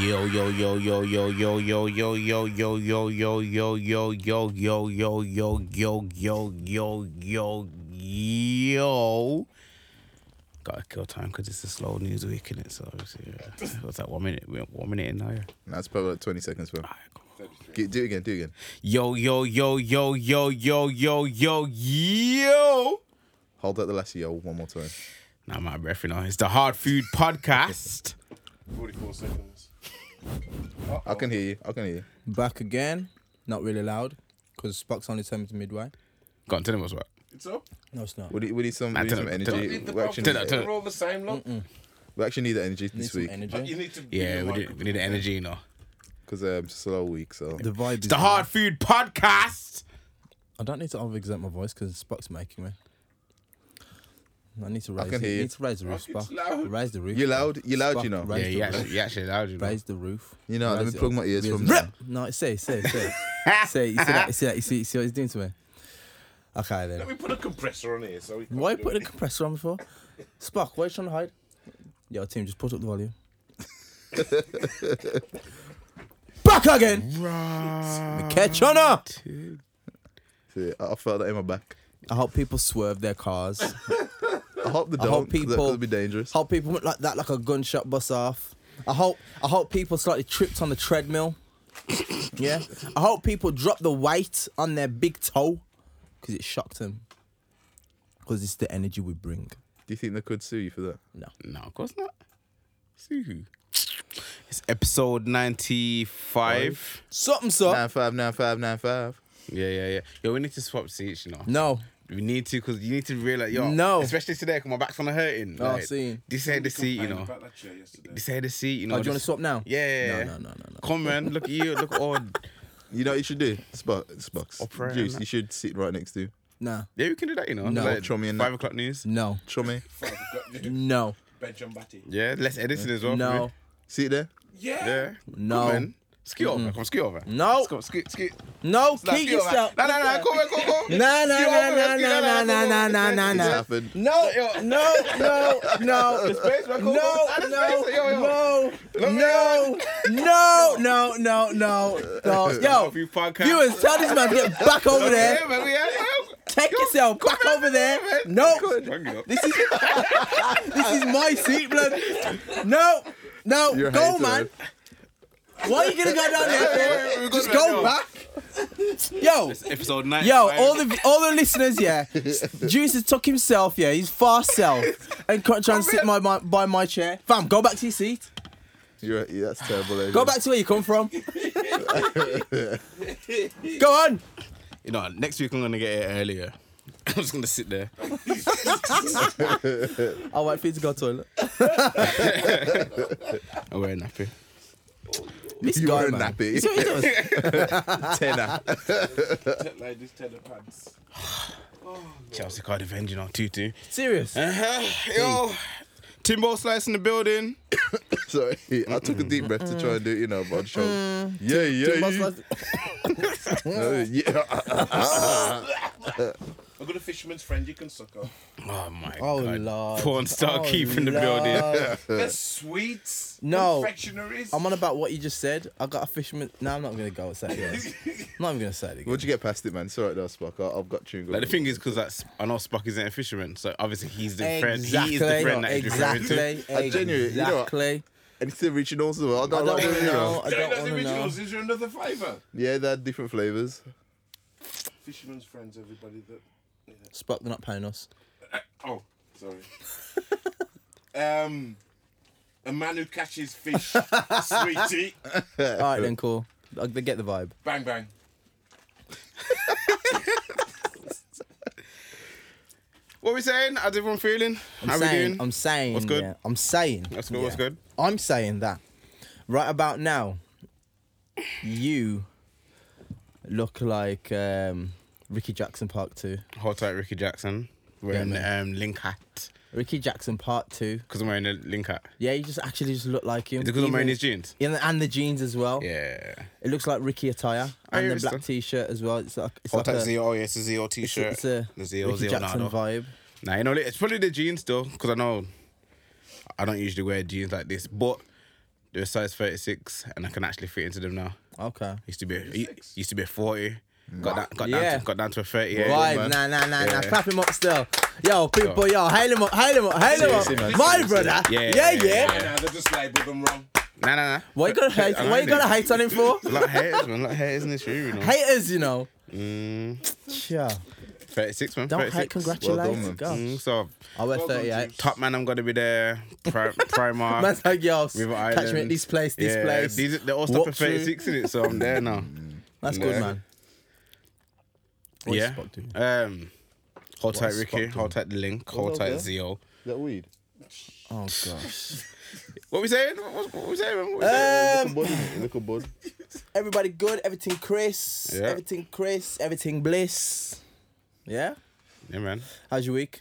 Yo yo yo yo yo yo yo yo yo yo yo yo yo yo yo yo yo yo yo yo yo yo yo. Gotta kill time because it's a slow news week, innit? So it's- what's that? One minute, we- one minute in there. That's probably like 20 seconds, bro. Alright, come on. G- Do it again, do it again. Yo yo yo yo yo yo yo yo yo. Hold out the last yo one more time. Nah, my breath, you know. It's the Hard Food Podcast. 44 seconds. I can hear you. I can hear you. Back again, not really loud, because Spock's only turned to midway. Go on, tell him what's what. It's up. No, it's not. We need, we need some, Nah, we need turn some it- turn energy. Need the We actually bump. Turn it, need, turn it. We're all the same, lot. we actually need the energy Need this some week But you energy. need to. be Yeah, we, like- do, we need the energy, you know. because um, it's a slow week, so The vibe. Is The Hard Food Podcast. I don't need to overexert my voice because Spock's making me. I need to raise. can the- hear you. Need to raise the roof, Fuck, it's Spock. loud. Raise the roof. You're loud- you're loud, you know. Raise Yeah, the you roof. actually, you actually loud, you know. Raise the roof. You know, let Raise me it plug up. my ears Raise from it now. up. No, say, say, say, say. You see that? You see that? You see, you see what he's doing to me? Okay then. Let me put a compressor on here so we. Why put a compressor on for? Spock, what are you trying to hide? Yo, team, just put up the volume. Back again. Right. Catch on up. See, I I felt that in my back. I hope people swerve their cars. I hope they I don't. hope people- That'll be dangerous. hope people went like that, like a gunshot bust off. I hope I hope people slightly tripped on the treadmill. yeah. I hope people drop the weight on their big toe because it shocked them. Because it's the energy we bring. Do you think they could sue you for that? No, of course not. See who? It's episode 95. Something so. Nine five nine five nine five. Yeah, yeah, yeah. Yo, we need to swap seats, you know. No. Oh, We need to, because you need to realize, yo. No. Especially today, because my back's on a hurting. Oh, seeing. This ain't the seat, you Complained know. about that chair yesterday. This ain't the seat, you know. Oh, do you want to this- swap now? Yeah, yeah, yeah. No, no, no, no, no. Come, man. Look at you. Look at all. You know what you should do? Spot, Spox. Opera and Juice, that. you should sit right next to Nah. Yeah, we can do that, you know. No. Like, Throw me in five that. o'clock news. No. Chummy. Five o'clock, you do No. Benjamin Batty. Yeah, less editing as well. for No. me. Sit there. Yeah. Yeah. No. Come, man. Scoot over. Come, scoot over. No. Let's go. Scoot, scoot. No, Nah, keep scoot over. yourself. Nah, nah, nah. Come, on, come, on, come. Nah, nah, Scoot nah, over, nah, scoot nah, over, nah, come nah, on. nah, nah, nah, It's nah. happened. No, no, no, no, no, no, no, no, no, no, no, no. Yo, Few podcasts. viewers, tell this man to get back over there. Yeah, man, we are. Take yourself back over there. No, this is this is my seat, blood. No, no, You're a go, hater. man. Why are you gonna go down there? Just go back. Yo, Episode 9. Yo, all the all the listeners, yeah. Juice has took himself, yeah, his far self, and co- trying to sit my, my by my chair. Fam, go back to your seat. You're, yeah, that's terrible. eh? Adrian. Go back to where you come from. go on. You know, next week I'm going to get it earlier. I'm just going to sit there. I'll wait for you to go to the toilet. I'm wearing nappy. This You guy, are a man. nappy. You see what he does? Tenner. Take Like this tether pads. Chelsea Cardiff End, you know, 2 2. Serious. Uh-huh. Yo, Timbo Slice in the building. Sorry. I took a deep breath to try and do it, you know, but I just tried- Yeah, yeah. Must- yeah. must- No, yeah. I've got a fisherman's friend you can suck on. Oh, my Oh God. lord. Porn star oh, keep in the Lord. building. There's sweets. No. Confectionaries. I'm on about what you just said. I got a fisherman. No, I'm not gonna go and say it. Again. I'm not even gonna say it again. Once you get past it, man, it's all right, though, Spock. I, I've got chewing gum. Like the thing is, because that's I know Spock isn't a fisherman, so obviously he's the friend. He Exactly. is the friend that he's referring to. exactly. I genuinely- you know what? Exactly. and it's the originals as well. I I don't, don't like want to them, you know. know. I Join don't us want to know. originals. Is there another flavour? Yeah, they had different flavours. Fisherman's friends, everybody that. Spock, they're not paying us. Oh, sorry. um, a man who catches fish, sweetie. All right, then, cool. I they get the vibe. Bang bang. What we saying? How's everyone feeling? I'm How saying, we doing? I'm saying, What's good? yeah, I'm saying, What's good? What's yeah, good? I'm saying that right about now, you look like um, Ricky Jackson Part Two. Hold tight, Ricky Jackson. Wearing man. um, link hat Ricky Jackson Part Two. because I'm wearing a link hat. Yeah, you just actually just look like him. Is it because I'm wearing Even- Oh. his jeans? in the- and the jeans as well. Yeah. It looks like Ricky attire Oh, and yeah, the it's black done. t-shirt as well. It's like it's Hold like tight, a, Zio. Oh, yeah, it's a Zio it's a, t-shirt. it's a the Zio, Ricky Zio, Jackson Nado. vibe. Nah, you know, it's probably the jeans though, because I know I don't usually wear jeans like this, but They were size 36, and I can actually fit into them now. Okay. Used to be a, used to be a 40. Got, that, got, Yeah. down to, got down to a 38. Why? man. Nah, nah, nah, nah. Yeah. Clap him up still. Yo, people, yo, hail him up, hail him up, hail him Seriously, up. man. My Seriously. brother. Yeah, Yeah, yeah, yeah. yeah. Yeah, no, they just labelled them wrong. Nah, nah, nah. Why you gotta hate? Why you gotta hate on him for? A lot of haters, man. A lot of haters in this room, you know. Haters, you know. Mm, Yeah. 36, man. Don't 36. hate. Congratulate. man. Gosh. Mm, so, I went Well done, 38. top man, I'm going to be there. Pri- Primark. Man's like, yo, River catch me at Island. this place, this place. Mm. These, they all stop Walk at 36 in it, so I'm there now. That's good, Yeah. man. What yeah. spot do you- Um, hold tight, Ricky. spot do? Hold tight, the link. Hold up, tight, yeah? Zio. That weed. Oh gosh. What we saying? What, what, what we saying? man? What we saying? um, Bud, innit? little bud. everybody good. Everything Chris. Yeah. Everything Chris. Everything bliss. Yeah. yeah, man. How's your week?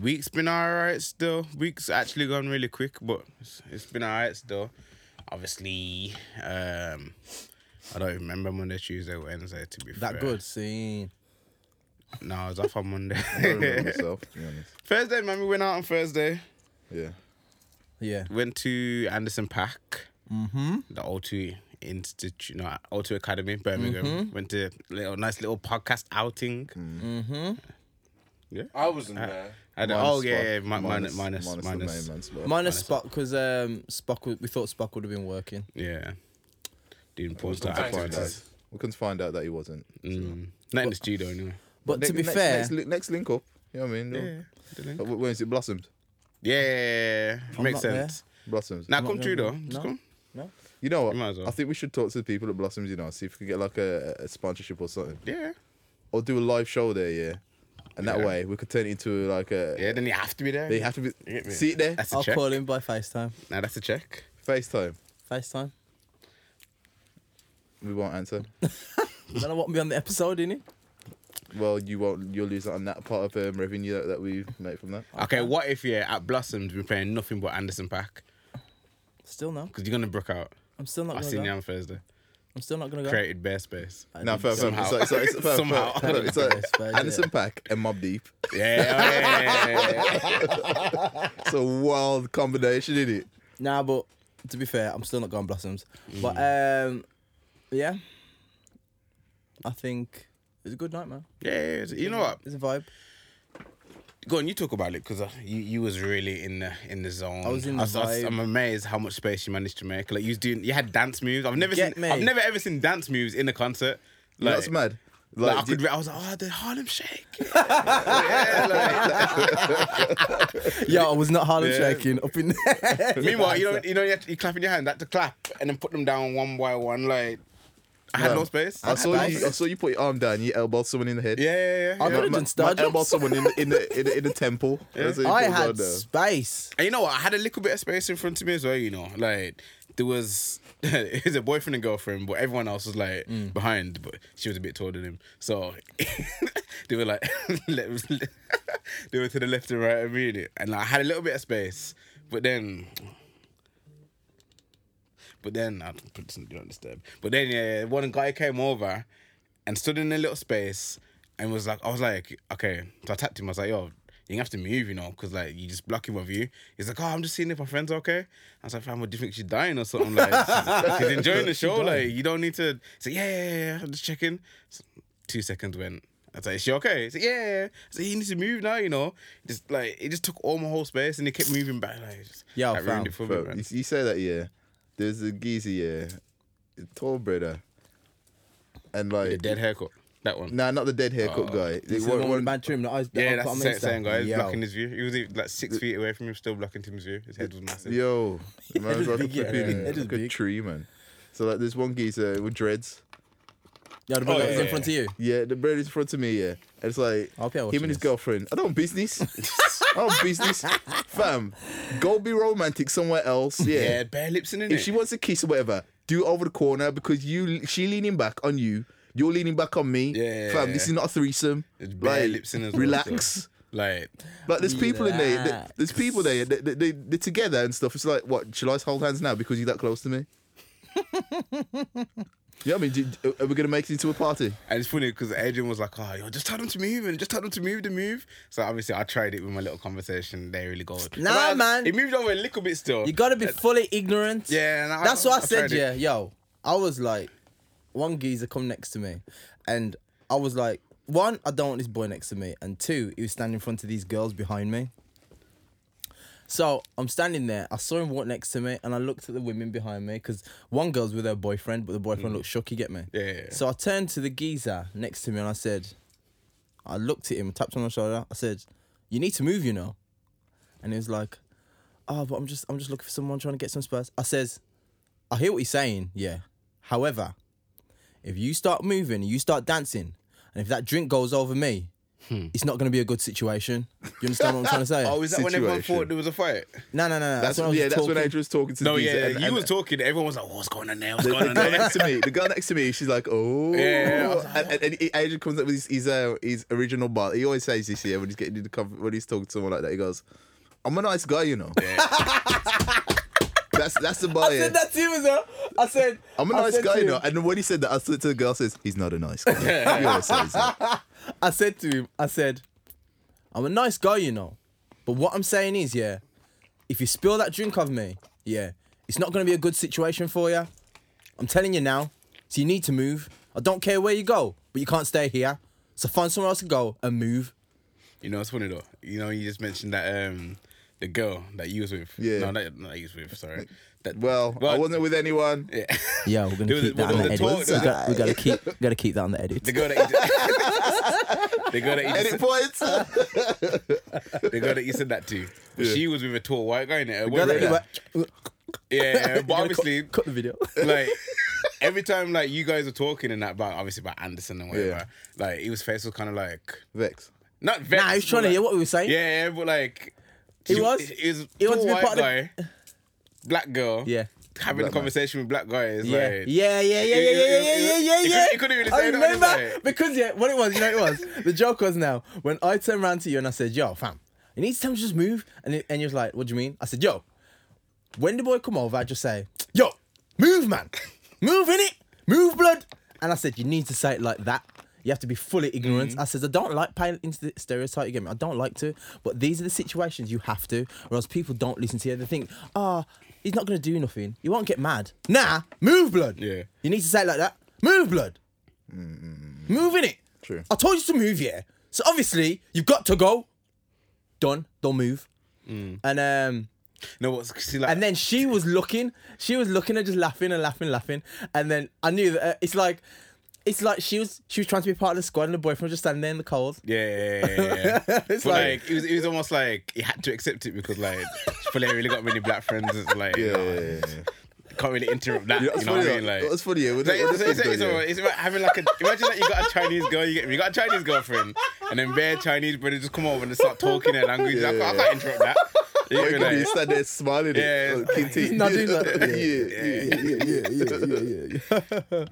Week's been alright still. Week's actually gone really quick, but it's, it's been alright still. Obviously, um, I don't remember Monday, Tuesday, Wednesday. To be That fair. good. See. No, I was off on I don't Monday. remember myself, to be honest. Thursday, man. We went out on Thursday. Yeah. Yeah. Went to Anderson Park. Mm-hmm. The O2 Institute, no, O2 Academy, Birmingham. Went to a little nice little podcast outing. I wasn't Uh, there. I don't- oh yeah, yeah, mi- minus, minus, minus, Minus the main man's blood. Minus Spock because um Spock would- we thought Spock would have been working. yeah. Doing porn We star couldn't Thanks, find acting. out. We couldn't find out that he wasn't. Mm. Not in the studio anyway. But to Ne- be next, fair, next, li- next link up. You know what I mean? Yeah. the link. Uh, wh- When is it blossomed? Yeah, makes not there. sense. Blossoms. Now come through though. No. Just come. you know what? You might as well. I think we should talk to the people at Blossoms. You know, see if we can get like a, a sponsorship or something, Yeah. or do a live show there. Yeah, and that Yeah. way we could turn it into like a. Yeah, then you have to be there. They have to be You get me? see it there. That's a I'll check. call him by FaceTime. Now that's a check. FaceTime. FaceTime. We won't answer. Then I won't be on the episode, innit? well, you won't. You'll lose out on that part of um, revenue that, that we make from that. Okay, what if yeah at Blossoms we're playing nothing but Anderson Pack Still no. because you're gonna brook out. I'm still not I gonna seen you go. on Thursday. I'm still not gonna go. Created bare space. No, fair, fair. Somehow. It's like, it's like, it's fair, fair. Somehow. Look, it's Yes, fair, like yeah. Anderson Pack and Mob Deep. Yeah. yeah, yeah, yeah, yeah. It's a wild combination, isn't it? Nah, but to be fair, I'm still not going blossoms. Mm. But um, yeah, I think it's a good night, man. Yeah, yeah, yeah. You know what? It's a vibe. Go on, you talk about it because you you was really in the in the zone. I was in the vibe. I'm amazed how much space you managed to make. Like you was doing, you had dance moves. I've never Get seen. me. I've never ever seen dance moves in a concert. Like, That's mad. Like, I did- could, re- I was like, oh, the Harlem Shake. Yo, I was not Harlem Yeah. shaking up in there. Meanwhile, you know, you know, you, have to, you clap in your hand, that to clap, and then put them down one by one. Like, I had Yeah. no space. I saw had no you. I space. saw you put your arm down. You elbowed someone in the head. Yeah, yeah, yeah. I yeah. could've My- done star my elbowed jumps. someone in the in the in the, in the temple. That's what you I put had down there. space. And you know what? I had a little bit of space in front of me as well. You know, like there was it was a boyfriend and girlfriend, but everyone else was like behind. But she was a bit taller than him, so they were like let- let- they were to the left and right of me, innit? and like, I had a little bit of space. But then, but then I put this in do not disturb. But then yeah, one guy came over and stood in a little space and was like, I was like, okay. So I tapped him. I was like, yo, you have to move, you know, because like you just blocking my view. He's like, oh, I'm just seeing if my friends are okay. I was like, fam, what do you think she's dying or something? Like, she's enjoying the show. Like, you don't need to. He's like, yeah, yeah, yeah, yeah. I'm just checking. So two seconds went. I was like, is she okay? He's like, yeah, yeah. yeah." I said, he needs to move now, you know. Just like it just took all my whole space and he kept moving back. Like, just, Yo, that ruined fam, it for me, Bro, man. you, you say that, yeah. There's a geezy, yeah, a tall brother, and like The dead haircut. That one. Nah, not the dead haircut Oh. guy. This is One- the one one- in the bedroom. That I, that Yeah, I that's put the on same, Insta. same guy. He was Yo. blocking his view. He was like six feet away from him, still blocking Tim's view. His head was massive. Yo, man, it's like a big, yeah. flipping It is like a big. tree, man. So like, there's one geezer with dreads. Yo, the yeah, brother was in Oh, yeah, front of you. Yeah, the bread is in front of me. Yeah, and it's like I hope you're him watching and his this. girlfriend. I don't business. I don't business, fam. Go be romantic somewhere else. Yeah, Yeah. bare lips in it. if she wants a kiss or whatever, do it over the corner because you she leaning back on you. You're leaning back on me. Yeah. Fam, this is not a threesome. It's bare lips in as well, Relax. like, Like there's people in there. th- There's Relax. people there. They, they, they, they're together and stuff. It's like, what? Shall I hold hands now because you're that close to me? Yeah, I mean, do, are we gonna make it into a party? And it's funny because Adrian was like, "Oh, yo, just tell them to move and just tell them to move the move." So obviously, I tried it with my little conversation. They really go, Nah, But man. It moved over a little bit still. You gotta be fully ignorant. Yeah, and I- that's what I, I've said. heard it. Yeah, yo, I was like, one geezer come next to me, and I was like, one, I don't want this boy next to me, and two, he was standing in front of these girls behind me. So I'm standing there. I saw him walk next to me, and I looked at the women behind me because one girl's with her boyfriend, but the boyfriend looked shook. You get me? Mm. Yeah, yeah, yeah. So I turned to the geezer next to me, and I said, I looked at him, tapped him on the shoulder. I said, "You need to move, you know." And he was like, "Oh, but I'm just, I'm just looking for someone trying to get some spurs." I says, "I hear what he's saying, yeah. However, if you start moving, you start dancing, and if that drink goes over me, Hmm. it's not going to be a good situation. Do you understand what I'm trying to say? oh, is that when everyone Situation. thought there was a fight? no, no, no, no. That's, That's, when I was yeah. That's when talking. Adrian was talking to No, the geezer yeah, and- you and- was talking. Everyone was like, "Oh, "What's going on there? What's The, going the on girl there?" next to me, the girl next to me, she's like, oh, Yeah. and, and, and Adrian comes up with his his, uh, his original bar. He always says this, yeah, when he's getting into conf- when he's talking to someone like that, he goes, "I'm a nice guy, you know." that's that's the bar. I yeah. said that to him as well. I said, I'm a I nice said guy, to you him- know. And when he said that, I said to the girl, says, "He's not a nice guy." he always says that. I said to him, I said, I'm a nice guy, you know. But what I'm saying is, yeah, if you spill that drink of me, yeah, it's not going to be a good situation for you. I'm telling you now. So you need to move. I don't care where you go, but you can't stay here. So find somewhere else to go and move. You know, it's funny though. You know, you just mentioned that um the girl that you was with. Yeah. No, not, not you was with. Sorry. That, Well, I Well- wasn't with anyone. yeah. Yeah, we're There gonna was a- keep that on there was a the edit. talk- there we was gotta, we gotta keep, we gotta keep that on the edit. the girl that you the girl that you Edit points. the girl that you said that to. She was with a tall white guy in it. Gotta- Yeah, you- yeah, you but gotta cut- obviously, cut, the video. like every time like you guys are talking and that about obviously about Anderson and whatever, Yeah. like it was face was kind of like Vex. not. Vexed, nah, he was but trying to hear like- what we were saying. Yeah, yeah, but like He she- was? He was. He He wants was to be white part of guy, black girl. Yeah. having Black a man. conversation with black guys. Yeah. like, yeah, yeah, yeah, it- it- yeah, yeah, it- yeah, it- yeah, yeah, it yeah. couldn't- it couldn't really I say that, remember did it? because yeah, what it was, you know, what it was the joke was now when I turned around to you and I said, "Yo, fam, you need to tell him to just move," and it, and you was like, "What do you mean?" I said, "Yo, when the boy come over, I just say, yo, move, man, move in it, move, blood." And I said, "You need to say it like that." You have to be fully ignorant. I says I don't like playing into the stereotype. You get me? I don't like to, but these are the situations you have to, or else people don't listen to you. They think, "Ah, he's not gonna do nothing. You won't get mad." Nah, move, blood. Yeah. You need to say it like that. Move, blood. Move in it. True. Oh, I told you to move, yeah. So obviously you've got to go. Done. Don't move. And um, No, what's see like and then she was looking, she was looking and just laughing and laughing, laughing. And then I knew that uh, it's like, it's like she was she was trying to be part of the squad, and the boyfriend was just standing there in the cold. Yeah, yeah, yeah, yeah, yeah. It's but like, like- it was it was almost like he had to accept it because like Fulham really got many black friends. It's like Yeah. you know, yeah, yeah, yeah. can't really interrupt that. You know, That's what funny. I mean? Like. though. That's funny. Yeah. When- It's like, when it's, this it's, was it's done, yeah. about, it's about having like a imagine that you got a Chinese girl you get you got a Chinese girlfriend and then their Chinese brother just come over and they start talking their language I, can't, I can't interrupt that You Or get me, it could be like- stand there smiling. Yeah, Yeah, it's- He's nodding like- yeah, yeah, yeah, yeah, yeah, yeah, yeah, yeah.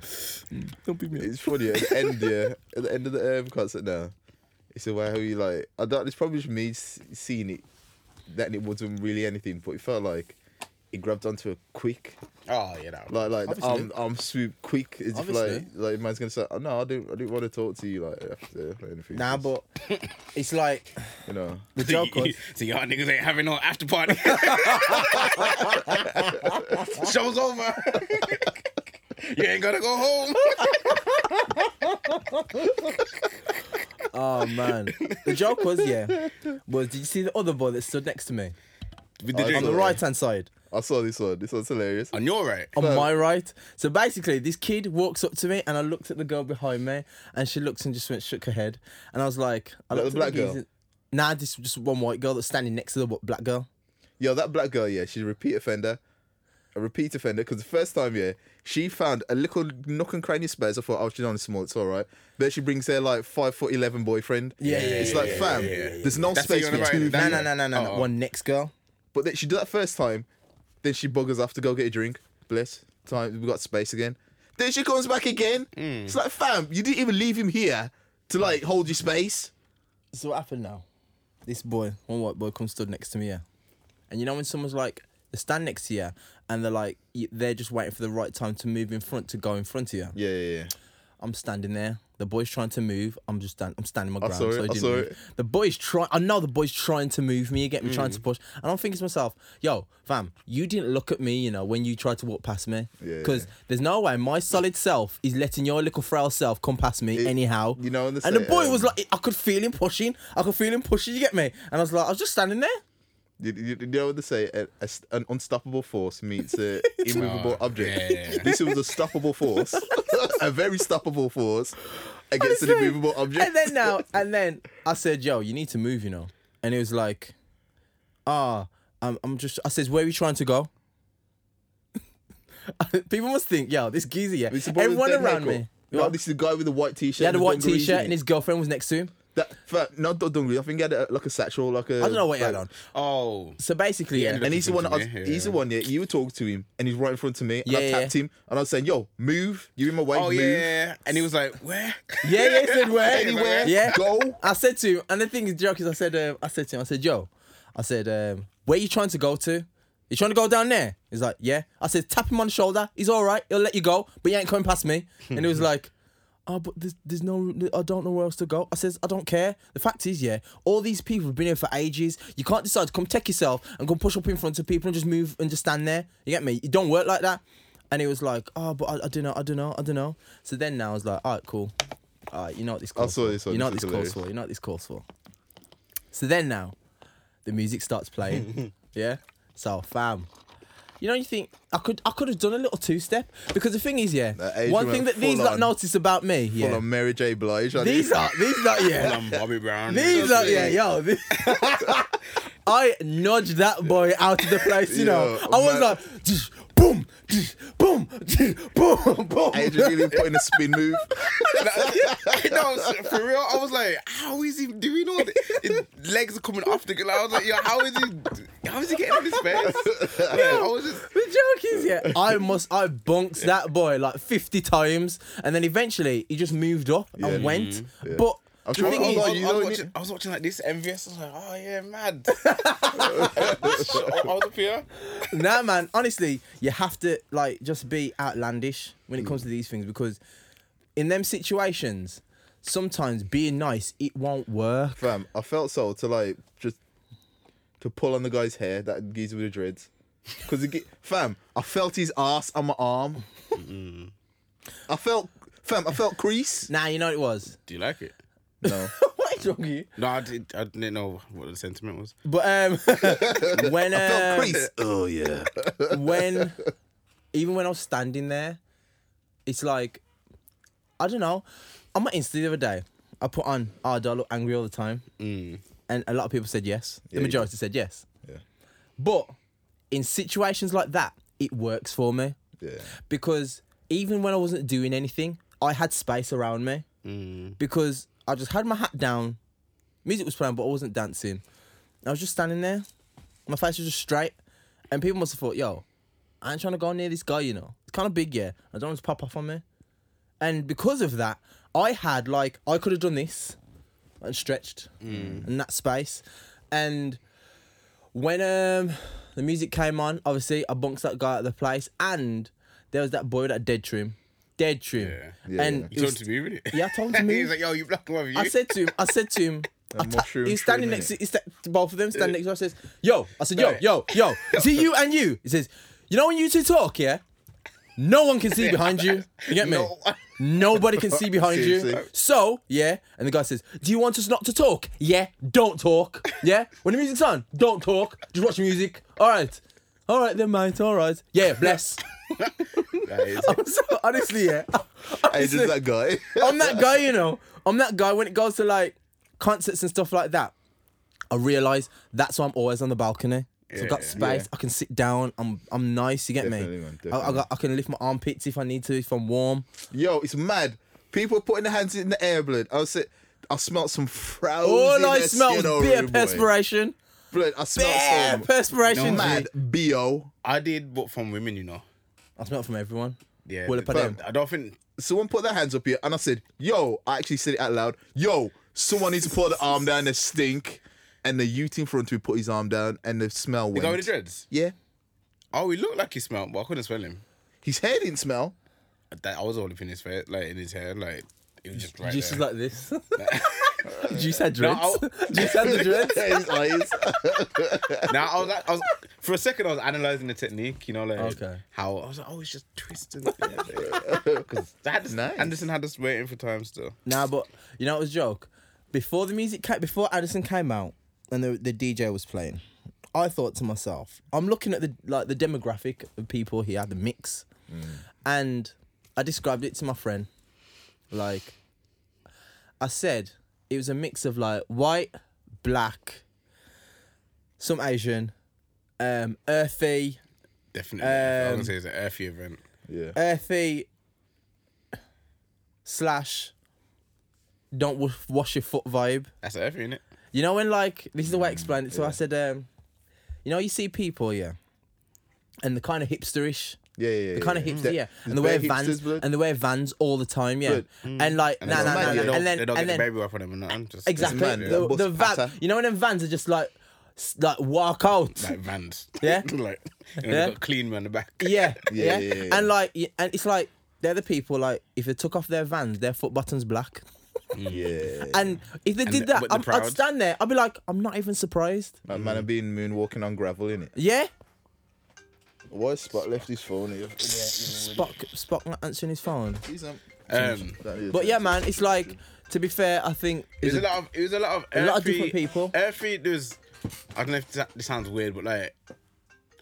Don't be me. It's funny at the end, yeah. At the end of the um, concert now, it's a way how you like. I don't. It's probably just me s- seeing it, that it wasn't really anything, but it felt like it grabbed onto a quick, oh you know like like the Obviously. arm arm swoop quick. As if like Obviously. like man's gonna say, oh, no, I don't I don't want to talk to you like after or anything. Nah, Just, but it's like you know. the so, joke y- was. so y'all niggas ain't having no after party show's over you ain't gonna go home Oh man, the joke was yeah. Was did you see the other boy that stood next to me with the I drink on the Sorry. right hand side? I saw this one. This one's hilarious. on your right on my right. So basically, this kid walks up to me, and I looked at the girl behind me, and she looked and just went shook her head, and I was like, I Like looked the at black girl? geezer- Nah, this just one white girl that's standing next to the wh- black girl. Yo, that black girl, yeah, she's a repeat offender. A repeat offender, because the first time, yeah, she found a little nook and cranny spares. I thought, oh, she's on small, it's all right. Then she brings her like five foot eleven boyfriend. Yeah, yeah, It's yeah, like, yeah, fam, yeah, yeah, yeah. there's no That's the space for other two way, of that- No, you. no, no, no, no, no. Oh. One next girl. But then she did that first time, then she buggers off to go get a drink. Bless. Time we got space again. Then she comes back again. Mm. It's like, fam, you didn't even leave him here to like hold your space. So what happened now? This boy, one white boy, comes stood next to me, yeah. And you know when someone's like They stand next to you, and they're like, y- they're just waiting for the right time to move in front to go in front of you. Yeah, yeah, yeah. I'm standing there. The boy's trying to move. I'm just stand- I'm standing my ground. saw it, so I didn't saw move. it. Mm. The boy's trying. I know the boy's trying to move me again. Me trying to push. And I'm thinking to myself, "Yo, fam, you didn't look at me. You know when you tried to walk past me. Yeah, Because yeah. there's no way my solid self is letting your little frail self come past me It- anyhow. you know, and and they the say, boy um, was like, I could feel him pushing. I could feel him pushing. You get me? And I was like, I was just standing there. You, you, you know what they say? A, a st- an unstoppable force meets an immovable Oh, object. yeah, yeah. This was a stoppable force, a very stoppable force against an immovable object. And then uh, now, and then I said, "Yo, you need to move, you know." And it was like, "Ah, I'm, I'm just." I says, "Where are you trying to go?" People must think, "Yo, this geezer, yeah." It's the boy with Everyone the dead around haircut. me. No, this is the guy with the white t-shirt. he had a and the white dungarees, T-shirt, isn't and he? his girlfriend was next to him. That, fact, not the dungaree. I think he had a, like a satchel, like a. I don't know what he had on. Oh, So basically, yeah, ended And he's the one. I was, Yeah. He's the one. Yeah, you were talking to him, and he's right in front of me. And I Yeah, tapped him, and I was saying, "Yo, move! You're in my way. oh move. yeah, yeah. And he was like, where? yeah, yeah, he said where? Anywhere. Yeah. Go." I said to him, and the thing is, the joke is, I said, um, I said to him, I said, yo, I said, um, where you trying to go to? You trying to go down there? He's like, yeah. I said, tap him on the shoulder. He's all right. He'll let you go, but you ain't coming past me. And he was like, oh, but there's, there's no, I don't know where else to go. I says, I don't care. The fact is, yeah, all these people have been here for ages. You can't decide to come check yourself and go push up in front of people and just move and just stand there. You get me? It don't work like that. And he was like, oh, but I, I don't know, I don't know, I don't know. So then now I was like, all right, cool. All right, Uh, you know what this calls saw for. this one. You know what This this was calls for. You know what this calls for. So then now, the music starts playing. yeah. So fam, you know you think I could I could have done a little two step because the thing is yeah, That age one went thing that full these lot on. notice about me Full yeah, on Mary J. Blige. I these did. are these lot Well, yeah, I'm Bobby Brown. these lot yeah, yo. th- I nudged that boy out of the place. You know, Yo, I man. was like, boom, boom, boom, boom. Adrian Newey putting a spin move. no, for real, I was like, how is he doing all this? His legs are coming off the ground. I was like, yo, how is he? How is he getting in this space? Yeah, I was just. The joke is, yeah, I must, I bonked that boy like 50 times, and then eventually he just moved up Yeah. Mm-hmm. and went. Yeah. But I'm the sure- thing I'm is, like, I, you I was know, watching, I was watching like this MVS. I was like, oh yeah, mad. I was up here. nah, man, honestly, you have to like just be outlandish when Mm. it comes to these things because in them situations, sometimes being nice, it won't work. Fam, I felt so to like just to pull on the guy's hair, that geezer with the dreads. Cause it, ge- fam, I felt his ass on my arm. I felt, fam, I felt crease. Nah, you know what it was? Do you like it? No, what is wrong with you? No, I, did, I didn't know what the sentiment was. But um, when I um, felt crease. Oh yeah. when even when I was standing there, it's like I don't know. On my Insta the other day, I put on oh, do I look angry all the time? And a lot of people said yes. The Mm. you majority said yes. Yeah. But in situations like that, it works for me Yeah. because even when I wasn't doing anything, I had space around me because I just had my hat down, music was playing, but I wasn't dancing. I was just standing there, my face was just straight, and people must have thought, "Yo, I ain't trying to go near this guy, you know. It's kind of big, yeah. I don't want to pop off on me." And because of that, I had like I could have done this and stretched Mm. in that space, and when um the music came on, obviously I bonked that guy out of the place, and there was that boy with that dead trim, dead trim, Yeah. Yeah, and yeah. You it was- told him to move, really? yeah, I told him to He's move. like, yo, you black one, you. I said to him, I said to him, I ta- mushroom he's standing tree, next to, he's sta- both of them standing next to. us, I says, "Yo," I said, "Yo, Right. yo, yo." See you and you. He says, "You know when you two talk, yeah, no one can see behind you. You get me? No. Nobody can see behind you. Seriously. So yeah." And the guy says, "Do you want us not to talk? Yeah, don't talk. Yeah, when the music's on, don't talk. Just watch the music. All right, all right then, mate. All right. Yeah, bless." That is- So, honestly, yeah. Hey, just that guy. I'm that guy, you know. I'm that guy when it goes to like concerts and stuff like that. I realize that's why I'm always on the balcony. So I've got Yeah, space. I can sit down. I'm I'm nice. You get Definitely, me. man, I, I definitely. got I can lift my armpits if I need to if I'm warm. Yo, it's mad. People are putting their hands in the air, blood. I was it. I smelled some frown. All I smell is beer perspiration. Blood. I Beer smelled some perspiration. mad bo. I did, but from women, you know. I smell it from everyone. Yeah. Well, if I but don't- I don't think. someone put their hands up here and I said, yo, I actually said it out loud, yo, someone needs to put the arm down, they stink. And the youth in front of me put his arm down and the smell went. The guy with the dreads? Yeah. Oh, he looked like he smelled, but I couldn't smell him. His hair didn't smell. That I was all up in his face, like in his hair, like it was just right Juice is there. like this. Juice had dreads. No, Juice had the dreads. his eyes. now I was like, I was for a second I was analyzing the technique, you know, like Okay. how I was like, oh, it's just twisting. Because Nice. Anderson had us waiting for time still. Nah, but you know it was a joke. Before the music came, before Addison came out and the, the DJ was playing, I thought to myself, I'm looking at the like the demographic of people here, the mix, and I described it to my friend. Like, I said it was a mix of like white, black, some Asian, um, earthy, Definitely, I was Um, gonna say it's an earthy event. Yeah. earthy slash don't wa- wash your foot vibe. That's earthy, isn't it? You know when like this is the way I explained it. So I said, um, you know, you see people, yeah, and the kind of hipsterish, Yeah, yeah, yeah. the kind of yeah. hipster, yeah, There's and the way bare hipsters, vans, blood. and the way vans all the time, yeah, Blood. and like, And nah, they don't- nah, nah, man, they nah, don't, and then they don't and get then the baby wipe on them and nothing. Just exactly man, yeah. the, Bus the van. patter. You know when them vans are just like, s- like walk out, like vans. Yeah. like you know, Yeah. they've got clean man the back. yeah, Yeah, yeah, yeah, yeah, yeah. and like, y- and it's like they're the people like if they took off their vans, their foot buttons black. Yeah. And if they did the- that, with the I'm, I'd crowd. stand there. I'd be like, I'm not even surprised. That man have been moonwalking on gravel, innit? Yeah. Why is Spot left his phone here? Spock, Spock not answering his phone. He's um, Um, that is- But yeah, man, it's like, to be fair, I think it was a lot of it was a lot of A earthy, lot of different people. Earthy, there was I don't know if that, this sounds weird, but like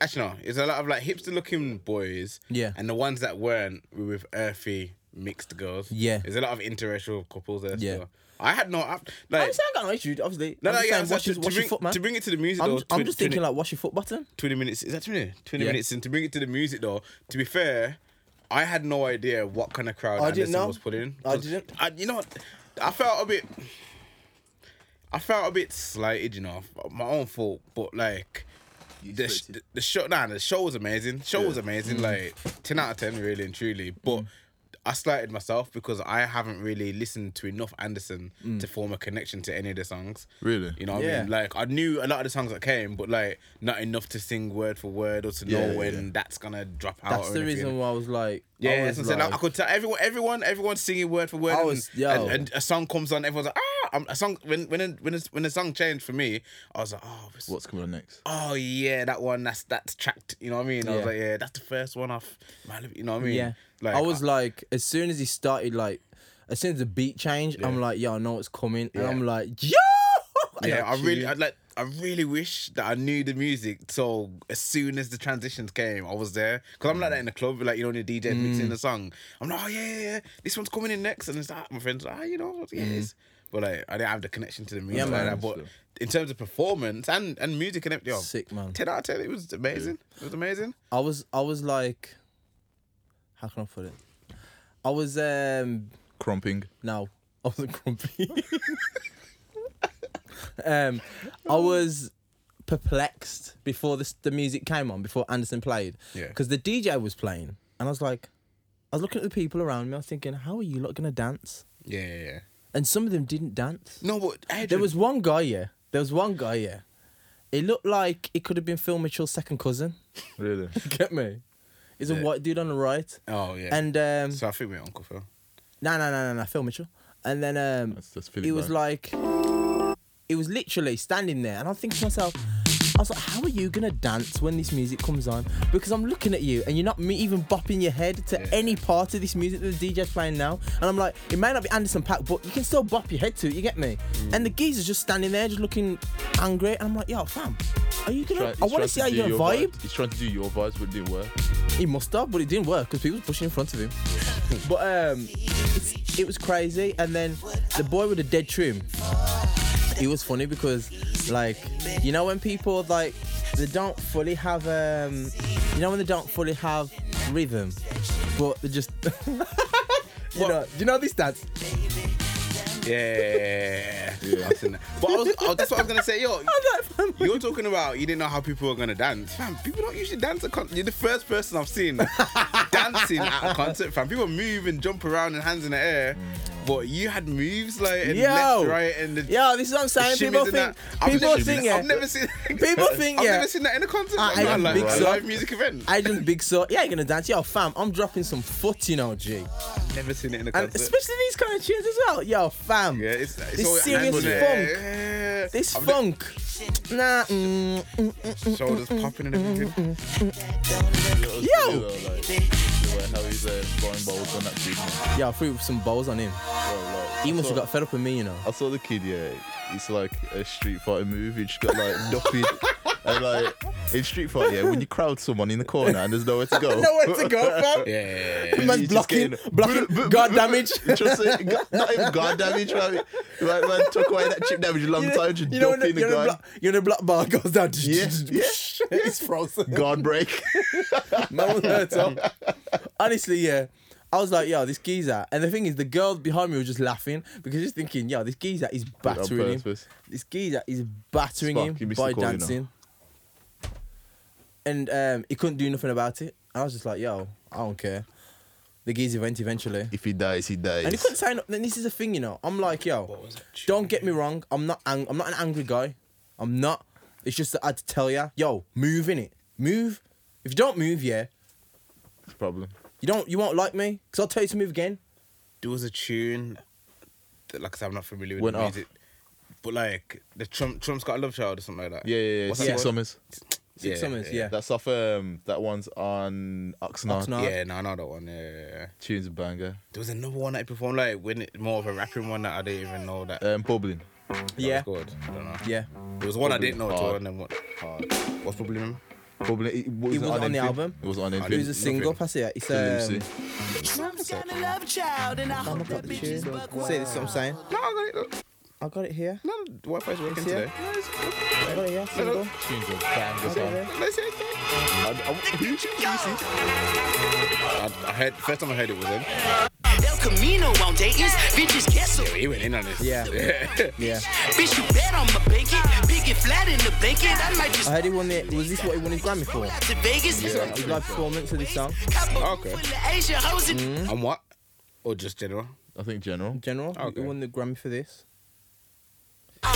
actually no, it's a lot of like hipster looking boys. Yeah. and the ones that weren't were with earthy mixed girls. Yeah. there's a lot of interracial couples there. Yeah. Yeah, I had no I- I'm like. saying I got no issue, obviously. No, I'm no, just yeah. saying, so wash, your, to, wash bring, your foot, man. to bring it to the music, I'm, though, ju- I'm twi- Oh, just twenty- thinking, like, wash your foot button. 20 minutes. Is that 20 minutes? 20 Yeah. minutes in to bring it to the music though. To be fair, I had no idea what kind of crowd I Anderson didn't know. was putting. I didn't. I, you know, what? I felt a bit. I felt a bit slighted, you know, my own fault, but like. The, sh- expected. the, the show, nah, the show was amazing. Show was Yeah. amazing, Mm. like ten out of ten, really and truly. But I slighted myself because I haven't really listened to enough Anderson Mm. to form a connection to any of the songs. Really? you know, what I Yeah. mean, like I knew a lot of the songs that came, but like not enough to sing word for word or to Yeah, know yeah, when yeah. that's gonna drop out. That's or the anything. reason why I was like, Yeah, I that's was what I'm saying. Like, I like- could tell everyone, everyone, everyone's singing word for word, I and- was- and, yo. and a song comes on, everyone's like, ah, I'm- a song. When when a- when a, when the song changed for me, I was like, oh, it's- What's coming on next? oh yeah, that one, that's that's tracked. You know what I mean? I was Yeah. like, yeah, that's the first one off. Man, you know what I mean? Yeah. Like, I was like, as soon as he started, like, as soon as the beat changed, I'm like, yo, I know it's coming. And Yeah. I'm like, yo! And yeah, I really, I cheered. like, I really wish that I knew the music. So as soon as the transitions came, I was there because I'm like that in the club, like you know, when the DJ Mm. mixing the song. I'm like, oh yeah, yeah, yeah, this one's coming in next, and it's like my friends, like, ah, you know, yeah, it's. But like, I didn't have the connection to the music. like Mm. man. that. But in terms of performance and and music and everything, yo, Sick, man. Ten out of ten. It was amazing. It was amazing. I was I was like how can I put it? I was um Crumping. no, I wasn't grumpy. um I was perplexed before this the music came on, before Anderson played. Yeah. Because the DJ was playing and I was like I was looking at the people around me, I was thinking, how are you lot gonna dance? Yeah, yeah, yeah. And some of them didn't dance. No, but Adrian, There was one guy, yeah. There was one guy, yeah. It looked like it could have been Phil Mitchell's second cousin. Really? Get me? He's a Yeah. white dude on the right. Oh yeah. And um, so I think we're Uncle Phil. no, no, no, no, no, Phil Mitchell. And then um, That's- that's Philly he was boy. like, he was literally standing there, and I think to myself, I was like, how are you gonna dance when this music comes on? Because I'm looking at you, and you're not me even bopping your head to Yeah. any part of this music that the DJ's playing now. And I'm like, it may not be Anderson Pack, but you can still bop your head to it. You get me? And the geezer's just standing there, just looking angry. And I'm like, yo, fam, are you gonna? I want to see how you're gonna vibe. He's trying to do your vibes, but it didn't work. He must have, but it didn't work because people were pushing in front of him. but um, it's, it was crazy. And then the boy with the dead trim, it was funny because, like, you know when people like they don't fully have um, you know when they don't fully have rhythm, but they just. You know, you know this dance. Yeah, I've seen that. But I was, I, that's what I was gonna say, yo. You're talking about you didn't know how people were gonna dance. Fam, people don't usually dance at con- You're the first person I've seen dancing at a concert, fam. People move and jump around and hands in the air. But you had moves like and Yo. left, right, and the Yo, this is what I'm saying. shimmies People and that. think, I've people literally- think, yeah. I've never seen. People think, I've yeah. never seen that in a concert. I- I man. don't like, think a so. live music event. I just big so yeah, you're gonna dance. Yo, fam, I'm dropping some foot, you know, G. I've never seen it in a And concert. especially these kind of tunes as well. Yo, fam. yeah, it's, it's this all serious hands in the funk. air. This I've funk. Nah, mm, mm. never- Shoulders popping and everything. Yo. Like, how he's uh, throwing balls on that treatment. Yo, I threw some balls on him. He must have got fed up with me, you know. I saw the kid, yeah. It's like a Street Fighter move. He just got like nothing. and like in Street Fighter, yeah, when you crowd someone in the corner and there's nowhere to go. Nowhere to go, fam. Yeah, yeah, yeah. This You man's just blocking, getting- blocking, guard damage. Just uh, God- not even God damage, man. Like, man, took away that chip damage a long time, just you know when dumping the, the you guy. know when the blo- you know the block bar goes down. Yeah, yeah, it's frozen. Guard break. Man was hurt up. Honestly, yeah. I was like, yo, this geezer. And the thing is, the girl behind me was just laughing because she's thinking, yo, this geezer is battering him. purpose. This geezer is battering Spark, you him missed by the call, you know. dancing. And um, he couldn't do nothing about it. And I was just like, yo, I don't care. The geezer went eventually. If he dies, he dies. And he couldn't sign up. Then this is the thing, you know. I'm like, yo, don't get me wrong. I'm not. Ang- I'm not an angry guy. I'm not. It's just that I had to tell ya, yo, move in it. Move. If you don't move, yeah, problem. you don't. You won't like me because I'll tell you to move again. There was a tune. That, like I said, I'm not familiar with Went the off. music. But like the Trump, Trump's got a love child or something like that. Yeah, yeah, yeah. What's that Six called? summers. Six summers. Yeah. That's off. Um, that one's on Oxnard. Oxnard. Yeah, no, I know that one. Yeah, yeah, yeah. Tunes a banger. There was another one that he performed, like when it, more of a rapping one that I didn't even know that. Um, Bubbling. that Yeah. was good. I don't know. Yeah. There was one I didn't know. Hard. Hard. And then what? What's problem? Bubbling. It, wasn't wasn't on the anything. album. It was on I It anything. was a single. Pass it. It's To um. Lucy. Trump's got a love child, and I I'm hope about that the bitch tune. is Say buck this. is what I'm saying. No, I got it. I got it here. No, the Wi-Fi's working It's here. today. No, it's good. I got it here. Single. Tunes a banger. Got it song. here. Let's hear it. I, I heard first time I heard it was him. Del Camino on Dayton's. Bitches, guess who? He went in on this. Yeah. Yeah. Bitch, you bet on my bacon. Big it flat in the bacon. I might just I heard he won the. Was this what he won his Grammy for? roll out to Vegas. His live performance of this song. Cup of Okay. full of Asian hoes and Mm-hmm. And what? Or just general? I think General. General. who- Okay. Who won the Grammy for this?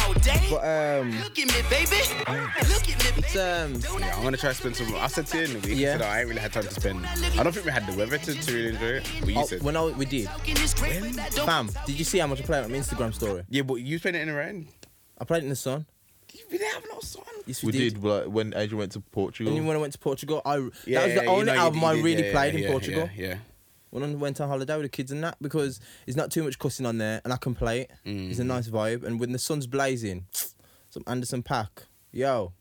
all day. But Mm-hmm. um. Look at me, baby. Look at me, It's, baby. um, Don't I Yeah, I'm gonna try to spend some. I said to you in the week. Yeah. I said I ain't really had time to spend. I don't think we had the weather to, to really enjoy it. But you oh, said. when I, we did, look in this crib, but I don't- fam, did you see how much I played on my Instagram story? yeah, but you spent it in the rain. I played it in the sun. You didn't have no sun. Yes, we, We did. But like, when Adrian went to Portugal. And then when I went to Portugal, I Yeah, that was the yeah, you only know, you album did- I you did, really yeah, played yeah, in yeah, Portugal. Yeah, yeah. when I went on holiday with the kids and that because there's not too much cussing on there and I can play it. It's Mm. a nice vibe. And when the sun's blazing, some Anderson Pack. Yo.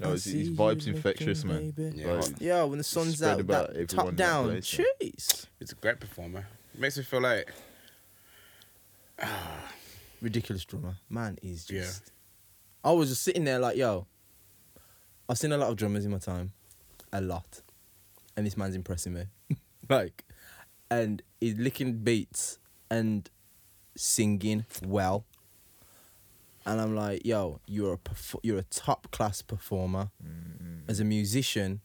no, his, his I see vibe's you infectious, man. looking, baby. Yeah. Like, Yo, when the sun's Spread out, about that everyone top that down. plays it. Jeez. He's a great performer. Makes me feel like Ridiculous drummer. Man is Yeah. just. I was just sitting there like, yo, I've seen a lot of drummers in my time. A lot. And this man's impressing me. like, and he's licking beats and singing well. And I'm like, yo, you're a perf- you're a top class performer. Mm-hmm. As a musician,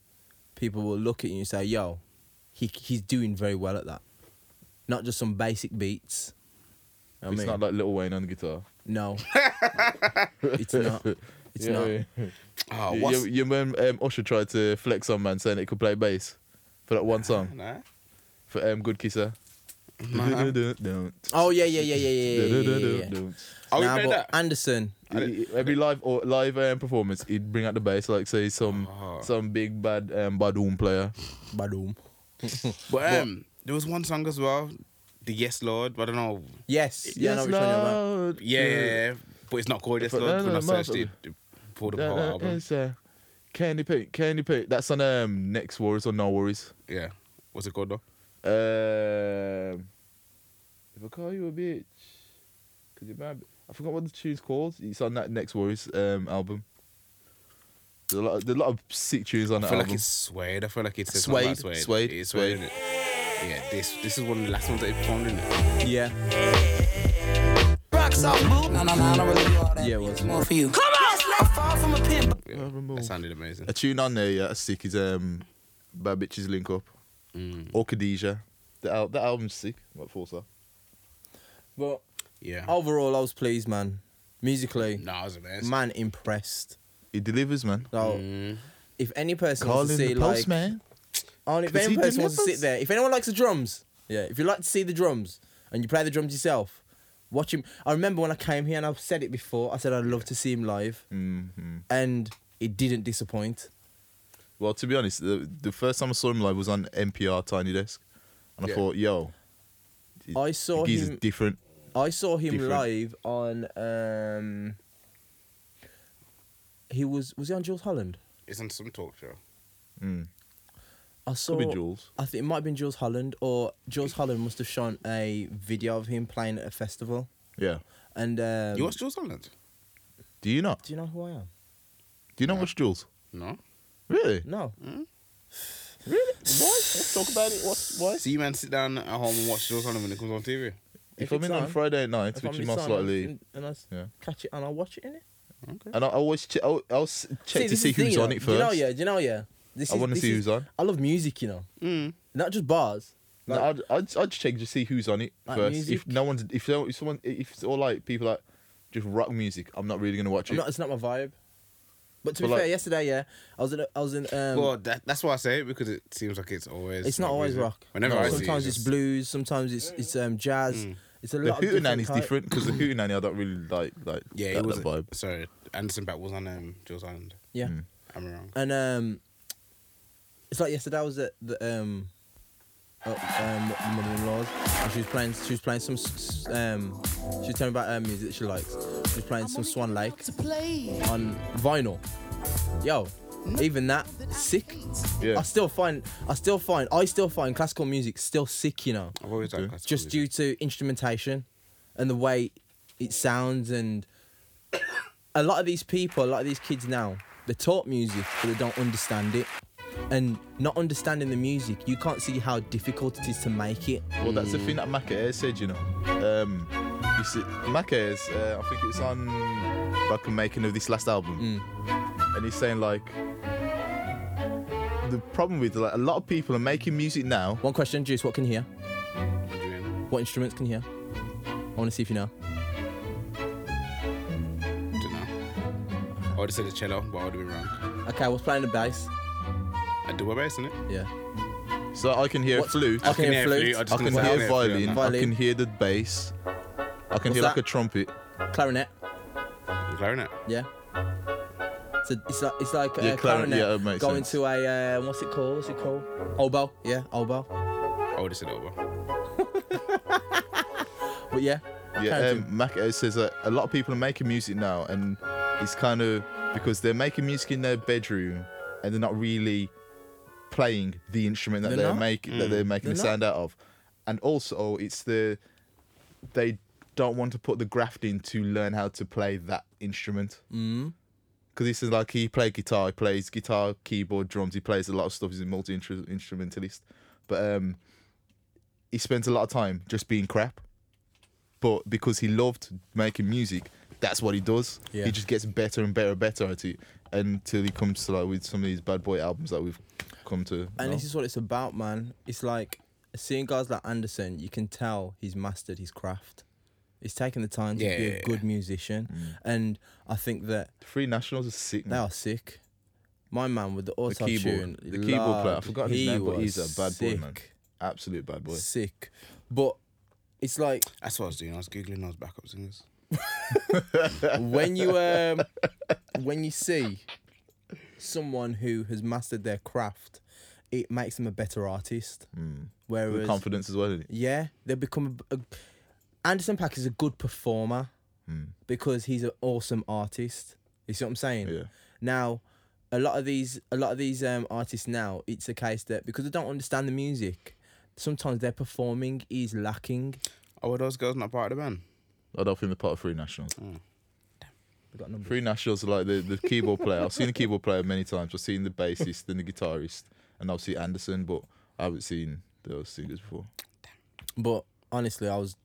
people will look at you and say, yo, he he's doing very well at that. Not just some basic beats. I it's mean, not like Little Wayne on the guitar. no, it's not. It's Yeah, not. yeah. oh, Y- what's Your, your man um, Usher tried to flex on man, saying it could play bass for that one song nah. for um, Good Kisser. Oh yeah, yeah, yeah, yeah, yeah, yeah, yeah, yeah, yeah. Oh, we Nah, played but that. Anderson. Every live or live um, performance, he'd bring out the bass, like say some Oh. some big bad um, badoom player. Badoom. But um, there was one song as well, the Yes Lord. but I don't know. Yes. Yeah, I know which one you're about. Lord. Yeah, yeah, yeah. but it's not called Yes But Lord. no, When no, I searched it, mother- it pulled up the That- whole that album. is, uh, Candy Pete, Candy Pete. That's on um, Next Worries or No Worries. Yeah. What's it called though? Um, if I call you a bitch, cause you might. Be, I forgot what the tune's called. It's on that next Warriors um album. There's a lot. Of, there's a lot of sick tunes on I that feel album. like it's Suede. I feel like it's suede. Suede, Suede. suede, It's suede. suede. innit? Yeah, this this is one of the last ones that he performed in it. Yeah. Rocks off boot. No, no, no, I don't really do all that. Yeah, it was. More for you. Come on! Let's let fall from a pin. That sounded amazing. a tune on there, yeah, that's sick. Is um, Bad Bitches Link Up. Mm. Or Khadijah. That, al- that album's sick. Like, four star. But Yeah. overall, I was pleased, man. Musically, Nah, I was a mess. oh, man, impressed. It delivers, man. So, Mm. if any person Call wants to in see the like, postman. only if 'Cause any he person wants to sit delivers. there, if anyone likes the drums, yeah, if you like to see the drums and you play the drums yourself, watch him. I remember when I came here and I've said it before. I said I'd love to see him live, hmm and it didn't disappoint. Well, to be honest, the, the first time I saw him live was on NPR Tiny Desk. And Yeah. I thought, yo. it- I saw the geezer's him- different. I saw him Different. live on. um He was was he on Jules Holland? It's on some talk show. Mm. I saw. Could be Jules. I think it might have been Jules Holland, or Jules Holland must have shown a video of him playing at a festival. Yeah. And um, you watch Jules Holland? Do you not? Do you know who I am? Do you not watch Jules? No. Really? No. Really? Hmm? Why? Let's talk about it. What? Why? See, you man, sit down at home and watch Jules Holland when it comes on TV. If, If I'm it's in on on, Friday night, If which I'm is most inside likely, And, and I s- Yeah. catch it and I'll watch it in it. and I I always che- I'll, I'll s- check to see who's on it first. You know, yeah. You know, yeah. This I is- wanna this see is- who's on. Hmm. I love music, you know, Mm. not just bars. No, Like- I'd, I'd I'd check to see who's on it Like first. music? If no one's if no, if someone if it's all like people like just rock music, I'm not really gonna watch it. I'm not, it's not my vibe. But to But be like- fair, yesterday, yeah, I was in. A, I was in. Um, well, that, that's why I say it because it seems like it's always. it's not always music. rock. Whenever I see it, sometimes Hmm. it's blues. Sometimes it's it's um, jazz. It's a the lot. of different hootenanny is type- different because the hootenanny I don't really like like Yeah, that, it was. that vibe. Sorry, Anderson Bat was on um, Jules Holland. Yeah. Hmm. I'm wrong. And um, it's like yesterday I was at the um, uh, um mother-in-law's, and she was playing. She was playing some. s- s- Um, she was telling me about her music that she likes. She was playing some Swan Lake on vinyl. Yo, even that sick. Yeah. I still find. I still find. I still find classical music still sick. You know, I've always Okay. liked classical just music. due to instrumentation, and the way it sounds, and a lot of these people, a lot of these kids now, they taught music, but they don't understand it. And not understanding the music, you can't see how difficult it is to make it. Well, that's the thing that Mac Ayres said, you know. Um, you see, Mac Ayres, uh, I think it's on back in making of this last album, Mm. and he's saying like the problem with like a lot of people are making music now. One question, Juice, what can you hear? What do you mean? What instruments can you hear? I want to see if you know. Dunno. I would have said the cello, but I would have been wrong. Okay, I was playing the bass. I do a bass, innit? Yeah. So I can hear What- flute, I can hear flute. flute, I just can couldn't hear say violin, flute on I Violin. can hear the bass, I can What's hear like that? a trumpet. Clarinet. that. The Clarinet. Yeah. So it's like it's like Yeah, uh, clarinet, clarinet yeah, it makes going sense. to a uh, what's it called? What's it called? Oboe. Yeah, oboe. I would have said oboe. But yeah. Yeah, Clarinet. um, Mac Ayres says that a lot of people are making music now, and it's kind of because they're making music in their bedroom, and they're not really playing the instrument that They're they're, not. making that they're making the They're sound out of, and also it's the they don't want to put the graft in to learn how to play that instrument. Mm. Because he says like he played guitar, he plays guitar, keyboard, drums. He plays a lot of stuff. He's a multi instrumentalist, but um, he spends a lot of time just being crap. But because he loved making music, that's what he does. Yeah. He just gets better and better and better at it until he comes to like with some of these bad boy albums that we've come to. know. And this is what it's about, man. It's like seeing guys like Anderson, you can tell he's mastered his craft. He's taken the time to Yeah, be yeah, a good musician. Mm. And I think that Free Nationals is sick. they man. are sick. My man with the auto keyboard- tune. the keyboard player, I forgot his name, but he's a bad boy, sick, man. Absolute bad boy. Sick. But it's like That's what I was doing. I was googling those backup singers. when you um when you see someone who has mastered their craft, it makes them a better artist. Hmm. With Whereas confidence as well. Isn't it? Yeah, they become. A, a, Anderson Pack is a good performer Hmm. because he's an awesome artist. You see what I'm saying? Yeah. Now, a lot of these, a lot of these um, artists now, it's a case that because they don't understand the music, sometimes their performing is lacking. Oh, were those girls not part of the band? I don't think they're part of Free Nationals. We got numbers. Free Nationals are like the, the keyboard player. I've seen the keyboard player many times. I've seen the bassist and the guitarist, and obviously Anderson, but I haven't seen those singers before. But honestly, I was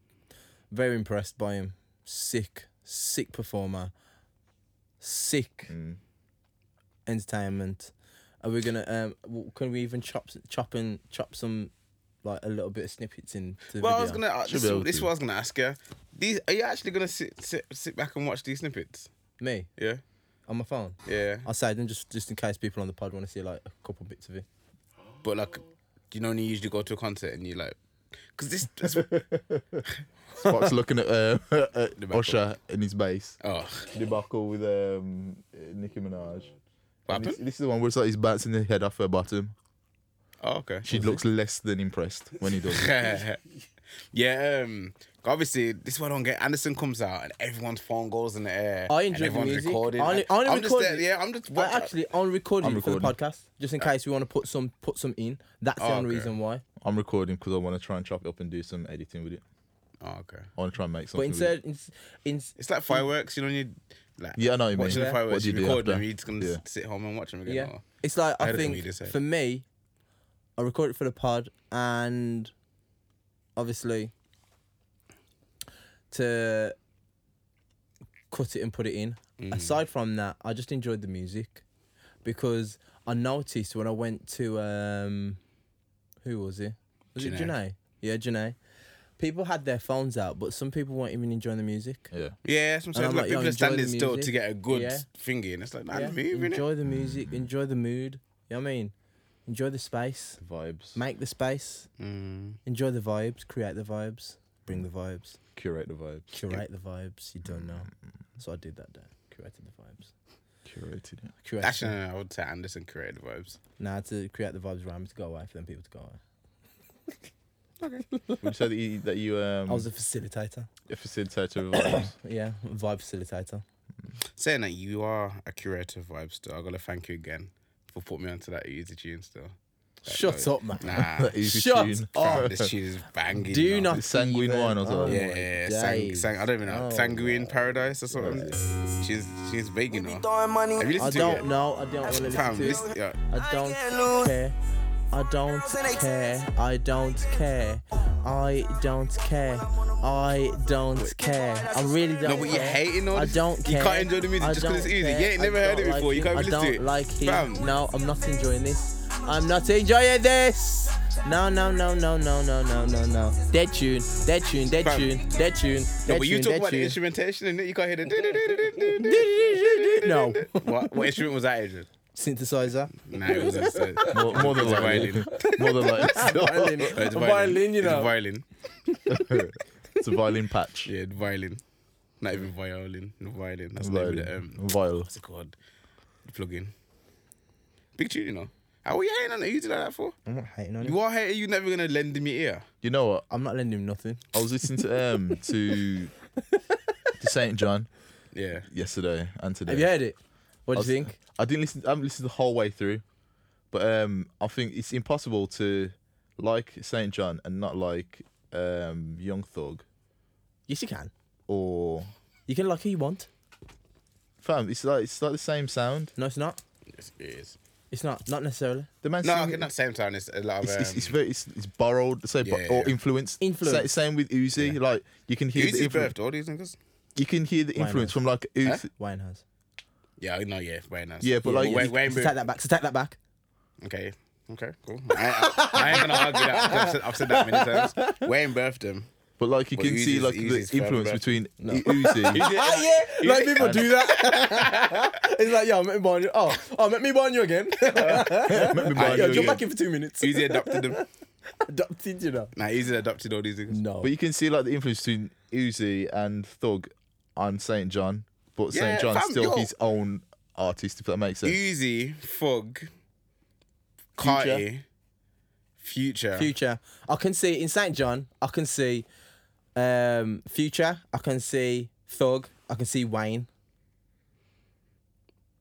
very impressed by him. Sick, sick Mm. performer, sick entertainment, Are we gonna um? w- Can we even chop chop and chop some like a little bit of snippets in? To the Well, I was gonna. video? Uh, Should this, be able this is to. what I was gonna ask you. These are you actually gonna sit sit sit back and watch these snippets? me Yeah, on my phone. yeah. I'll say them just just in case people on the pod want to see like a couple bits of it. But like, you know, when you usually go to a concert and you like, because this. That's, Spock's looking at uh, at Usher in his bass. oh, Debacle with um, Nicki Minaj. what And This, happened? this is the one where it's like he's bouncing the head off her bottom. Oh, okay. She looks less than impressed when he does it. yeah. Um. Obviously, this is what I don't get. Anderson comes out and everyone's phone goes in the air. I and enjoy the everyone's music. recording. I only, I only I'm just record there, it. yeah. I'm just I actually on recording, I'm it for the recording. podcast just in case we want to put some put some in. That's the Uh, Oh, only okay. reason why. I'm recording because I want to try and chop it up and do some editing with it. Oh, okay. I want to try and make something. But with it. instead, in, in, It's like fireworks. You know, when you like. Yeah, I know what you mean. Watching the Yeah. What fireworks, do you you, do record them. after? You're just gonna Yeah. sit home and watch them again. yeah, or- it's like I I, heard it from you think this side. for me, I record it for the pod, and obviously to cut it and put it in. Mm. Aside from that, I just enjoyed the music because I noticed when I went to um, who was it? Was it Janae. Janae? Yeah, Janae. People had their phones out, but some people weren't even enjoying the music. yeah. Yeah, that's what I'm And saying. I'm Like, like, yo, people are enjoy standing the still to music. get a good Yeah. thingy, and it's like, nah, Yeah, yeah. moving it. enjoy the music, enjoy the mood. You know what I mean? Enjoy the space. Vibes. Make the space. Mm. Enjoy the vibes. Create the vibes. Bring the vibes. Curate the vibes. Curate the vibes. You don't know. So I did that day. Curated the vibes. Curated it. Curate. Actually, no, no, I would say Anderson created vibes. nah, to create the vibes rhyme to go away for them people to go away. Would you say that you, that you um, I was a facilitator. a facilitator of vibes? Yeah, vibe facilitator. Saying that you are a curator of vibes still, i got to thank you again for putting me onto that easy tune still. Shut no. up, man. Nah, Easy Shut tune. fam, this tune is banging. Do now. not Sanguine even- wine or something. Oh Yeah, my yeah, yeah. Sang, days. sang, I don't even know. Oh Sanguine Paradise or something. She's she's big, you We know. throwing money. Have you I listened to don't it? know. I don't want to listen Fam, to listen, it. yeah. I can't don't lose. care. I don't care. I don't care. I don't care. I don't care. I really don't. No, but you're care. hating on I this- don't you care. can't enjoy the music I just 'cause it's don't easy. care. You ain't never I heard it don't before. like You can't him. even I listen to it. don't like him. Fam. No, I'm not enjoying this. I'm not enjoying this. No, no, no, no, no, no, no, no, no. Dead tune. Dead tune. Dead Fam. tune. Dead tune. No, Dead but tune. you talk dead about the tune. instrumentation and you can't hear the. No. What what instrument was that, Adrian? Synthesizer. Nah, it was a, More, more than It's a likely. More than likely. Violin. Uh, it's A violin, you It's know. violin. it's a violin patch. Yeah, it's violin. Not even violin. no, Violin. That's the name of the, Violin. um, Viol. what's it called? The plugin. Big tune, you know. How are you hating on it? You did like that for? Hmm? I'm not hating on him. You are hating. You're never gonna lend me ear. You know what? I'm not lending him nothing. I was listening to um to to Saint John Yeah. yesterday and today. Have you heard it? What I do was- you think? I didn't listen. I haven't listened the whole way through, but um, I think it's impossible to like Saint John and not like um Young Thug Yes, you can. or You can like who you want. fam. It's like it's like the same sound. No, it's not. Yes, it is. It's not. Not necessarily. The man. No, singing- okay, not same time. It's a lot of. It's, Um, it's, it's very it's, it's borrowed say bo- Yeah, or yeah. influenced Influenced. Sa- same with Uzi like you can hear Who's the his influence birth? All these niggas. you can hear the Why influence not? from like Uzi Huh? Wayne has. Yeah, I know. Oh, Yeah, very nice. yeah but like Wayne, you- Wayne So Booth. take that back. So take that back. Okay. Okay, cool. I, I, I ain't gonna argue that. 'cause I've said, I've said that many times. Wayne birthed him. but like you Well, can see Uzi's- like Uzi's the firm, influence bro. between Uzi Oh yeah, like people do that. it's like, yo, let me bind you. Oh, oh, let me bind you again. Let me Ah, buy yo, yo, you jump again. back in for two minutes. Uzi adopted him. Adopted, you know. Nah, Uzi adopted all these niggas. No. But you can see like the influence between Uzi and Thug on Saint John, but Yeah, Saint John's fam, still yo. his own artist, if that makes sense. Uzi, Fug, Carti, Future. Future. I can see in Saint John. I can see um Future. I can see Thug. I can see Wayne.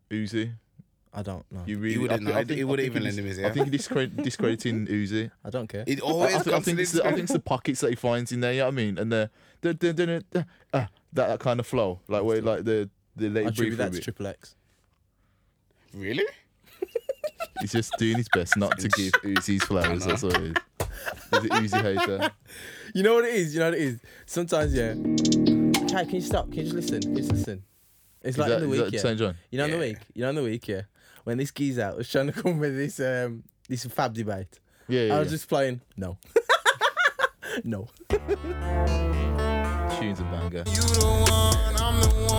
Uzi, I don't know. you really? He wouldn't know. He wouldn't even lend him his I ear. think he's discredit, discrediting Uzi. I don't care. It I, always I, think, I, comes to think it's the, I think it's the pockets that he finds in there. You know what I mean? And the, the, the, the, the, uh, that that kind of flow, like where like the the I late attribute brief. that to Triple X. Really? He's just doing his best not to give Uzi his flowers. That's all it is. He's an Uzi hater. You know what it is. You know what it is. Sometimes, yeah. Chad, can you stop? Can you just listen? Just listen. It's Is like that, in the is week, that yeah. Saint John? You know, in Yeah. the week. You know, in the week, yeah. when this geezer was trying to come with this um this fab debate. Yeah, yeah, I was yeah. just playing no. no. Tunes a banger.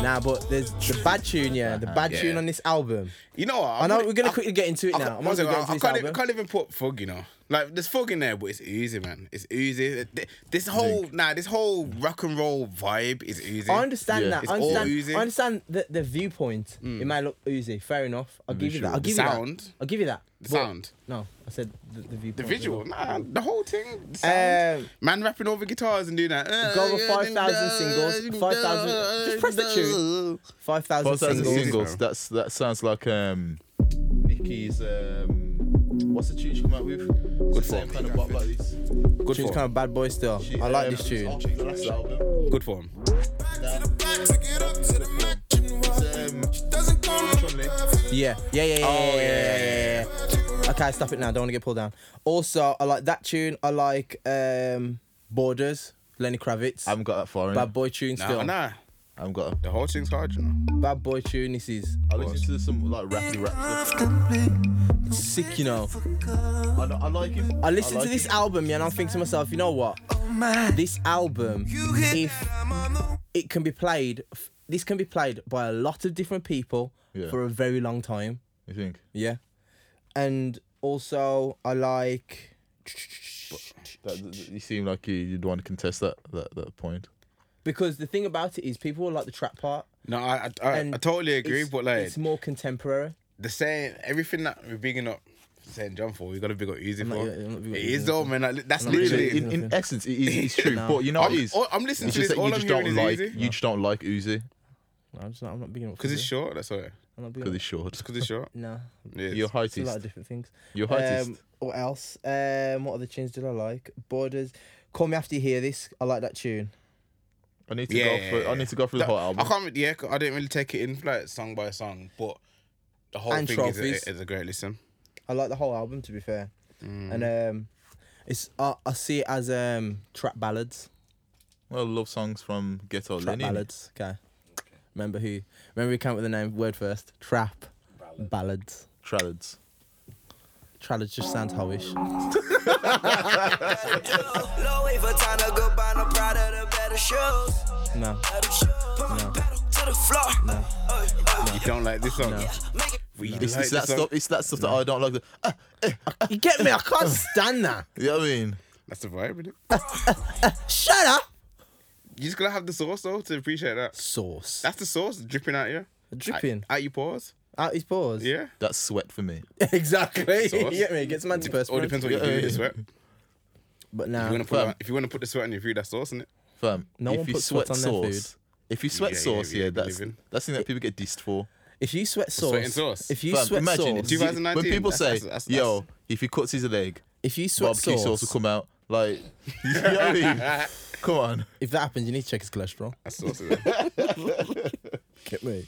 Nah, but there's the bad tune, yeah. The bad Yeah. tune on this album. You know what? I know couldn't- we're gonna I- quickly get into it I, now. I'm I, not gonna I, go into I this can't, even, album. can't even put fog, you know. Like there's fog in there, but it's easy, man. It's easy. Th- This whole nah, this whole rock and roll vibe is easy. I understand Yeah. that. It's I all understand. Uzi. I understand the, the viewpoint. It might look oozy. Fair enough. I'll give you that. I'll The give you sound. that. I'll give you that. The But- sound. No, I said the, the viewpoint. The visual, nah, the whole thing. The sound. Um, man rapping over guitars and doing that. Uh, Go over 5,000 singles, 5,000 just press the tune. Five thousand Five thousand singles. singles. singles. That's that sounds like um Nicki's um what's the tune she come out with? It's the same form. kind of bop like this. Good Tune's form. kind of bad boy still. She- I like um, this tune. it's the last album. Good form. It's, um, Sean Lake. Yeah. Yeah, yeah, yeah, Oh, yeah, yeah, yeah, yeah. Okay, stop it now. Don't want to get pulled down. Also, I like that tune. I like um, Borders, Lenny Kravitz. I haven't got that far in. Bad boy tune Nah, still. nah, I haven't got. the whole thing's hard. You know? Bad boy tune. This is I listen to some like rappy rap stuff. sick, you know. I, I like it. I listened like to this it. album, yeah, and I'm thinking to myself, you know what? This album, if it can be played, f- this can be played by a lot of different people Yeah. for a very long time. You think? Yeah. And also, I like. That, that- you seem like you, you'd want to contest that that, that point. Because the thing about it is, people will like the trap part. No, I I, I, And I totally agree, it's, but like It's more contemporary. the same everything that we're bigging up St. John for, we gotta big up Easy for. not- yeah, I'm not big it up is Uzi though, man. Like, that's literally. Really, in, in essence, it is it's true. No. But you know I'm, what it is? all- I'm listening It's to this. just that you All I'm just hearing don't is like Easy. you just don't like Uzi No, I'm just not. I'm not big enough. Because it's short. That's all. I'm not big because enough. it's short. Because it's short. Nah, Yes. You're it's a lot heightist. of different things. You're heightist. Um, what else? Um, what other tunes did I like? Borders. Call me after you hear this. I like that tune. I need to yeah, go. For, I need to go through the That- whole I album. can't. re- Yeah, 'cause I didn't really take it in like song by song, but the whole And thing is trophies. a, is a great listen. I like the whole album to be fair. Mm. And um, it's I, I see it as um trap ballads. Well, love songs from Ghetto Trap Lenny. ballads. Okay. Remember who? Remember we came up with the name word first. Trap ballads. Trallads. Ballads just sounds hoish. Low wave a time to go buy no Prada, the better shoes. No. Better shoes. Put my pedal to the floor. Ay, ay, You don't like this song. Make it But you It's, like it's that this song. stuff. It's that stuff that I don't like. The, ah, You get me? I can't stand that. you know what I mean? That's the vibe. Really. Shut up. You just gotta have the sauce though to appreciate that. Sauce. That's the sauce dripping out you. Dripping Out your pores. out his pores. Yeah. That's sweat for me. exactly. Sauce. you get me? It gets It all depends antiperspirant. what you do with the Yeah. sweat. But If now. you wanna put it Uh, fam. on- if you wanna put the sweat on your food, that's sauce, isn't it? Fam, No if one you puts sweat sweat on their sauce, if you sweat Yeah, yeah, sauce, yeah, yeah, we that's live in- that's the thing that people get dissed for. If you sweat sauce, Sweating sauce. if you Fam, sweat imagine sauce, do you- when 2019, people that's- say, that's- that's- "Yo, if he cuts his leg, if you sweat barbecue sauce. sauce, will come out," like, you know what I mean? Come on. if that happens, you need to check his cholesterol. That's sauce. Isn't it? Get me?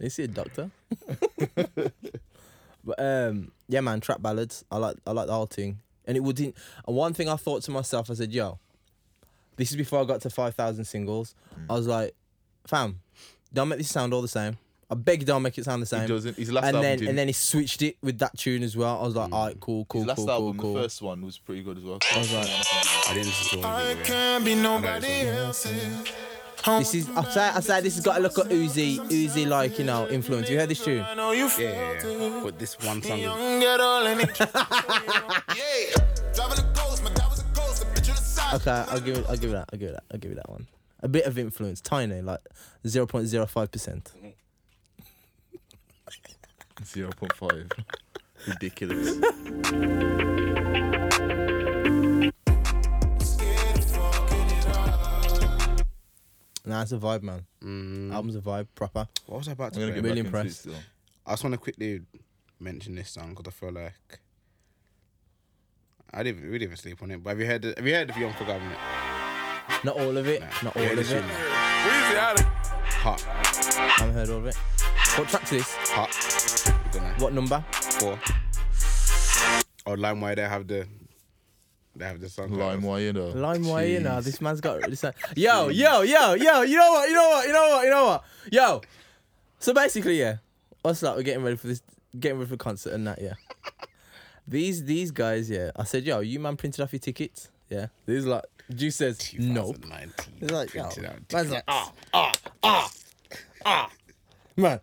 You see a doctor? but um, yeah, man, trap ballads. I like, I like the whole thing. And it wouldn't. And one thing I thought to myself, I said, "Yo, this is before I got to five thousand singles." Mm. I was like, "Fam, don't make this sound all the same." I beg you, don't make it sound the same. doesn't. His last and album then didn't. and then he switched it with that tune as well. I was like, "All right, cool, cool, His last cool, album, cool, the cool." first one, was pretty good as well. I didn't listen to all of it, yeah. can't be nobody else. This is I say I say this has got a look at Uzi Uzi like you know influence. You heard this tune? I know you feel Yeah, yeah, yeah. But this one song is young at all and it. Yeah. Driving a ghost, my dad was a ghost, the bitch on the side. Okay, I'll give it. I'll give it that. I'll give it that. I'll give it that one. A bit of influence, tiny, like zero point zero five percent. Zero point five. Ridiculous. Nah, it's a vibe, man. Album's a vibe, proper. What was I about to I'm gonna say? get Really back into it impressed. still. I just want to quickly mention this song because I feel like I didn't we didn't even sleep on it. But have you heard? Have you heard of Young Forgotten? Not all of it. Not all Yeah, of this it. tune, man. Hot, I haven't heard all of it. What track's this? hot. We're gonna- What number? Four. Oh, LimeWire. They have the. They have the song. LimeWire, you know. LimeWire, you know, Jeez. this man's got this. uh, Yo, yo, yo, yo. You know what? You know what? You know what? You know what? Yo. So basically, yeah, us like we're getting ready for this getting ready for concert and that, yeah. these these guys, yeah. I said, yo, you man printed off your tickets? Yeah. These like Juice says, no. 2019. He's like, yo. Print it out. Man's like, ah, ah, ah, ah. Man,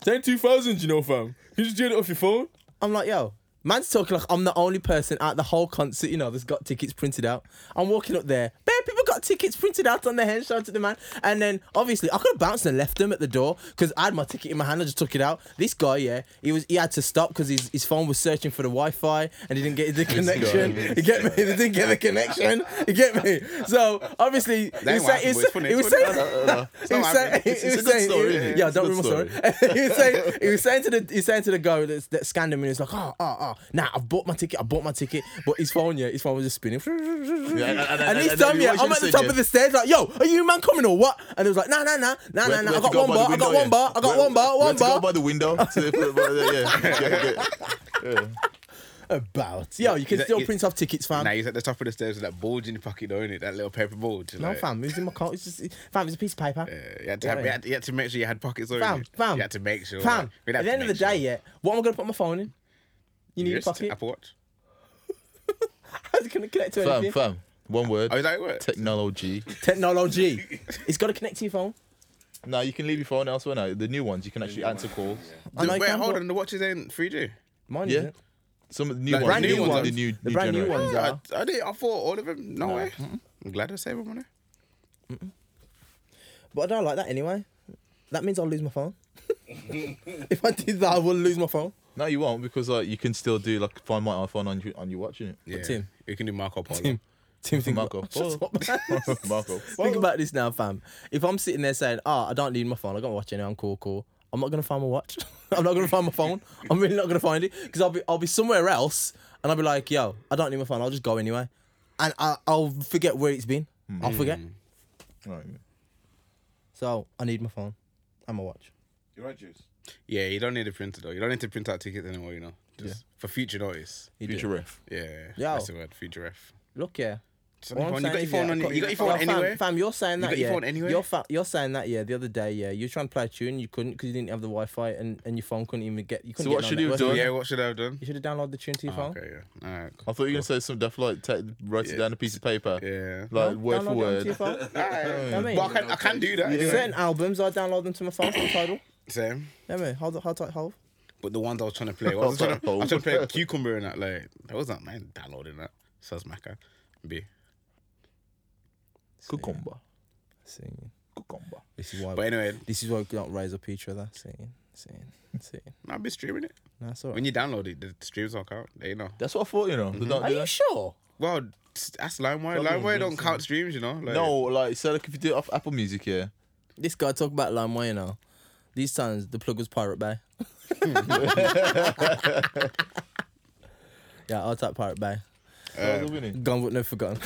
ten two thousand, you know, fam. You just doing it off your phone. I'm like, yo. Man's talking like I'm the only person at the whole concert, you know, that's got tickets printed out. I'm walking up there. Bare people got tickets printed out on their hand, shouted to the man. And then obviously I could have bounced and left them at the door because I had my ticket in my hand, I just took it out. This guy, yeah, he was he had to stop because his, his phone was searching for the Wi-Fi and he didn't get the connection. You get me? They didn't get the connection. You get me? So obviously he ain't was what saying, happened, he was but it's funny, he was it's funny. saying, No, no, no. It's he not happening. was saying, he It's- it's was a good saying, story, he- isn't it? yeah, It's a don't good ruin my story. story. he was saying, he was saying to the, he was saying to the guy that, that scanned him, and he was like, oh, oh, oh, nah, I bought my ticket, I bought my ticket, but his phone, yeah, his phone was just spinning. and- and- and this and- time, and yeah, what I'm you at the said, top yeah. of the stairs, like, yo, are you man coming or what? And it was like, nah, nah, nah, nah, nah, We had nah, I to got go one by the bar, I got window, one bar, yeah. I got We- one bar, we one had to go bar. by the window. to the- yeah, yeah, yeah. About, yo, you can Is that- still it- print off tickets, fam. Now he's at the top of the stairs with that bulge in your pocket, though, innit? That little paper bulge. No, like, fam, it was in my car. It's just, fam, it's a piece of paper. Yeah, you had, to have, Yeah. you, had, you had to make sure you had pockets on Fam, you. fam. You had to make sure. Fam, like, we'd at have the to end of the make sure. day, yeah, what am I gonna put my phone in? You need a Wrist, pocket. Apple Watch. How's it gonna connect to Fam, anything? fam. One Oh, is word. that how it works? Technology. Technology. it's gotta connect to your phone. No, you can leave your phone elsewhere now. The new ones, you can actually answer calls. I know you Wait, can, hold but on. The watch is in 3G. Mine Yeah. isn't. Some of the new Like, ones. brand the new ones. The new, The brand new generation. ones Yeah, are. I, I did. I thought all of them. No, way. I'm glad I saved my money. But I don't like that anyway. That means I'll lose my phone. if I did that, I will lose my phone. No, you won't because like you can still do like find my iPhone on you on you watching it. Yeah. Tim. You can do Marco Polo. Tim, Tim, think Marco. about- Shut up. Marco. Think about this now, fam. If I'm sitting there saying, "Ah, I don't need my phone. I got my watch anyway. I'm cool, cool." I'm not gonna find my watch. I'm not gonna find my phone. I'm really not gonna find it because I'll be I'll be somewhere else and I'll be like, "Yo, I don't need my phone. I'll just go anyway," and I, I'll forget where it's been. I'll forget. Right. So I need my phone and my watch. You're right, Juice. Yeah, you don't need a printer though. You don't need to print out tickets anymore. You know, just for future notice. You do. Future ref. Yeah, Yo. that's the word. Future ref. Look, yeah. It's on What your phone. You got I'm saying your phone on. is, yeah, I've You you got- got your Yo, phone fam, anywhere. Fam, you're saying that. got your yeah. phone anywhere? You're, fa- you're saying that. Yeah, the other day. Yeah, you were trying to play a tune, you couldn't because you didn't have the Wi-Fi, and, and your phone couldn't even get. You couldn't what get should no you have network. done? Yeah, what should I have done? You should have downloaded the tune to your Oh, phone. okay, yeah. All right. I thought you were gonna say some deaf like te- write it down on a piece of paper. Yeah. Like No, word download for it onto your word. phone. I mean, But I can, I can do that. anyway. certain albums I download them to my phone for the title. Same. Yeah, man, hold hold tight, hold. But the ones I was trying to play, I Oh, was trying to, I was trying Hold. to play cucumber and that. Like that was not man downloading that. Says Maca. B. Cucumber. Singing. Cucumber. This is why. But anyway, this is why we don't raise up each other. Singing, singing, singing. I'll be streaming it. That's all right. When you download it, the streams don't count. They know. That's what I thought. You know. They don't Are do you that. sure? Well, s- that's LimeWire. Don't even LimeWire think don't so. count streams, you know. Like, No, like so like if you do it off Apple Music, yeah. This guy talk about LimeWire now. These times the plug was Pirate Bay. yeah, I'll type Pirate Bay. That was a winning. Gone but never forgotten.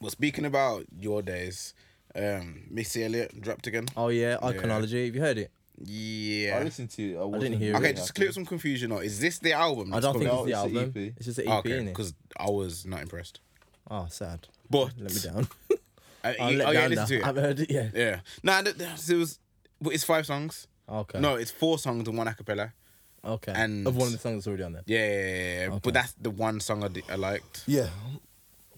Well, speaking about your days, um, Missy Elliott dropped again. Oh yeah, iconology. Have you heard it? I Yeah. listened to it. I, didn't hear Okay, it. just clear up some confusion. Or is this the album? I that's don't think coming it's the E Oh, out, it's the album. EP. It's just the out? EP, okay, innit? because I was not impressed. Oh, sad. But Let me down. I, I'll you- let oh, yeah, down now. listen to I it. haven't heard it yet. Yeah. Nah, th- th- it was. But it's five songs. Okay. No, it's four songs and one acapella. Okay. and- of one of the songs that's already on there. Yeah, yeah, yeah, yeah. Okay. But that's the one song I, di- I liked. Yeah.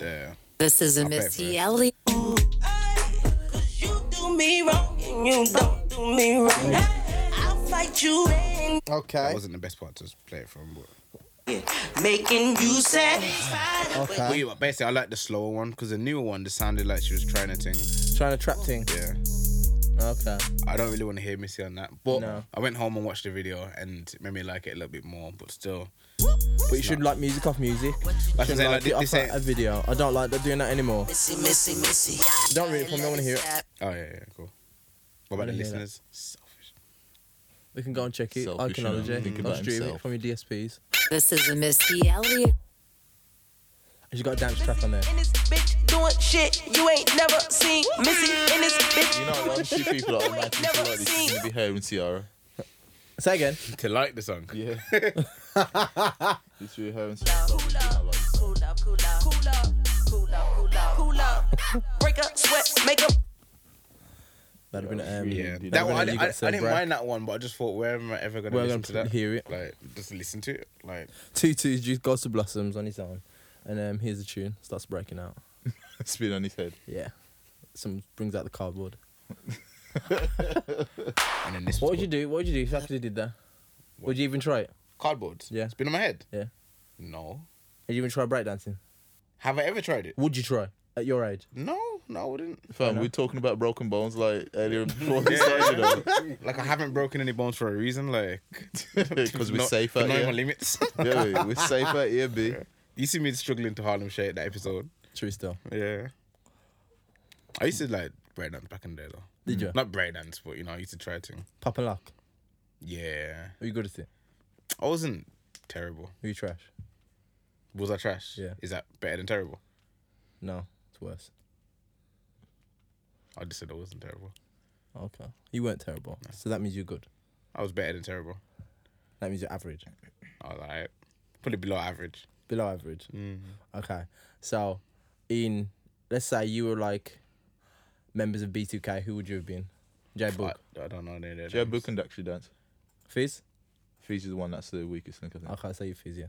Yeah. This is a bet Miss for it. T. E. Elliott. Cause you do me wrong and you don't do me Mm. wrong. I'll fight you and That Okay. wasn't the best part to play it from. But, making you satisfied. but yeah, but basically, I like the slower one because the newer one just sounded like she was trying a thing. Trying to trap thing. Yeah. Okay. I don't really want to hear Missy on that. But No. I went home and watched the video and it made me like it a little bit more. But still, But you should like music off music. like I Shouldn't said, like like, it they off say, a video. I don't like that doing that anymore. Missy, missy, missy. Don't read it for me. I want to hear it. oh yeah, yeah, cool. What about the wanna hear that. listeners? Selfish. We can go and check it. Selfish, you know, Iconology. thinking I'll about stream it himself. from your DSPs. This is a Miss T. Elliott. She's got a dance track on there. And this bitch doing shit you ain't never seen. Missy and this bitch. You know, like, two people that I imagine to like this is gonna be her and Ciara. Say again. To like the song. Yeah. it's really her and Ciara. Cool up, cool up, cool up, cool up, cool up, cool up, cool up. Break up, sweat, make up. That'd have been um, Yeah, that'd that have one I, been a You I, I Got Served didn't rap. mind that one, but I just thought, where am I ever gonna Where am I listen gonna to that? hear it? Like, just listen to it. Like, Two twos, just goes to blossoms on his own, and um, here's the tune starts breaking out. Spin on his head. Yeah, some brings out the cardboard. and then this. What would you do? What would you do if you actually did that? Would you even try it? Cardboard. Yeah. It's been on my head. Yeah. No. Would you even try breakdancing? Have I ever tried it? Would you try at your age? No, no, I wouldn't. Fam, we were talking about broken bones like earlier before we started. you know. Like I haven't broken any bones for a reason, like 'Cause we're not- safe for out knowing here. my limits. Yeah, we're safe out here, B. you see me struggling to Harlem Shake that episode. True still. Yeah. I used to like breakdance back in the day though. Did you? Not breakdance, but you know, I used to try to. Pop and lock. Yeah. Are you good at it? I wasn't terrible. Are you trash? Was I trash? Yeah. Is that better than terrible? No, it's worse. I just said I wasn't terrible. Okay. You weren't terrible, so that means you're good. I was better than terrible. That means you're average, I was like, probably below average. below average. Mm-hmm. Okay. So, in let's say you were like members of B2K, who would you have been? J I, Book, I don't know. any of their Joe names. Book can actually dance. Fizz. Fiji is the one that's the weakest link, I think. Okay, so you Fizz, yeah.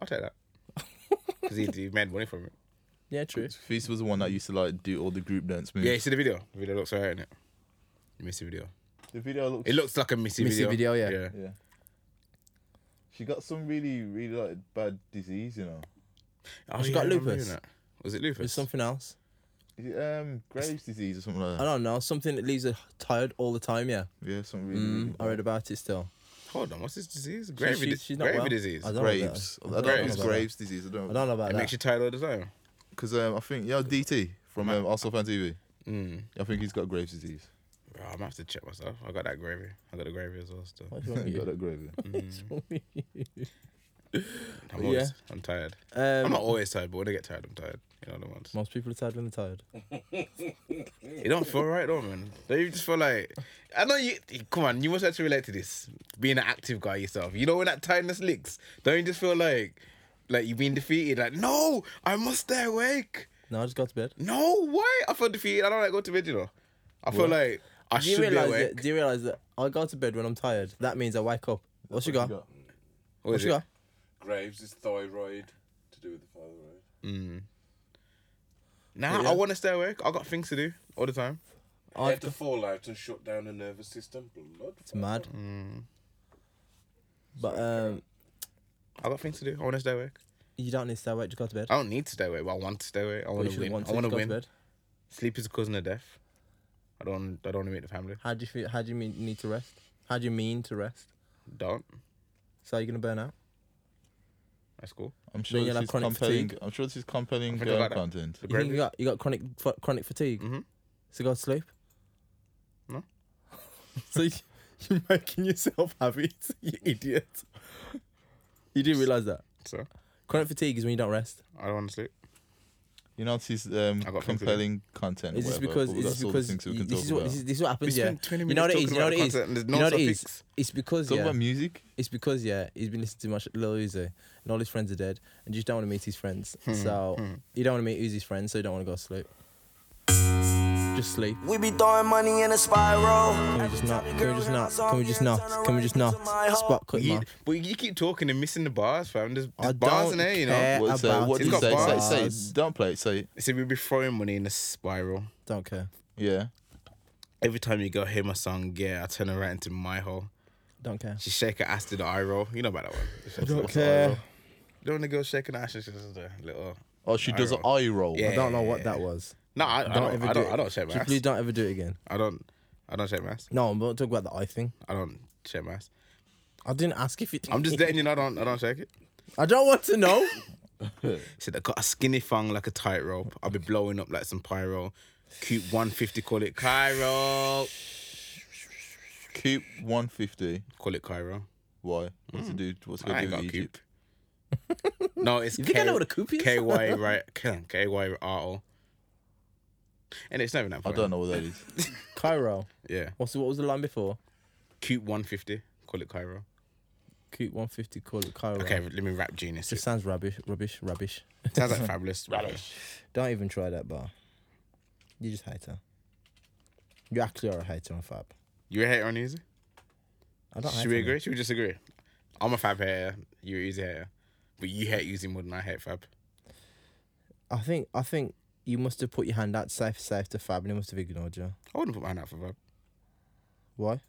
I'll take that. Because he, he made money from it. Yeah, true. Fiji was the one that used to like do all the group dance moves. Yeah, you see the video? The video looks alright, innit? You missed the video. the video looks. It looks like a missy, Missy video, yeah. Yeah. Yeah. She got some really, really like bad disease, you know. Oh, she got I remember lupus? hearing that. Was it lupus? There's something else. Is it um Graves' disease or something like I that? don't know. Something that leaves her tired all the time. Yeah. Yeah, something really. really Mm, I read about it still. Hold on, what's this disease? She- Gravy, she- di- she's not gravy well. disease. I It don't Graves. Know about that. I don't know Graves. if it's Graves' disease. I don't. I don't know about that. makes you tired all the time. Because um, I think yeah, DT from um, Arsenal fan TV. I think he's got Graves' disease. Hmm. Bro, I'm gonna have to check myself. I got that gravy. I got the gravy as well still. What's wrong He got with you? that Graves. Mm. What's wrong with you? I'm always, I'm tired. I'm Um, not always tired, but when I get tired, I'm tired. You know the ones. most people are tired when they're tired. You don't feel right though, man. Don't you just feel like I know you come on, you must actually relate to this. Being an active guy yourself. You know when that tiredness licks, don't you just feel like like you've been defeated, like, no, I must stay awake. No, I just got to bed. No, why? I feel defeated. I don't like go to bed, you know. I feel like I Do you should be realize awake. that? Do you realize that I go to bed when I'm tired? That means I wake up. What you got? What What is you it? got? Graves is thyroid to do with the thyroid. Nah, Yeah. I want to stay awake. I got things to do all the time. I I've had to fall out and shut down the nervous system. Blood. It's mad. Mm. But um, I got things to do. I want to stay awake. you don't need to stay awake to go to bed. I don't need to stay awake, but I want to stay awake. I Or want you to win. shouldn't want I want to just go win. bed. Sleep is a cousin of death. I don't. I don't want to meet the family. How do you feel? How do you mean need to rest? How do you mean to rest? Don't. So you're gonna burn out? That's cool. I'm sure you'll this have is chronic compelling. fatigue. I'm sure this is compelling think I um, got that. content. The You think gravy. you got you got chronic fa- chronic fatigue? Mhm. So go to sleep. No. so you- you're making yourself have it, you idiot. You do realize that So chronic fatigue is when you don't rest. I don't want to sleep. You know, this is um, I got things to do. compelling content. Is this whatever, because? but we've got Is this sort of because? things we you- can This talk is what about. this is. This is what happens. Yeah. spent 20 You know what it minutes is. You talking know what it about is. the content and You there's know no what it is. topics. It's because Talk yeah. about music. It's because yeah, he's been listening to much Lil Uzi, and all his friends are dead, and you just don't want to meet his friends. Hmm, So you don't want to meet Uzi's friends, so you don't want to go to sleep. Just sleep. We be throwing money in a spiral. Can we just not? Can we just not? Can we just not? Can we just not? Spot cut him You, off. but you keep talking and missing the bars, fam. There's, I there's bars in don't there, you care. know. What, say, Eh, about what do you it's say? got Say, bars. say, don't play it. Say, So we'll be throwing money in a spiral. Don't care. yeah. Every time you go hear my song, yeah, I turn her right into my hole. Don't care. She shake her ass to the eye roll. You know about that one. She shakes her ass to the eye roll. care. You know when the girl shaking her ass, she does the little. Oh, she does an roll. eye roll. Yeah. I don't know what that was. No, I, I don't. ever I do don't. it. I don't shake my Just ass. Please don't ever do it again. I don't. I don't shake my ass. No, I'm not talking about the eye thing. I don't shake my ass. I didn't ask if you. I'm just letting you know. I don't. I don't shake it. I don't want to know. Said I got a skinny thong like a tightrope. I'll be blowing up like some pyro. Cute 150. Call it Cairo. Coop 150. Call it Cairo. Why? What's it do? What's it Hmm. I going ain't got to do in a coop. Egypt? No, it's You think I know what a coop is? K Y right. K Y R O. And it's not even that. I funny. don't know what that is. Cairo. Yeah. What's what was the line before? Cute 150. Call it Cairo. Cute 150. Call it Cairo. Okay, let me rap genius. It Just sounds rubbish. Rubbish. Rubbish. sounds like fabulous. Rubbish. Don't even try that bar. You just hate her. You actually are a hater on Fab. You're a hater on Easy? I don't hate Should we him. agree? Should we disagree? I'm a Fab hater. You're an Easy hater. But you hate Easy more than I hate Fab. I think I think you must have put your hand out safe safe to Fab and he must have ignored you. I wouldn't put mine out for Fab. Why?